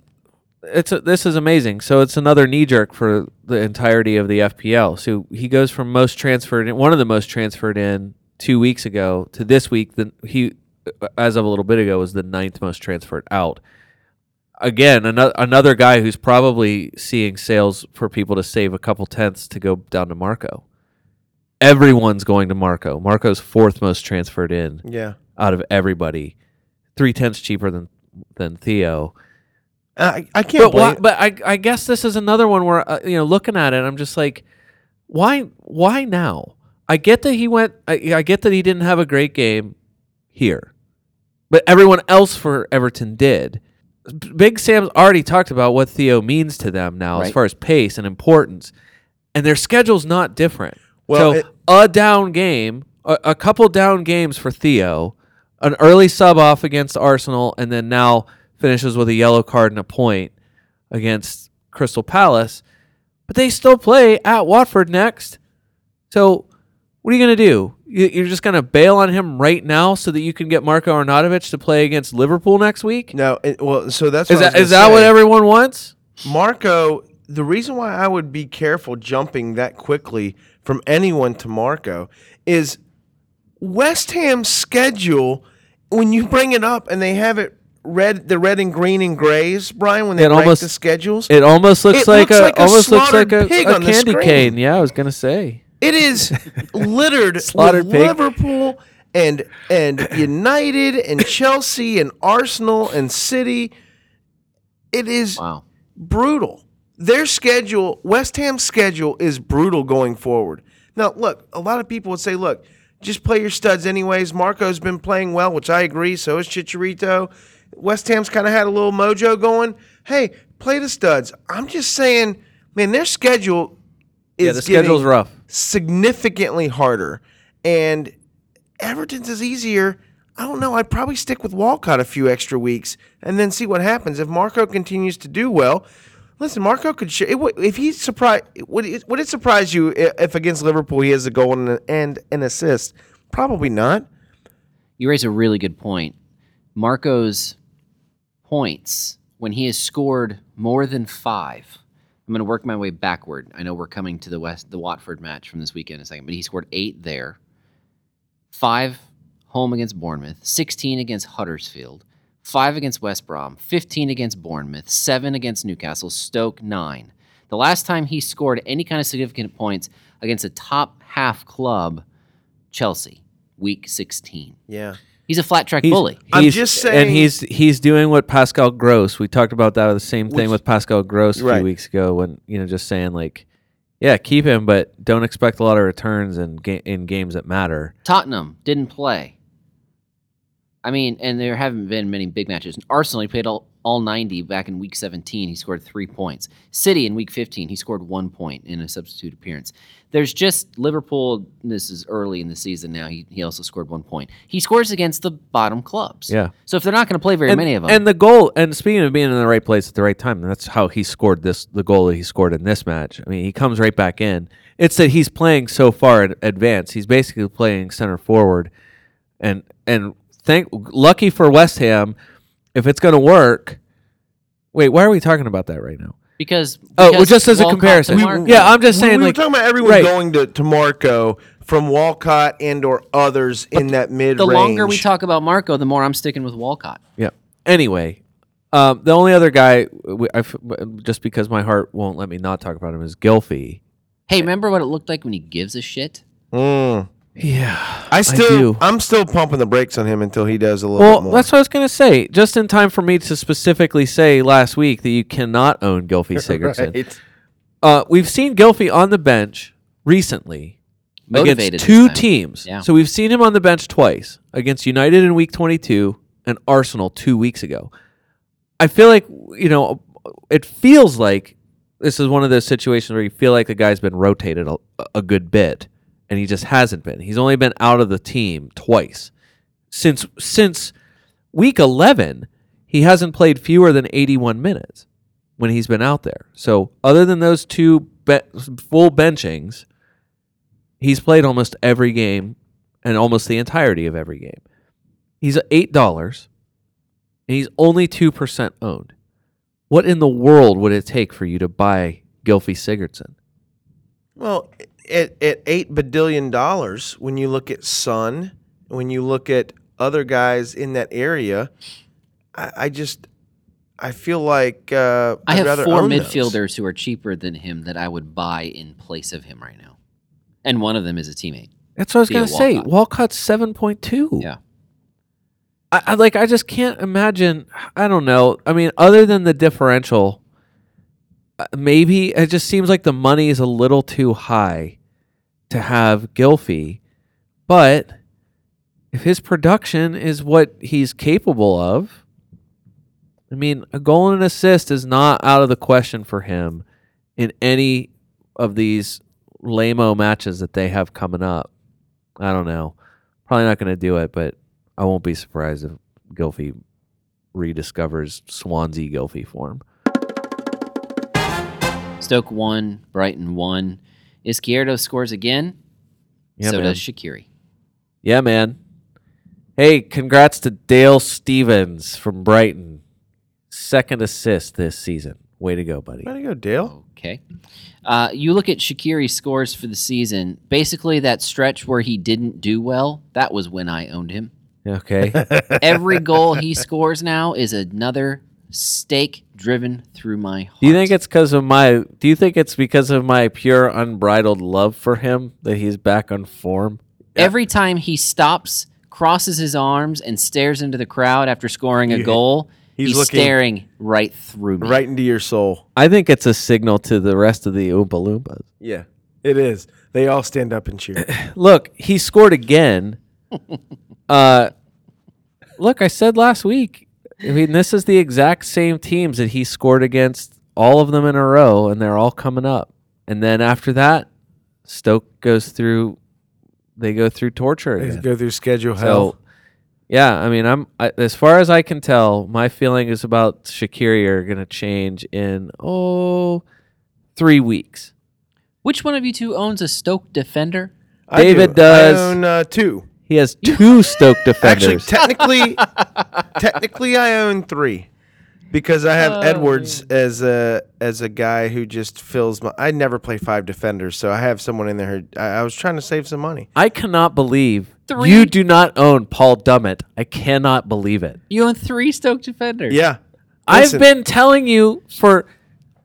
Speaker 2: It's a, this is amazing. So it's another knee jerk for the entirety of the FPL. So he goes from most transferred in, one of the most transferred in two weeks ago to this week. Then he, as of a little bit ago, was the ninth most transferred out. Again, another another guy who's probably seeing sales for people to save a couple tenths to go down to Marco. Everyone's going to Marco. Marco's fourth most transferred in
Speaker 1: Yeah.
Speaker 2: out of everybody, three tenths cheaper than than Theo
Speaker 1: I, I can't
Speaker 2: but why,
Speaker 1: blame.
Speaker 2: but I I guess this is another one where uh, you know looking at it I'm just like why why now I get that he went I, I get that he didn't have a great game here but everyone else for Everton did B- Big Sam's already talked about what Theo means to them now as
Speaker 3: Right.
Speaker 2: far as pace and importance and their schedule's not different
Speaker 1: Well,
Speaker 2: so
Speaker 1: it-
Speaker 2: a down game a, a couple down games for Theo an early sub off against Arsenal and then now finishes with a yellow card and a point against Crystal Palace, but they still play at Watford next. So what are you going to do? You- You're just going to bail on him right now so that you can get Marco Arnautovic to play against Liverpool next week?
Speaker 1: No, it, well, so that's
Speaker 2: Is
Speaker 1: what I
Speaker 2: that
Speaker 1: was gonna
Speaker 2: is that
Speaker 1: say.
Speaker 2: what everyone wants?
Speaker 1: Marco, the reason why I would be careful jumping that quickly from anyone to Marco is West Ham's schedule. When you bring it up and they have it red, the red and green and grays, Brian, when they
Speaker 2: It
Speaker 1: rank
Speaker 2: almost-
Speaker 1: the schedules,
Speaker 2: It almost looks
Speaker 1: It
Speaker 2: like
Speaker 1: looks
Speaker 2: a
Speaker 1: like a
Speaker 2: almost looks
Speaker 1: slaughtered
Speaker 2: like a,
Speaker 1: pig
Speaker 2: a
Speaker 1: on the
Speaker 2: candy
Speaker 1: screen.
Speaker 2: cane. Yeah, I was going to say.
Speaker 1: It is
Speaker 2: *laughs*
Speaker 1: littered with
Speaker 2: Slaughtered pig.
Speaker 1: Liverpool and and United and Chelsea and Arsenal and City. It is
Speaker 3: wow.
Speaker 1: brutal. Their schedule, West Ham's schedule, is brutal going forward. Now, look, a lot of people would say, look, just play your studs anyways. Marco's been playing well, which I agree. So is Chicharito. West Ham's kind of had a little mojo going. Hey, play the studs. I'm just saying, man, their schedule is
Speaker 2: Yeah, the schedule's
Speaker 1: getting-
Speaker 2: rough.
Speaker 1: significantly harder. And Everton's is easier. I don't know. I'd probably stick with Walcott a few extra weeks and then see what happens. If Marco continues to do well, listen, Marco could share. It, would- if he surprise, would it, would it surprise you i- if against Liverpool he has a goal and an, and an assist? Probably not.
Speaker 3: You raise a really good point. Marco's points when he has scored more than five. I'm going to work my way backward. I know we're coming to the West, the Watford match from this weekend in a second, but he scored eight there, five home against Bournemouth, 16 against Huddersfield, five against West Brom, 15 against Bournemouth, seven against Newcastle, Stoke nine. The last time he scored any kind of significant points against a top half club, Chelsea, week 16.
Speaker 1: Yeah.
Speaker 3: He's a flat track
Speaker 2: He's-
Speaker 3: bully.
Speaker 1: I'm
Speaker 2: he's-
Speaker 1: just
Speaker 2: and
Speaker 1: saying-
Speaker 2: he's he's doing what Pascal Gross. We talked about that the same thing
Speaker 1: Which-
Speaker 2: with Pascal Gross a
Speaker 1: Right.
Speaker 2: few weeks ago when you know just saying like, yeah, keep him, but don't expect a lot of returns in ga- in games that matter.
Speaker 3: Tottenham didn't play. I mean, and there haven't been many big matches. Arsenal he played all, all 90 back in week 17. He scored three points. City in week 15, he scored one point in a substitute appearance. There's just Liverpool. This is early in the season now. He, he also scored one point. He scores against the bottom clubs.
Speaker 2: Yeah.
Speaker 3: So if they're not going to play very
Speaker 2: and,
Speaker 3: many of them,
Speaker 2: and the goal. And speaking of being in the right place at the right time, that's how he scored this. The goal that he scored in this match. I mean, he comes right back in. It's that he's playing so far in advance. He's basically playing center forward, and and thank lucky for West Ham, if it's going to work. Wait, why are we talking about that right now?
Speaker 3: because,
Speaker 2: Oh, well,
Speaker 3: because
Speaker 2: just as a
Speaker 3: Walcott to
Speaker 2: comparison.
Speaker 3: Mark-
Speaker 2: yeah, I'm just saying.
Speaker 1: we
Speaker 2: like,
Speaker 1: were talking about everyone
Speaker 2: right.
Speaker 1: going to, to Marco from Walcott and or others in that mid
Speaker 3: the
Speaker 1: range.
Speaker 3: longer we talk about Marco, the more I'm sticking with Walcott.
Speaker 2: Yeah. Anyway, um, the only other guy, we, I f- just because my heart won't let me not talk about him, is Gilfy.
Speaker 3: Hey, remember what it looked like when he gives a shit?
Speaker 1: Mm.
Speaker 2: Yeah.
Speaker 1: I still,
Speaker 2: do.
Speaker 1: I am still pumping the brakes on him until he does a little
Speaker 2: Well,
Speaker 1: bit more.
Speaker 2: that's what I was gonna say. Just in time for me to specifically say last week that you cannot own Gilfy
Speaker 1: *laughs*
Speaker 2: Sigurdsson.
Speaker 1: Right.
Speaker 2: uh, we've seen Gilfy on the bench recently
Speaker 3: Motivated
Speaker 2: against
Speaker 3: this
Speaker 2: two
Speaker 3: time.
Speaker 2: teams.
Speaker 3: Yeah.
Speaker 2: So we've seen him on the bench twice against United in week 22 and Arsenal two weeks ago. I feel like, you know, it feels like this is one of those situations where you feel like the guy's been rotated a, a good bit and he just hasn't been. He's only been out of the team twice. Since since week 11, he hasn't played fewer than 81 minutes when he's been out there. So, other than those two be- full benchings, he's played almost every game and almost the entirety of every game. He's at eight dollars, and he's only two percent owned. What in the world would it take for you to buy Gilfy Sigurdsson?
Speaker 1: Well, at, at eight badillion dollars, when you look at Sun, when you look at other guys in that area, I, I just I feel like uh,
Speaker 3: I
Speaker 1: I'd
Speaker 3: have
Speaker 1: rather
Speaker 3: four
Speaker 1: own those.
Speaker 3: midfielders who are cheaper than him that I would buy in place of him right now, and one of them is a teammate.
Speaker 2: That's what I was
Speaker 3: Theo
Speaker 2: gonna say.
Speaker 3: Walcott.
Speaker 2: Walcott's seven point two.
Speaker 3: Yeah,
Speaker 2: I, I like I just can't imagine. I don't know. I mean, other than the differential, uh, maybe it just seems like the money is a little too high to have Gilfy. But if his production is what he's capable of, I mean, a goal and an assist is not out of the question for him in any of these lame-o matches that they have coming up. I don't know. Probably not going to do it, but I won't be surprised if Gilfy rediscovers Swansea Gilfy form.
Speaker 3: Stoke one, Brighton one. Izquierdo scores again.
Speaker 2: Yeah,
Speaker 3: so
Speaker 2: man.
Speaker 3: does Shakiri.
Speaker 2: Yeah, man. Hey, congrats to Dale Stevens from Brighton. Second assist this season. Way to go, buddy.
Speaker 1: Way to go, Dale.
Speaker 3: Okay. Uh, you look at Shakiri's scores for the season. Basically, that stretch where he didn't do well, that was when I owned him.
Speaker 2: Okay.
Speaker 1: *laughs*
Speaker 3: Every goal he scores now is another stake driven through my heart.
Speaker 2: Do you think it's because of my? Do you think it's because of my pure, unbridled love for him that he's back on form?
Speaker 3: Every time he stops, crosses his arms, and stares into the crowd after scoring a goal, he's,
Speaker 1: he's looking-
Speaker 3: staring right through me.
Speaker 1: Right into your soul.
Speaker 2: I think it's a signal to the rest of the Oompa Loompas.
Speaker 1: Yeah, it is. They all stand up and cheer.
Speaker 2: look, he scored
Speaker 1: *laughs*
Speaker 2: again. uh, look, I said last week. I mean, this is the exact same teams that he scored against, all of them in a row, and they're all coming up. And then after that, Stoke goes through. They go through torture
Speaker 1: They
Speaker 2: again.
Speaker 1: go through schedule hell.
Speaker 2: So, yeah, I mean, I'm I, as far as I can tell, my feelings about Shakiri are going to change in oh three weeks.
Speaker 3: Which one of you two owns a Stoke defender?
Speaker 1: I
Speaker 2: David
Speaker 1: do.
Speaker 2: does-
Speaker 1: I own uh, two.
Speaker 2: He has two Stoke
Speaker 1: Actually,
Speaker 2: defenders.
Speaker 1: technically, technically, I own three because I have Edwards
Speaker 3: Oh.
Speaker 1: as a as a guy who just fills my. I never play five defenders, so I have someone in there. Who, I, I was trying to save some money.
Speaker 2: I cannot believe
Speaker 3: Three.
Speaker 2: you do not own Paul Dummett. I cannot believe it.
Speaker 3: You own three Stoke defenders.
Speaker 1: Yeah, Listen,
Speaker 2: I've been telling you for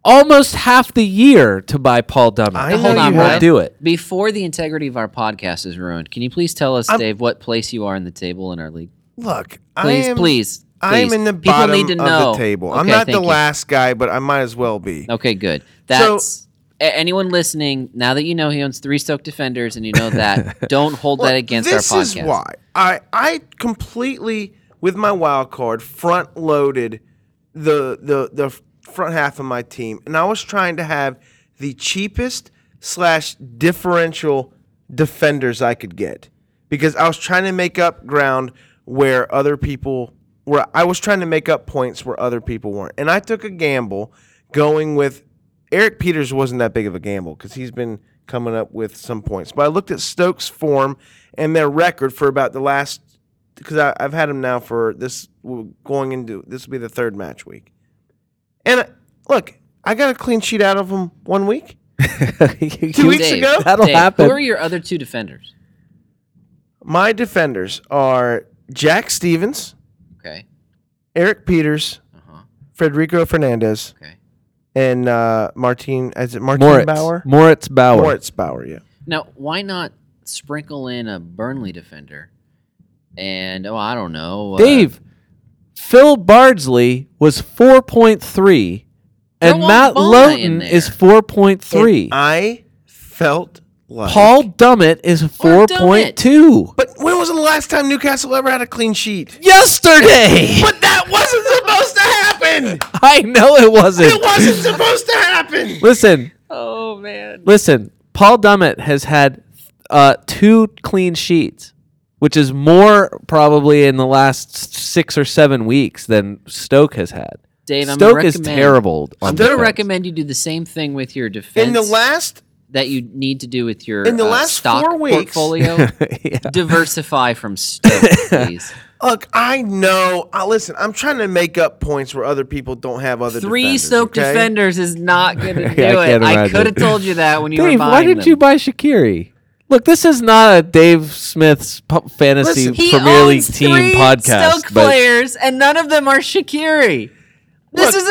Speaker 2: almost half the year to buy Paul Dummer.
Speaker 1: I
Speaker 2: And
Speaker 1: know
Speaker 2: he
Speaker 1: you
Speaker 2: won't
Speaker 1: have-
Speaker 2: do
Speaker 1: *laughs*
Speaker 2: it.
Speaker 3: Before the integrity of our podcast is ruined, can you please tell us,
Speaker 1: I'm-
Speaker 3: Dave, what place you are in the table in our league?
Speaker 1: Look, I
Speaker 3: Please,
Speaker 1: am,
Speaker 3: please.
Speaker 1: I am
Speaker 3: please.
Speaker 1: in the
Speaker 3: People
Speaker 1: bottom
Speaker 3: need to know.
Speaker 1: of the table. I'm
Speaker 3: Okay,
Speaker 1: not the
Speaker 3: thank you.
Speaker 1: last guy, but I might as well be.
Speaker 3: Okay, good. That's a- anyone listening. Now that you know he owns three Stoke defenders, and you
Speaker 1: *laughs*
Speaker 3: know that, don't hold
Speaker 1: Well,
Speaker 3: that against
Speaker 1: this
Speaker 3: our podcast.
Speaker 1: is why I I completely with my wild card front loaded the the the front half of my team, and I was trying to have the cheapest slash differential defenders I could get because I was trying to make up ground where other people where I was trying to make up points where other people weren't, and I took a gamble going with Eric Peters wasn't that big of a gamble because he's been coming up with some points. But I looked at Stokes' form and their record for about the last because I, I've had him now for this we're going into this will be the third match week. And I, look, I got a clean sheet out of him one week. Two weeks
Speaker 3: Dave,
Speaker 1: ago,
Speaker 2: That'll
Speaker 3: Dave,
Speaker 2: happen.
Speaker 3: Who are your other two defenders?
Speaker 1: my defenders are Jack Stevens,
Speaker 3: Okay.
Speaker 1: Eric Peters,
Speaker 3: Uh huh.
Speaker 1: Federico Fernandez,
Speaker 3: Okay.
Speaker 1: and uh, Martin. Is it Martin
Speaker 2: Moritz
Speaker 1: Bauer?
Speaker 2: Moritz Bauer.
Speaker 1: Moritz Bauer, yeah.
Speaker 3: Now, why not sprinkle in a Burnley defender? And oh, I don't know, uh,
Speaker 2: Dave, Phil Bardsley was 4.3, and
Speaker 3: Throw a
Speaker 2: Matt
Speaker 3: Bona
Speaker 2: Lowton
Speaker 3: in there.
Speaker 2: is 4.3.
Speaker 1: And I felt like
Speaker 2: Paul Dummett is
Speaker 3: Or Dummett.
Speaker 2: 4.2.
Speaker 1: But when was the last time Newcastle ever had a clean sheet?
Speaker 2: Yesterday! *laughs*
Speaker 1: But that wasn't supposed to happen.
Speaker 2: I know it wasn't.
Speaker 1: It wasn't supposed to happen.
Speaker 2: Listen,
Speaker 3: Oh man.
Speaker 2: listen. Paul Dummett has had uh, two clean sheets, which is more probably in the last s- six or seven weeks than Stoke has had.
Speaker 3: Dave, I'm
Speaker 2: Stoke
Speaker 3: gonna
Speaker 2: is
Speaker 3: recommend-
Speaker 2: terrible. on
Speaker 3: I'm going to
Speaker 2: defense.
Speaker 3: recommend you do the same thing with your defense
Speaker 1: In the last,
Speaker 3: that you need to do with your
Speaker 1: In the
Speaker 3: uh,
Speaker 1: last
Speaker 3: stock
Speaker 1: four weeks-
Speaker 3: portfolio.
Speaker 2: *laughs* Yeah.
Speaker 3: Diversify from Stoke,
Speaker 2: *laughs*
Speaker 3: please.
Speaker 1: look, I know. I listen. I'm trying to make up points where other people don't have other
Speaker 3: Three
Speaker 1: defenders,
Speaker 3: Stoke
Speaker 1: okay?
Speaker 3: defenders is not going to
Speaker 2: *laughs*
Speaker 3: do
Speaker 2: Yeah, I
Speaker 3: it.
Speaker 2: can't
Speaker 3: I
Speaker 2: imagine.
Speaker 3: could have told you that when you
Speaker 2: Dave,
Speaker 3: were buying
Speaker 2: why didn't
Speaker 3: them.
Speaker 2: you buy Shakiri? Look, this is not a Dave Smith's pu- fantasy
Speaker 1: Listen,
Speaker 3: he
Speaker 2: Premier League
Speaker 3: owns
Speaker 2: team
Speaker 3: three
Speaker 2: podcast.
Speaker 3: Stoke
Speaker 2: but
Speaker 3: players, and none of them are Shakiri. This
Speaker 1: Look,
Speaker 3: is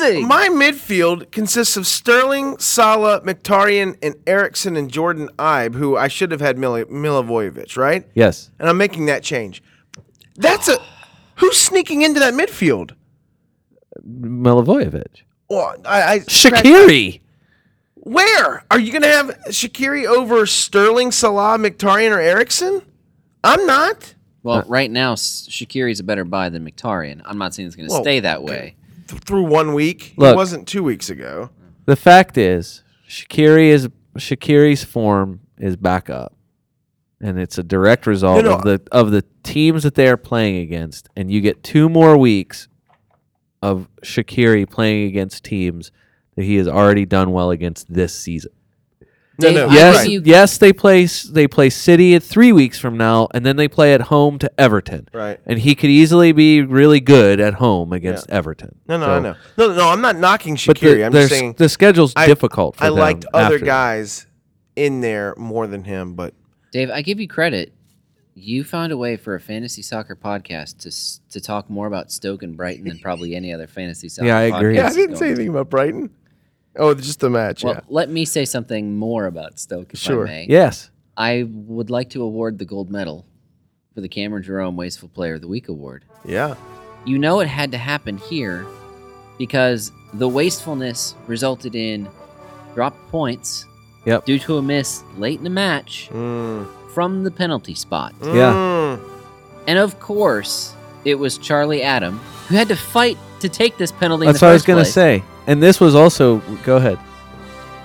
Speaker 3: amazing.
Speaker 1: My midfield consists of Sterling, Sala, Mkhitaryan, and Erickson and Jordan Ibe, who I should have had Mil- Milivojevic, right?
Speaker 2: yes,
Speaker 1: and I'm making that change. That's a who's sneaking into that midfield?
Speaker 2: Milivojevic,
Speaker 1: Well, I, I
Speaker 2: Shakiri.
Speaker 1: Where are you going to have Shakiri over Sterling, Salah, Mkhitaryan, or Erickson? I'm not.
Speaker 3: well, right now, S- Shakiri's a better buy than Mkhitaryan. I'm not saying it's going to
Speaker 1: Well,
Speaker 3: stay that way.
Speaker 1: Th- through one week, it
Speaker 2: Look.
Speaker 1: wasn't two weeks ago.
Speaker 2: The fact is, Shakiri is Shakiri's form is back up, and it's a direct result
Speaker 1: No, no,
Speaker 2: of the of the teams that they are playing against. And you get two more weeks of Shakiri playing against teams that he has already done well against this season.
Speaker 1: No,
Speaker 3: Dave,
Speaker 1: no,
Speaker 3: I
Speaker 2: Yes,
Speaker 1: Right.
Speaker 3: see you-
Speaker 2: yes, they play s- they play City at three weeks from now, and then they play at home to Everton.
Speaker 1: Right.
Speaker 2: and he could easily be really good at home against Everton.
Speaker 1: No, no,
Speaker 2: So-
Speaker 1: I know. No, no, no, I'm not knocking
Speaker 2: But
Speaker 1: Shakiri.
Speaker 2: the,
Speaker 1: I'm
Speaker 2: their
Speaker 1: just
Speaker 2: s-
Speaker 1: saying
Speaker 2: the schedule's
Speaker 1: I-
Speaker 2: difficult. For
Speaker 1: I
Speaker 2: them
Speaker 1: liked other
Speaker 2: after that.
Speaker 1: guys in there more than him, but
Speaker 3: Dave, I give you credit. You found a way for a fantasy soccer podcast to s- to talk more about Stoke and Brighton than probably any other fantasy soccer.
Speaker 2: I agree.
Speaker 3: podcast
Speaker 1: yeah, I didn't
Speaker 3: going.
Speaker 1: say anything about Brighton. Oh, just the match.
Speaker 3: Well,
Speaker 1: yeah.
Speaker 3: let me say something more about Stoke, if
Speaker 1: Sure.
Speaker 3: I may.
Speaker 2: Yes,
Speaker 3: I would like to award the gold medal for the Cameron Jerome Wasteful Player of the Week award.
Speaker 1: Yeah.
Speaker 3: You know it had to happen here because the wastefulness resulted in dropped points
Speaker 2: Yep.
Speaker 3: due to a miss late in the match
Speaker 1: Mm-hmm.
Speaker 3: from the penalty spot.
Speaker 2: Yeah.
Speaker 1: Mm.
Speaker 3: And of course, it was Charlie Adam who had to fight to take this penalty. in
Speaker 2: that's
Speaker 3: the
Speaker 2: what I was
Speaker 3: first
Speaker 2: gonna
Speaker 3: place.
Speaker 2: say. And this was also go ahead.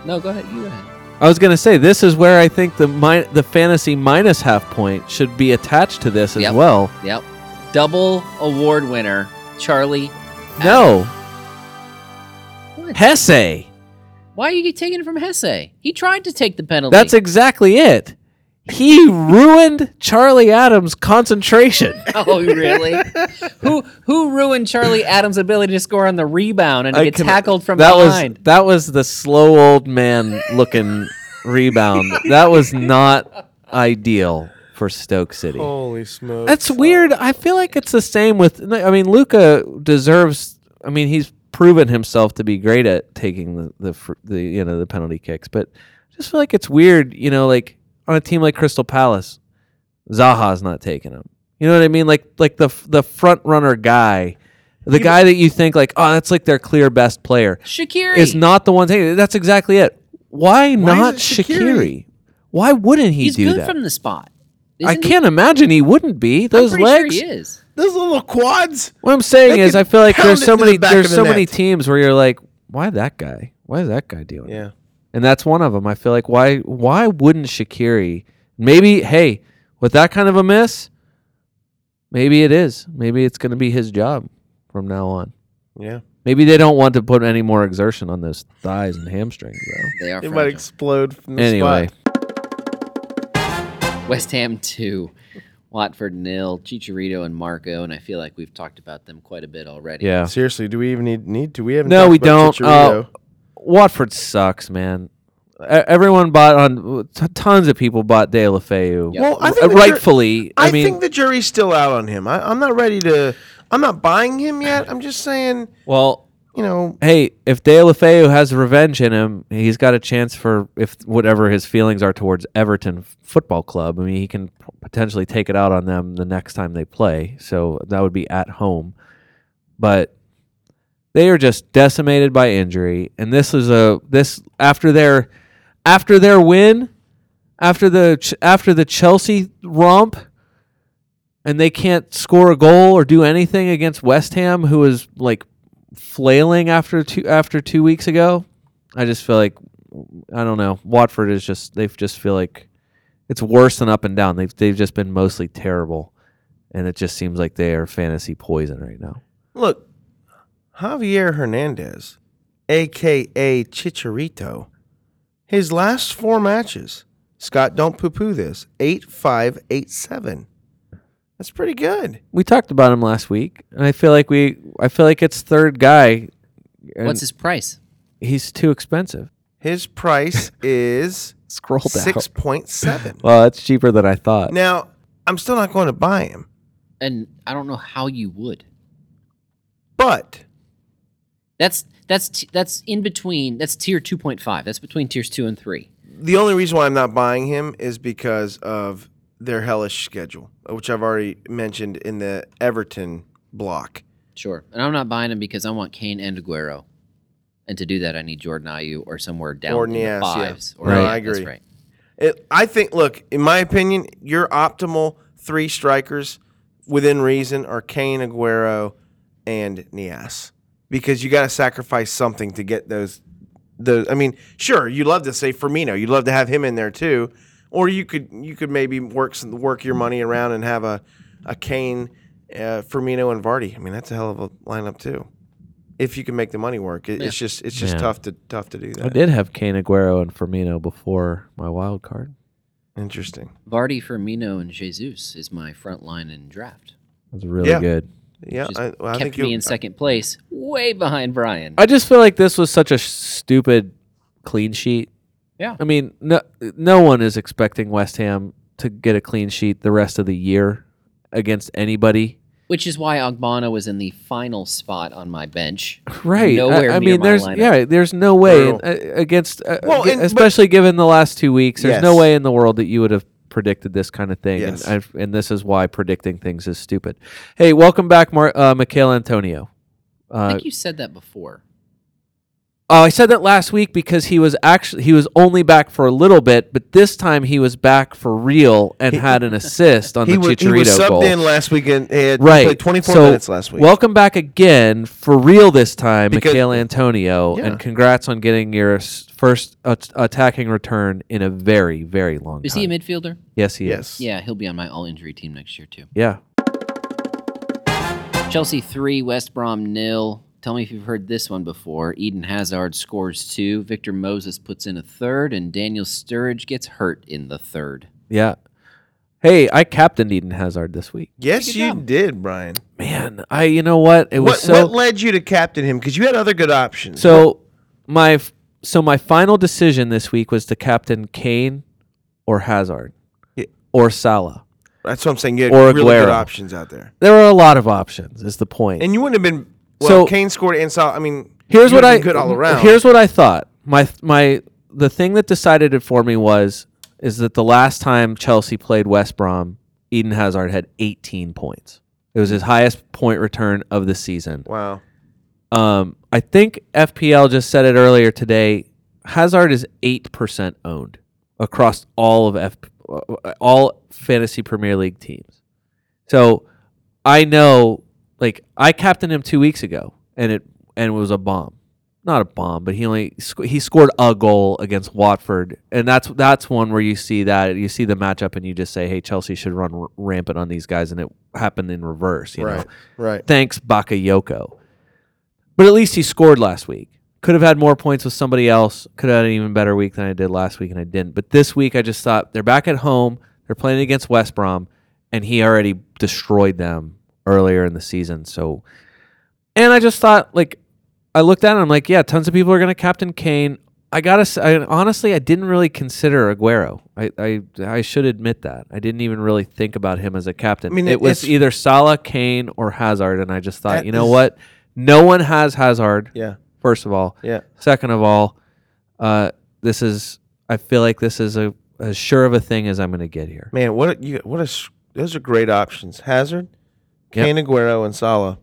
Speaker 3: No, go ahead. You go ahead.
Speaker 2: I was gonna say this is where I think the mi- the fantasy minus half point should be attached to this as
Speaker 3: Yep.
Speaker 2: well.
Speaker 3: Yep. Double award winner, Charlie.
Speaker 2: No,
Speaker 3: What?
Speaker 2: Hesse.
Speaker 3: Why are you taking it from Hesse? He tried to take the penalty.
Speaker 2: That's exactly it. He ruined Charlie Adams' concentration.
Speaker 3: Oh, really? who who ruined Charlie Adams' ability to score on the rebound *laughs* and to
Speaker 2: I
Speaker 3: get
Speaker 2: can-
Speaker 3: tackled from
Speaker 2: that
Speaker 3: behind?
Speaker 2: was that was the slow old man
Speaker 3: *laughs*
Speaker 2: looking rebound. That was not ideal for Stoke City.
Speaker 1: Holy smokes.
Speaker 2: That's weird. I feel like it's the same with. I mean, Luca deserves. I mean, he's proven himself to be great at taking the the, fr- the you know the penalty kicks, but I just feel like it's weird, you know, like on a team like Crystal Palace, Zaha's not taking them. You know what I mean? Like like the f- the front runner guy, the guy that you think like, oh, that's like their clear best player
Speaker 3: Shakiri.
Speaker 2: is not the one taking. it. That's exactly it. Why, not
Speaker 1: it
Speaker 2: Shakiri?
Speaker 1: Shaqiri?
Speaker 2: Why wouldn't he
Speaker 3: He's
Speaker 2: do
Speaker 3: good
Speaker 2: that?
Speaker 3: from the spot.
Speaker 2: I
Speaker 3: Isn't he?
Speaker 2: can't imagine he wouldn't be. Those
Speaker 3: I'm pretty
Speaker 2: legs.
Speaker 3: Sure he is.
Speaker 1: Those little quads.
Speaker 2: What I'm saying
Speaker 1: They
Speaker 2: is,
Speaker 1: could
Speaker 2: I feel like
Speaker 1: pound
Speaker 2: there's
Speaker 1: it
Speaker 2: so
Speaker 1: to the
Speaker 2: many
Speaker 1: back
Speaker 2: there's
Speaker 1: of the
Speaker 2: so many
Speaker 1: net.
Speaker 2: teams where you're like, why that guy? Why is that guy doing? it?
Speaker 1: Yeah.
Speaker 2: And that's one of them. I feel like why why wouldn't Shakiri? Maybe hey, with that kind of a miss, maybe it is. Maybe it's going to be his job from now on.
Speaker 1: Yeah.
Speaker 2: Maybe they don't want to put any more exertion on those thighs and hamstrings though.
Speaker 3: They are.
Speaker 1: It
Speaker 3: fragile.
Speaker 1: might explode from the
Speaker 2: Anyway,
Speaker 1: spot.
Speaker 3: West Ham two, Watford nil. Chicharito and Marco, and I feel like we've talked about them quite a bit already.
Speaker 2: yeah.
Speaker 1: Seriously, do we even need need to? We haven't.
Speaker 2: No,
Speaker 1: talked
Speaker 2: we
Speaker 1: about
Speaker 2: don't. Uh,
Speaker 1: Chicharito.
Speaker 2: Watford sucks, man. E- Everyone bought on t- tons of people bought De La Feu.
Speaker 3: Well,
Speaker 1: I think
Speaker 2: R-
Speaker 1: the jur-
Speaker 2: rightfully.
Speaker 1: I,
Speaker 2: I, mean,
Speaker 1: think the jury's still out on him. I, I'm not ready to. I'm not buying him yet. I'm just saying,
Speaker 2: well,
Speaker 1: you know,
Speaker 2: hey, if De La Feu has revenge in him, he's got a chance for if whatever his feelings are towards Everton F- Football Club. I mean, he can p- potentially take it out on them the next time they play. So that would be at home. But they are just decimated by injury, and this is a this after their after their win, after the Ch- after the Chelsea romp. And they can't score a goal or do anything against West Ham, who is like flailing after two after two weeks ago. I just feel like I don't know. Watford is just they just feel like it's worse than up and down. They've they've just been mostly terrible, and it just seems like they are fantasy poison right now.
Speaker 1: look, Javier Hernandez, aka Chicharito, his last four matches. Scott, don't poo-poo this. Eight five eight seven. That's pretty good.
Speaker 2: We talked about him last week, and I feel like we I feel like it's third guy. and
Speaker 3: What's his price?
Speaker 2: He's too expensive. *laughs*
Speaker 1: His price is
Speaker 2: Scroll down.
Speaker 1: six point seven.
Speaker 2: Well, that's cheaper than I thought.
Speaker 1: Now, I'm still not going to buy him,
Speaker 3: And I don't know how you would.
Speaker 1: but
Speaker 3: That's that's t- that's in between. That's tier two point five. That's between tiers two and three.
Speaker 1: the only reason why I'm not buying him is because of their hellish schedule, which I've already mentioned in the Everton block.
Speaker 3: Sure. And I'm not buying him because I want Kane and Aguero. And to do that, I need Jordan Ayew or somewhere down
Speaker 1: Or
Speaker 3: in
Speaker 1: Nias,
Speaker 3: the
Speaker 1: yeah.
Speaker 3: fives. Or
Speaker 1: No,
Speaker 3: Nias,
Speaker 1: I
Speaker 3: that's
Speaker 1: agree.
Speaker 3: right.
Speaker 1: It, I think, look, in my opinion, your optimal three strikers within reason are Kane, Aguero, and Nias, because you got to sacrifice something to get those. Those, I mean, sure, you'd love to say Firmino, you'd love to have him in there too, or you could you could maybe work some, work your money around and have a a Kane, uh, Firmino, and Vardy. I mean, that's a hell of a lineup too. If you can make the money work, It- it's just it's just
Speaker 2: Yeah.
Speaker 1: tough to tough to do that.
Speaker 2: I did have Kane Aguero and Firmino before my wild card.
Speaker 1: Interesting.
Speaker 3: Vardy, Firmino, and Jesus is my front line in draft.
Speaker 2: That's really
Speaker 1: Yeah.
Speaker 2: good.
Speaker 1: Yeah,
Speaker 3: Just
Speaker 1: I, I
Speaker 3: kept
Speaker 1: think
Speaker 3: me
Speaker 1: you
Speaker 3: in second place, way behind Brian.
Speaker 2: I just feel like this was such a stupid clean sheet.
Speaker 3: Yeah.
Speaker 2: I mean, no, no one is expecting West Ham to get a clean sheet the rest of the year against anybody.
Speaker 3: Which is why Ogbonna was in the final spot on my bench.
Speaker 2: Right.
Speaker 3: Nowhere
Speaker 2: I, I
Speaker 3: near
Speaker 2: mean,
Speaker 3: my
Speaker 2: there's
Speaker 3: lineup.
Speaker 2: yeah, there's no way
Speaker 1: Brutal.
Speaker 2: uh, against, uh,
Speaker 1: Well,
Speaker 2: ag-
Speaker 1: and- but-
Speaker 2: especially given the last two weeks. There's no
Speaker 1: Yes.
Speaker 2: way in the world that you would have predicted this kind of thing.
Speaker 1: Yes.
Speaker 2: And, I've, and this is why predicting things is stupid. Hey, welcome back, Mar- uh, Mikhail Antonio.
Speaker 3: I
Speaker 2: Uh,
Speaker 3: think you said that before.
Speaker 2: Oh, I said that last week because he was actually he was only back for a little bit, but this time he was back for real and had
Speaker 1: *laughs*
Speaker 2: an assist on
Speaker 1: he,
Speaker 2: the
Speaker 1: was,
Speaker 2: Chicharito
Speaker 1: he was subbed
Speaker 2: goal.
Speaker 1: in last weekend. He had
Speaker 2: right,
Speaker 1: played 24
Speaker 2: So,
Speaker 1: minutes last week.
Speaker 2: Welcome back again for real this time,
Speaker 1: Because-
Speaker 2: Mikhail Antonio,
Speaker 1: Yeah.
Speaker 2: and congrats on getting your s- first at- attacking return in a very very long
Speaker 3: Is
Speaker 2: time.
Speaker 3: he a midfielder?
Speaker 2: Uh, yes, he is.
Speaker 1: yes.
Speaker 3: Yeah, he'll be on my all injury team next year, too.
Speaker 2: Yeah,
Speaker 3: Chelsea three, West Brom nil. Tell me if you've heard this one before. Eden Hazard scores two. Victor Moses puts in a third, and Daniel Sturridge gets hurt in the third.
Speaker 2: yeah. Hey, I captained Eden Hazard this week.
Speaker 1: Yes, you
Speaker 3: job.
Speaker 1: did, Brian.
Speaker 2: Man, I you know what? It was
Speaker 1: What,
Speaker 2: so
Speaker 1: what led you to captain him? Because you had other good options.
Speaker 2: So my f- so my final decision this week was to captain Kane or Hazard
Speaker 1: Yeah.
Speaker 2: or Salah.
Speaker 1: That's what I'm saying. You had
Speaker 2: Or
Speaker 1: really good
Speaker 2: Aguero.
Speaker 1: options out there.
Speaker 2: There were a lot of options. Is the point?
Speaker 1: And you wouldn't have been Well,
Speaker 2: So-
Speaker 1: Kane scored and saw. I mean,
Speaker 2: Here's
Speaker 1: you
Speaker 2: what
Speaker 1: have
Speaker 2: I
Speaker 1: been good all around.
Speaker 2: Here's what I thought. My my the thing that decided it for me was is that the last time Chelsea played West Brom, Eden Hazard had 18 points. It was his highest point return of the season.
Speaker 1: wow.
Speaker 2: Um, I think FPL just said it earlier today. Hazard is eight percent owned across all of F, uh, all fantasy Premier League teams. So I know, like I captained him two weeks ago, and it and it was a bomb. Not a bomb, but he only sc- he scored a goal against Watford, and that's that's one where you see that you see the matchup, and you just say, "Hey, Chelsea should run r- rampant on these guys," and it happened in reverse. You know,
Speaker 1: Right. Right.
Speaker 2: thanks Bakayoko. But at least he scored last week. Could have had more points with somebody else. Could have had an even better week than I did last week, and I didn't. But this week, I just thought they're back at home. They're playing against West Brom, and he already destroyed them earlier in the season. So, and I just thought, like, I looked at it, and I'm like, yeah, tons of people are going to captain Kane. I gotta s- I- honestly, I didn't really consider Aguero. I, I I should admit that I didn't even really think about him as a captain.
Speaker 1: I mean,
Speaker 2: it,
Speaker 1: it-
Speaker 2: was
Speaker 1: it's-
Speaker 2: either Salah, Kane, or Hazard, and I just thought,
Speaker 1: That
Speaker 2: you know
Speaker 1: is-
Speaker 2: what? No one has Hazard.
Speaker 1: Yeah.
Speaker 2: First of all,
Speaker 1: Yeah.
Speaker 2: second of all, uh, this is I feel like this is a as sure of a thing as I'm going to get here.
Speaker 1: Man, what a, you what a s- those are great options. Hazard,
Speaker 2: Yep.
Speaker 1: Kane, Aguero, and Salah.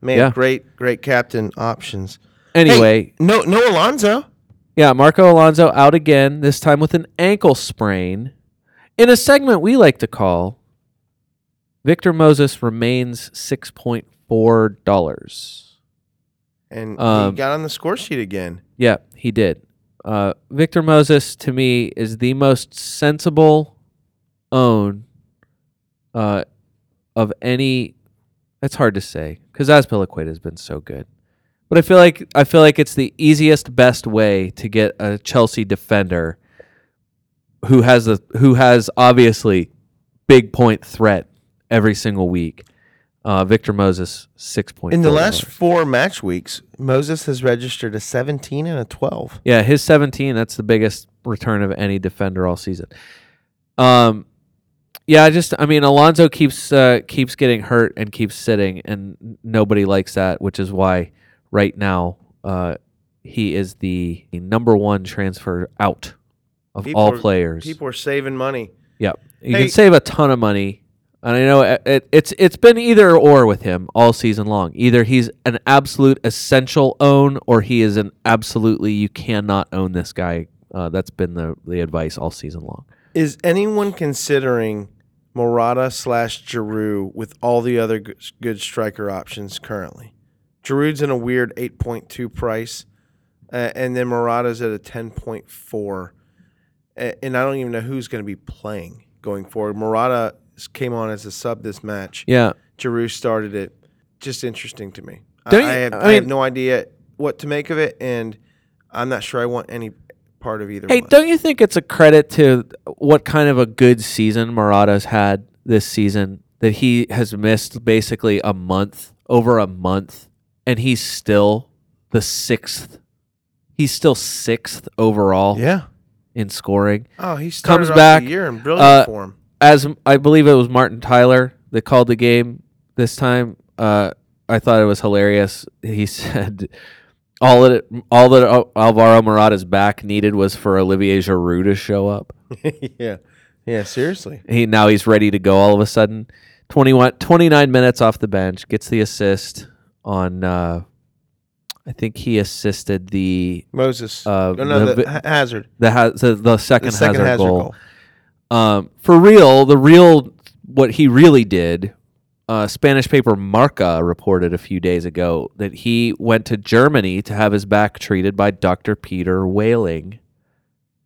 Speaker 1: Man,
Speaker 2: Yeah.
Speaker 1: great great captain options. Hey,
Speaker 2: Anyway,
Speaker 1: no no Alonso.
Speaker 2: Yeah, Marco Alonso out again, this time with an ankle sprain. In a segment we like to call Victor Moses remains $6.4.
Speaker 1: And
Speaker 2: Um,
Speaker 1: he got on the score sheet again.
Speaker 2: Yeah, he did. Uh, Victor Moses to me is the most sensible own uh, of any. That's hard to say because Azpilicueta has been so good, but I feel like I feel like it's the easiest, best way to get a Chelsea defender who has the who has obviously big point threat every single week. Uh, Victor Moses six point
Speaker 1: In the last four match weeks, Moses has registered a 17 and a 12.
Speaker 2: Yeah, his 17, that's the biggest return of any defender all season. Um yeah, I just I mean Alonzo keeps uh, keeps getting hurt and keeps sitting and n- nobody likes that, which is why right now uh he is the the number one transfer out of
Speaker 1: People
Speaker 2: all
Speaker 1: are-
Speaker 2: players.
Speaker 1: People are saving money.
Speaker 2: Yep. You
Speaker 1: Hey-
Speaker 2: can save a ton of money. And I know it, it, it's it's been either or with him all season long. Either he's an absolute essential own, or he is an absolutely you cannot own this guy. Uh, that's been the, the advice all season long.
Speaker 1: Is anyone considering Morata slash Giroud with all the other g- good striker options currently? Giroud's in a weird 8.2 price, uh, and then Morata's at a 10.4. A- and I don't even know who's going to be playing going forward. Morata s- came on as a sub this match.
Speaker 2: Yeah,
Speaker 1: Giroud started it. Just interesting to me. I, I,
Speaker 2: Don't you-
Speaker 1: have,
Speaker 2: I
Speaker 1: I have
Speaker 2: mean-
Speaker 1: no idea what to make of it, and I'm not sure I want any part of either
Speaker 2: Hey,
Speaker 1: one.
Speaker 2: don't you think it's a credit to what kind of a good season Murata's had this season that he has missed basically a month, over a month, and he's still the sixth. He's still sixth overall
Speaker 1: yeah.
Speaker 2: in scoring.
Speaker 1: Oh, he started
Speaker 2: comes
Speaker 1: off
Speaker 2: back,
Speaker 1: the year in brilliant
Speaker 2: uh, *laughs*
Speaker 1: form.
Speaker 2: As m- I believe it was Martin Tyler that called the game this time. Uh, I thought it was hilarious. He *laughs* said all that it, all that Al- Alvaro Morata's back needed was for Olivier Giroud to show up.
Speaker 1: yeah, yeah. Seriously,
Speaker 2: he now he's ready to go all of a sudden 21 29 minutes off the bench gets the assist on uh i think he assisted the
Speaker 1: Moses.
Speaker 2: Uh,
Speaker 1: no, no,
Speaker 2: the
Speaker 1: the,
Speaker 2: vi-
Speaker 1: Ha- Hazard.
Speaker 2: the ha- the, the second,
Speaker 1: The second
Speaker 2: hazard,
Speaker 1: Hazard,
Speaker 2: goal,
Speaker 1: goal.
Speaker 2: um for real the real what he really did uh, Spanish paper Marca reported a few days ago that he went to Germany to have his back treated by Dr. Peter Whaling.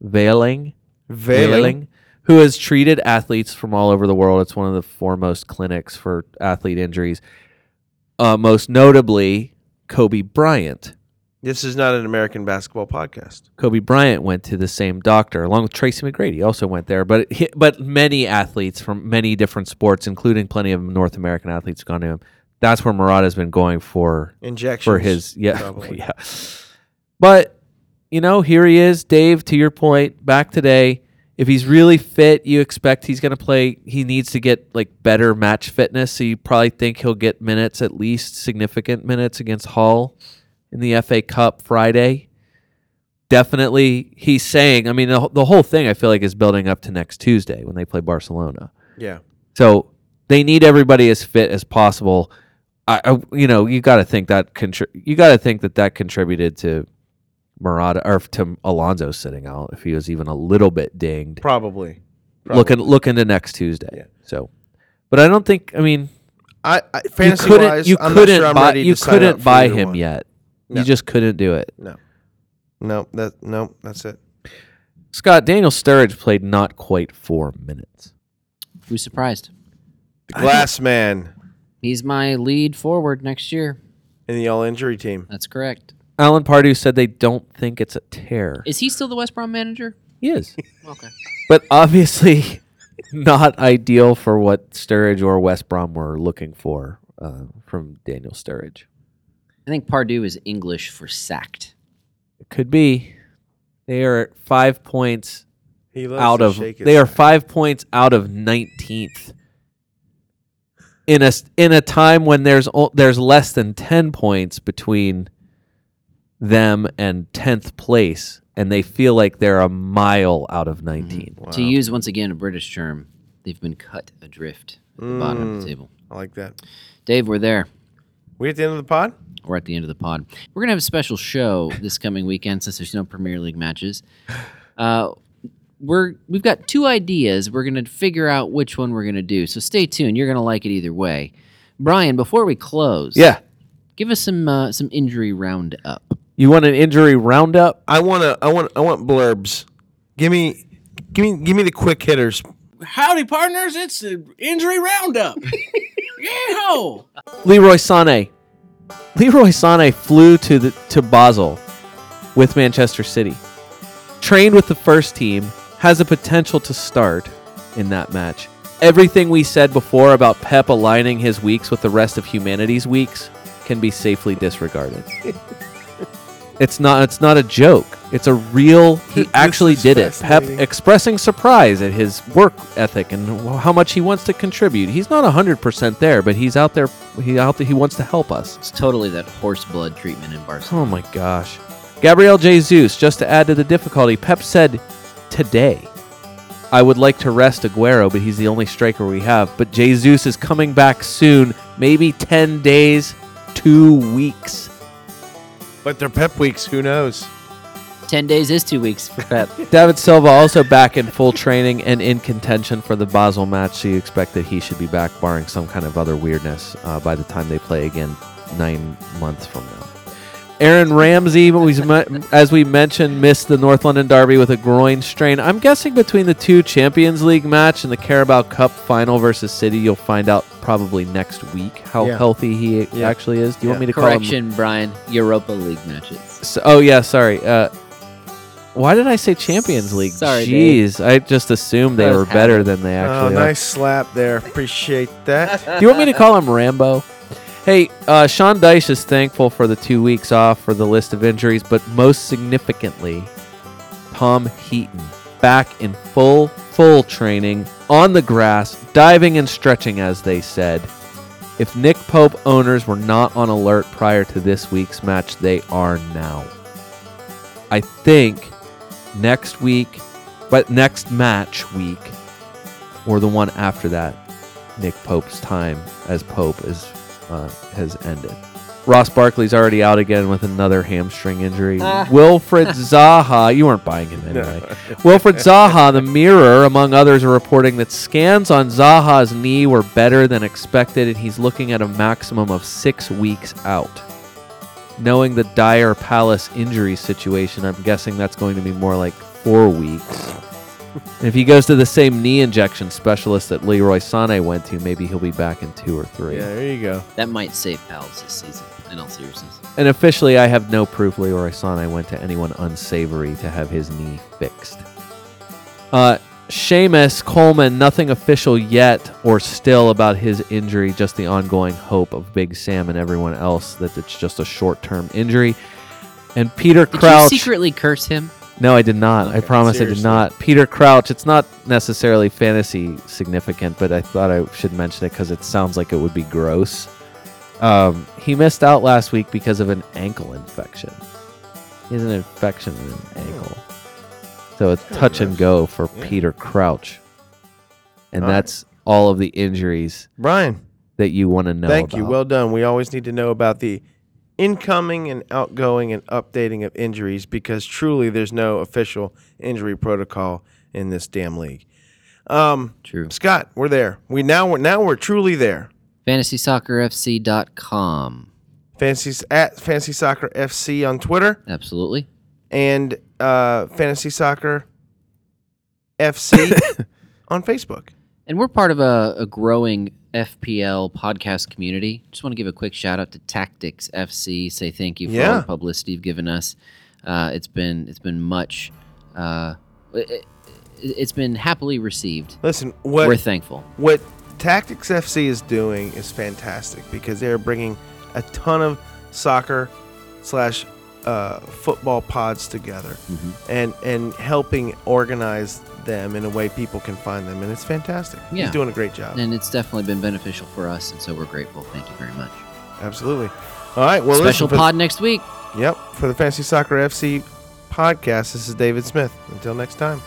Speaker 2: Whaling?
Speaker 1: Veiling.
Speaker 2: Whaling, who has treated athletes from all over the world. It's one of the foremost clinics for athlete injuries. Uh, most notably, Kobe Bryant.
Speaker 1: This is not an American basketball podcast.
Speaker 2: Kobe Bryant went to the same doctor, along with Tracy McGrady. Also went there, but he- but many athletes from many different sports, including plenty of North American athletes, have gone to him. That's where Murata's been going for
Speaker 1: Injections
Speaker 2: for his yeah *laughs*
Speaker 1: probably.
Speaker 2: yeah. But you know, here he is, Dave. To your point, back today. If he's really fit, you expect he's going to play. He needs to get like better match fitness, so you probably think he'll get minutes at least significant minutes against Hull in the FA Cup Friday. Definitely, he's saying. I mean, the, wh- the whole thing I feel like is building up to next Tuesday when they play Barcelona.
Speaker 1: Yeah.
Speaker 2: So they need everybody as fit as possible. I, I you know, you got to think that contri- you got to think that that contributed to Murata or to Alonso sitting out if he was even a little bit dinged.
Speaker 1: Probably.
Speaker 2: Looking looking to next Tuesday.
Speaker 1: Yeah.
Speaker 2: So, but I don't think. I mean,
Speaker 1: I, I
Speaker 2: you
Speaker 1: fantasy
Speaker 2: couldn't
Speaker 1: wise,
Speaker 2: you
Speaker 1: I'm not
Speaker 2: couldn't
Speaker 1: sure I'm
Speaker 2: buy
Speaker 1: ready
Speaker 2: you
Speaker 1: to sign up
Speaker 2: couldn't
Speaker 1: for
Speaker 2: buy
Speaker 1: either
Speaker 2: him
Speaker 1: one.
Speaker 2: yet.
Speaker 1: No.
Speaker 2: You just couldn't do it.
Speaker 1: No. No, that no, that's it.
Speaker 2: Scott Daniel Sturridge played not quite four minutes.
Speaker 3: Who's surprised?
Speaker 1: The glass man
Speaker 3: He's my lead forward next year.
Speaker 1: in the all injury team.
Speaker 3: That's correct.
Speaker 2: Alan Pardew said they don't think it's a tear.
Speaker 3: Is he still the West Brom manager?
Speaker 2: he is.
Speaker 3: Okay.
Speaker 2: but obviously *laughs* not ideal for what Sturridge or West Brom were looking for uh, from Daniel Sturridge.
Speaker 3: I think Pardew is English for sacked.
Speaker 2: It could be they are five points
Speaker 1: He loves
Speaker 2: out
Speaker 1: to
Speaker 2: of
Speaker 1: shake his-
Speaker 2: they are five points out of nineteenth in a s- in a time when there's o- there's less than ten points between them and tenth place, and they feel like they're a mile out of 19
Speaker 3: To use once again a British term, they've been cut adrift at the bottom of the table.
Speaker 1: I like that.
Speaker 3: Dave, we're there.
Speaker 1: We at the end of the pod?
Speaker 3: We're at the end of the pod. We're gonna have a special show this coming weekend since there's no Premier League matches. Uh, we're we've got two ideas. We're gonna figure out which one we're gonna do. So stay tuned. You're gonna like it either way. Brian, before we close,
Speaker 2: Yeah,
Speaker 3: give us some uh, some injury roundup.
Speaker 2: you want an injury roundup?
Speaker 1: I want to. I want. I want blurbs. Give me. Give me. Give me the quick hitters.
Speaker 5: Howdy, partners. It's the injury roundup. Yeehaw!
Speaker 2: Leroy Sané. Leroy Sané flew to the to Basel with Manchester City. Trained with the first team, has the potential to start in that match. Everything we said before about Pep aligning his weeks with the rest of humanity's weeks can be safely
Speaker 1: *laughs*
Speaker 2: disregarded. it's not it's not a joke. It's a
Speaker 1: *laughs*
Speaker 2: real he
Speaker 1: This
Speaker 2: actually
Speaker 1: is
Speaker 2: did it. Pep
Speaker 1: fascinating.
Speaker 2: expressing surprise at his work ethic and wh- how much he wants to contribute. He's not 100% there, but he's out there he out there, he wants to help us.
Speaker 3: It's totally that horse blood treatment in Barcelona.
Speaker 2: Oh my gosh. Gabriel Jesus, just to add to the difficulty, Pep said today, I would like to rest Aguero, but he's the only striker we have. But Jesus is coming back soon, maybe 10 days, two weeks.
Speaker 1: But they're pep weeks. Who knows?
Speaker 3: Ten days is
Speaker 2: *laughs*
Speaker 3: two weeks for Pep.
Speaker 2: David Silva also back in full training and in contention for the Basel match, so you expect that he should be back, barring some kind of other weirdness, uh, by the time they play again nine months from now. Aaron Ramsey, we- as we mentioned, missed the North London Derby with a groin strain. I'm guessing between the two Champions League match and the Carabao Cup final versus City, you'll find out probably next week how
Speaker 1: Yeah.
Speaker 2: healthy he
Speaker 1: Yeah.
Speaker 2: actually is. Do you want me to
Speaker 1: Yeah.
Speaker 2: call him?
Speaker 3: Correction, Brian. Europa League matches.
Speaker 2: So, oh yeah, sorry. Uh, why did I say Champions League?
Speaker 3: Sorry,
Speaker 2: Jeez, I just assumed they
Speaker 3: That was
Speaker 2: were better than they
Speaker 1: Oh,
Speaker 2: actually are.
Speaker 1: nice slap there. Appreciate
Speaker 2: *laughs*
Speaker 1: that.
Speaker 2: Do you want me to call him Rambo? Hey, uh, Sean Dyche is thankful for the two weeks off for the list of injuries, but most significantly, Tom Heaton back in full full training on the grass, diving and stretching as they said. If Nick Pope owners were not on alert prior to this week's match, they are now. I think next week, but next match week, or the one after that, Nick Pope's time as Pope is uh, has ended. Ross Barkley's already out again with another hamstring injury. Wilfred Zaha, you weren't buying him anyway. Wilfred Zaha, the Mirror, among others, are reporting that scans on Zaha's knee were better than expected, and he's looking at a maximum of six weeks out. Knowing the dire Palace injury situation, I'm guessing that's going to be more like four weeks. And if he goes to the same knee injection specialist that Leroy Sané went to, maybe he'll be back in two or three.
Speaker 1: yeah, there you go.
Speaker 3: That might save Pals this season, in all seriousness.
Speaker 2: And officially, I have no proof Leroy Sané went to anyone unsavory to have his knee fixed. Uh, Seamus Coleman, nothing official yet or still about his injury, just the ongoing hope of Big Sam and everyone else that it's just a short term injury. And Peter
Speaker 3: Did
Speaker 2: Crouch.
Speaker 3: you secretly curse him?
Speaker 2: No, I did not. I promise I did
Speaker 1: seriously.
Speaker 2: not. Peter Crouch. It's not necessarily fantasy significant, but I thought I should mention it because it sounds like it would be gross. Um, he missed out last week because of an ankle infection. He has an infection in an
Speaker 1: Oh.
Speaker 2: ankle, so it's touch and go for Peter Crouch, and
Speaker 1: All right.
Speaker 2: that's all of the injuries
Speaker 1: Brian,
Speaker 2: that you want to know.
Speaker 1: thank you.
Speaker 2: about.
Speaker 1: Well done. We always need to know about the incoming and outgoing and updating of injuries because truly there's no official injury protocol in this damn league. Um,
Speaker 3: True.
Speaker 1: Scott, we're there. We now we're now we're truly there.
Speaker 3: FantasySoccerFC.com.
Speaker 1: Fancy at Fancy Soccer FC on Twitter
Speaker 3: Absolutely.
Speaker 1: and uh, Fantasy Soccer
Speaker 3: *laughs*
Speaker 1: FC on Facebook.
Speaker 3: And we're part of a, a growing FPL podcast community. Just want to give a quick shout out to Tactics FC. Say thank you for all
Speaker 1: Yeah.
Speaker 3: the publicity you've given us. Uh, it's been it's been much. Uh, it, it, has been happily received.
Speaker 1: Listen, what
Speaker 3: We're thankful.
Speaker 1: what Tactics FC is doing is fantastic because they are bringing a ton of soccer slash uh, football pods together
Speaker 3: Mm-hmm.
Speaker 1: and and helping organize them in a way people can find them, and it's fantastic.
Speaker 3: Yeah.
Speaker 1: He's doing a great job.
Speaker 3: And it's definitely been beneficial for us, and so we're grateful. Thank you very much.
Speaker 1: Absolutely. All right. Well,
Speaker 3: Special
Speaker 1: listen, for-
Speaker 3: pod next week.
Speaker 1: Yep. For the Fantasy Soccer FC podcast, this is David Smith. Until next time.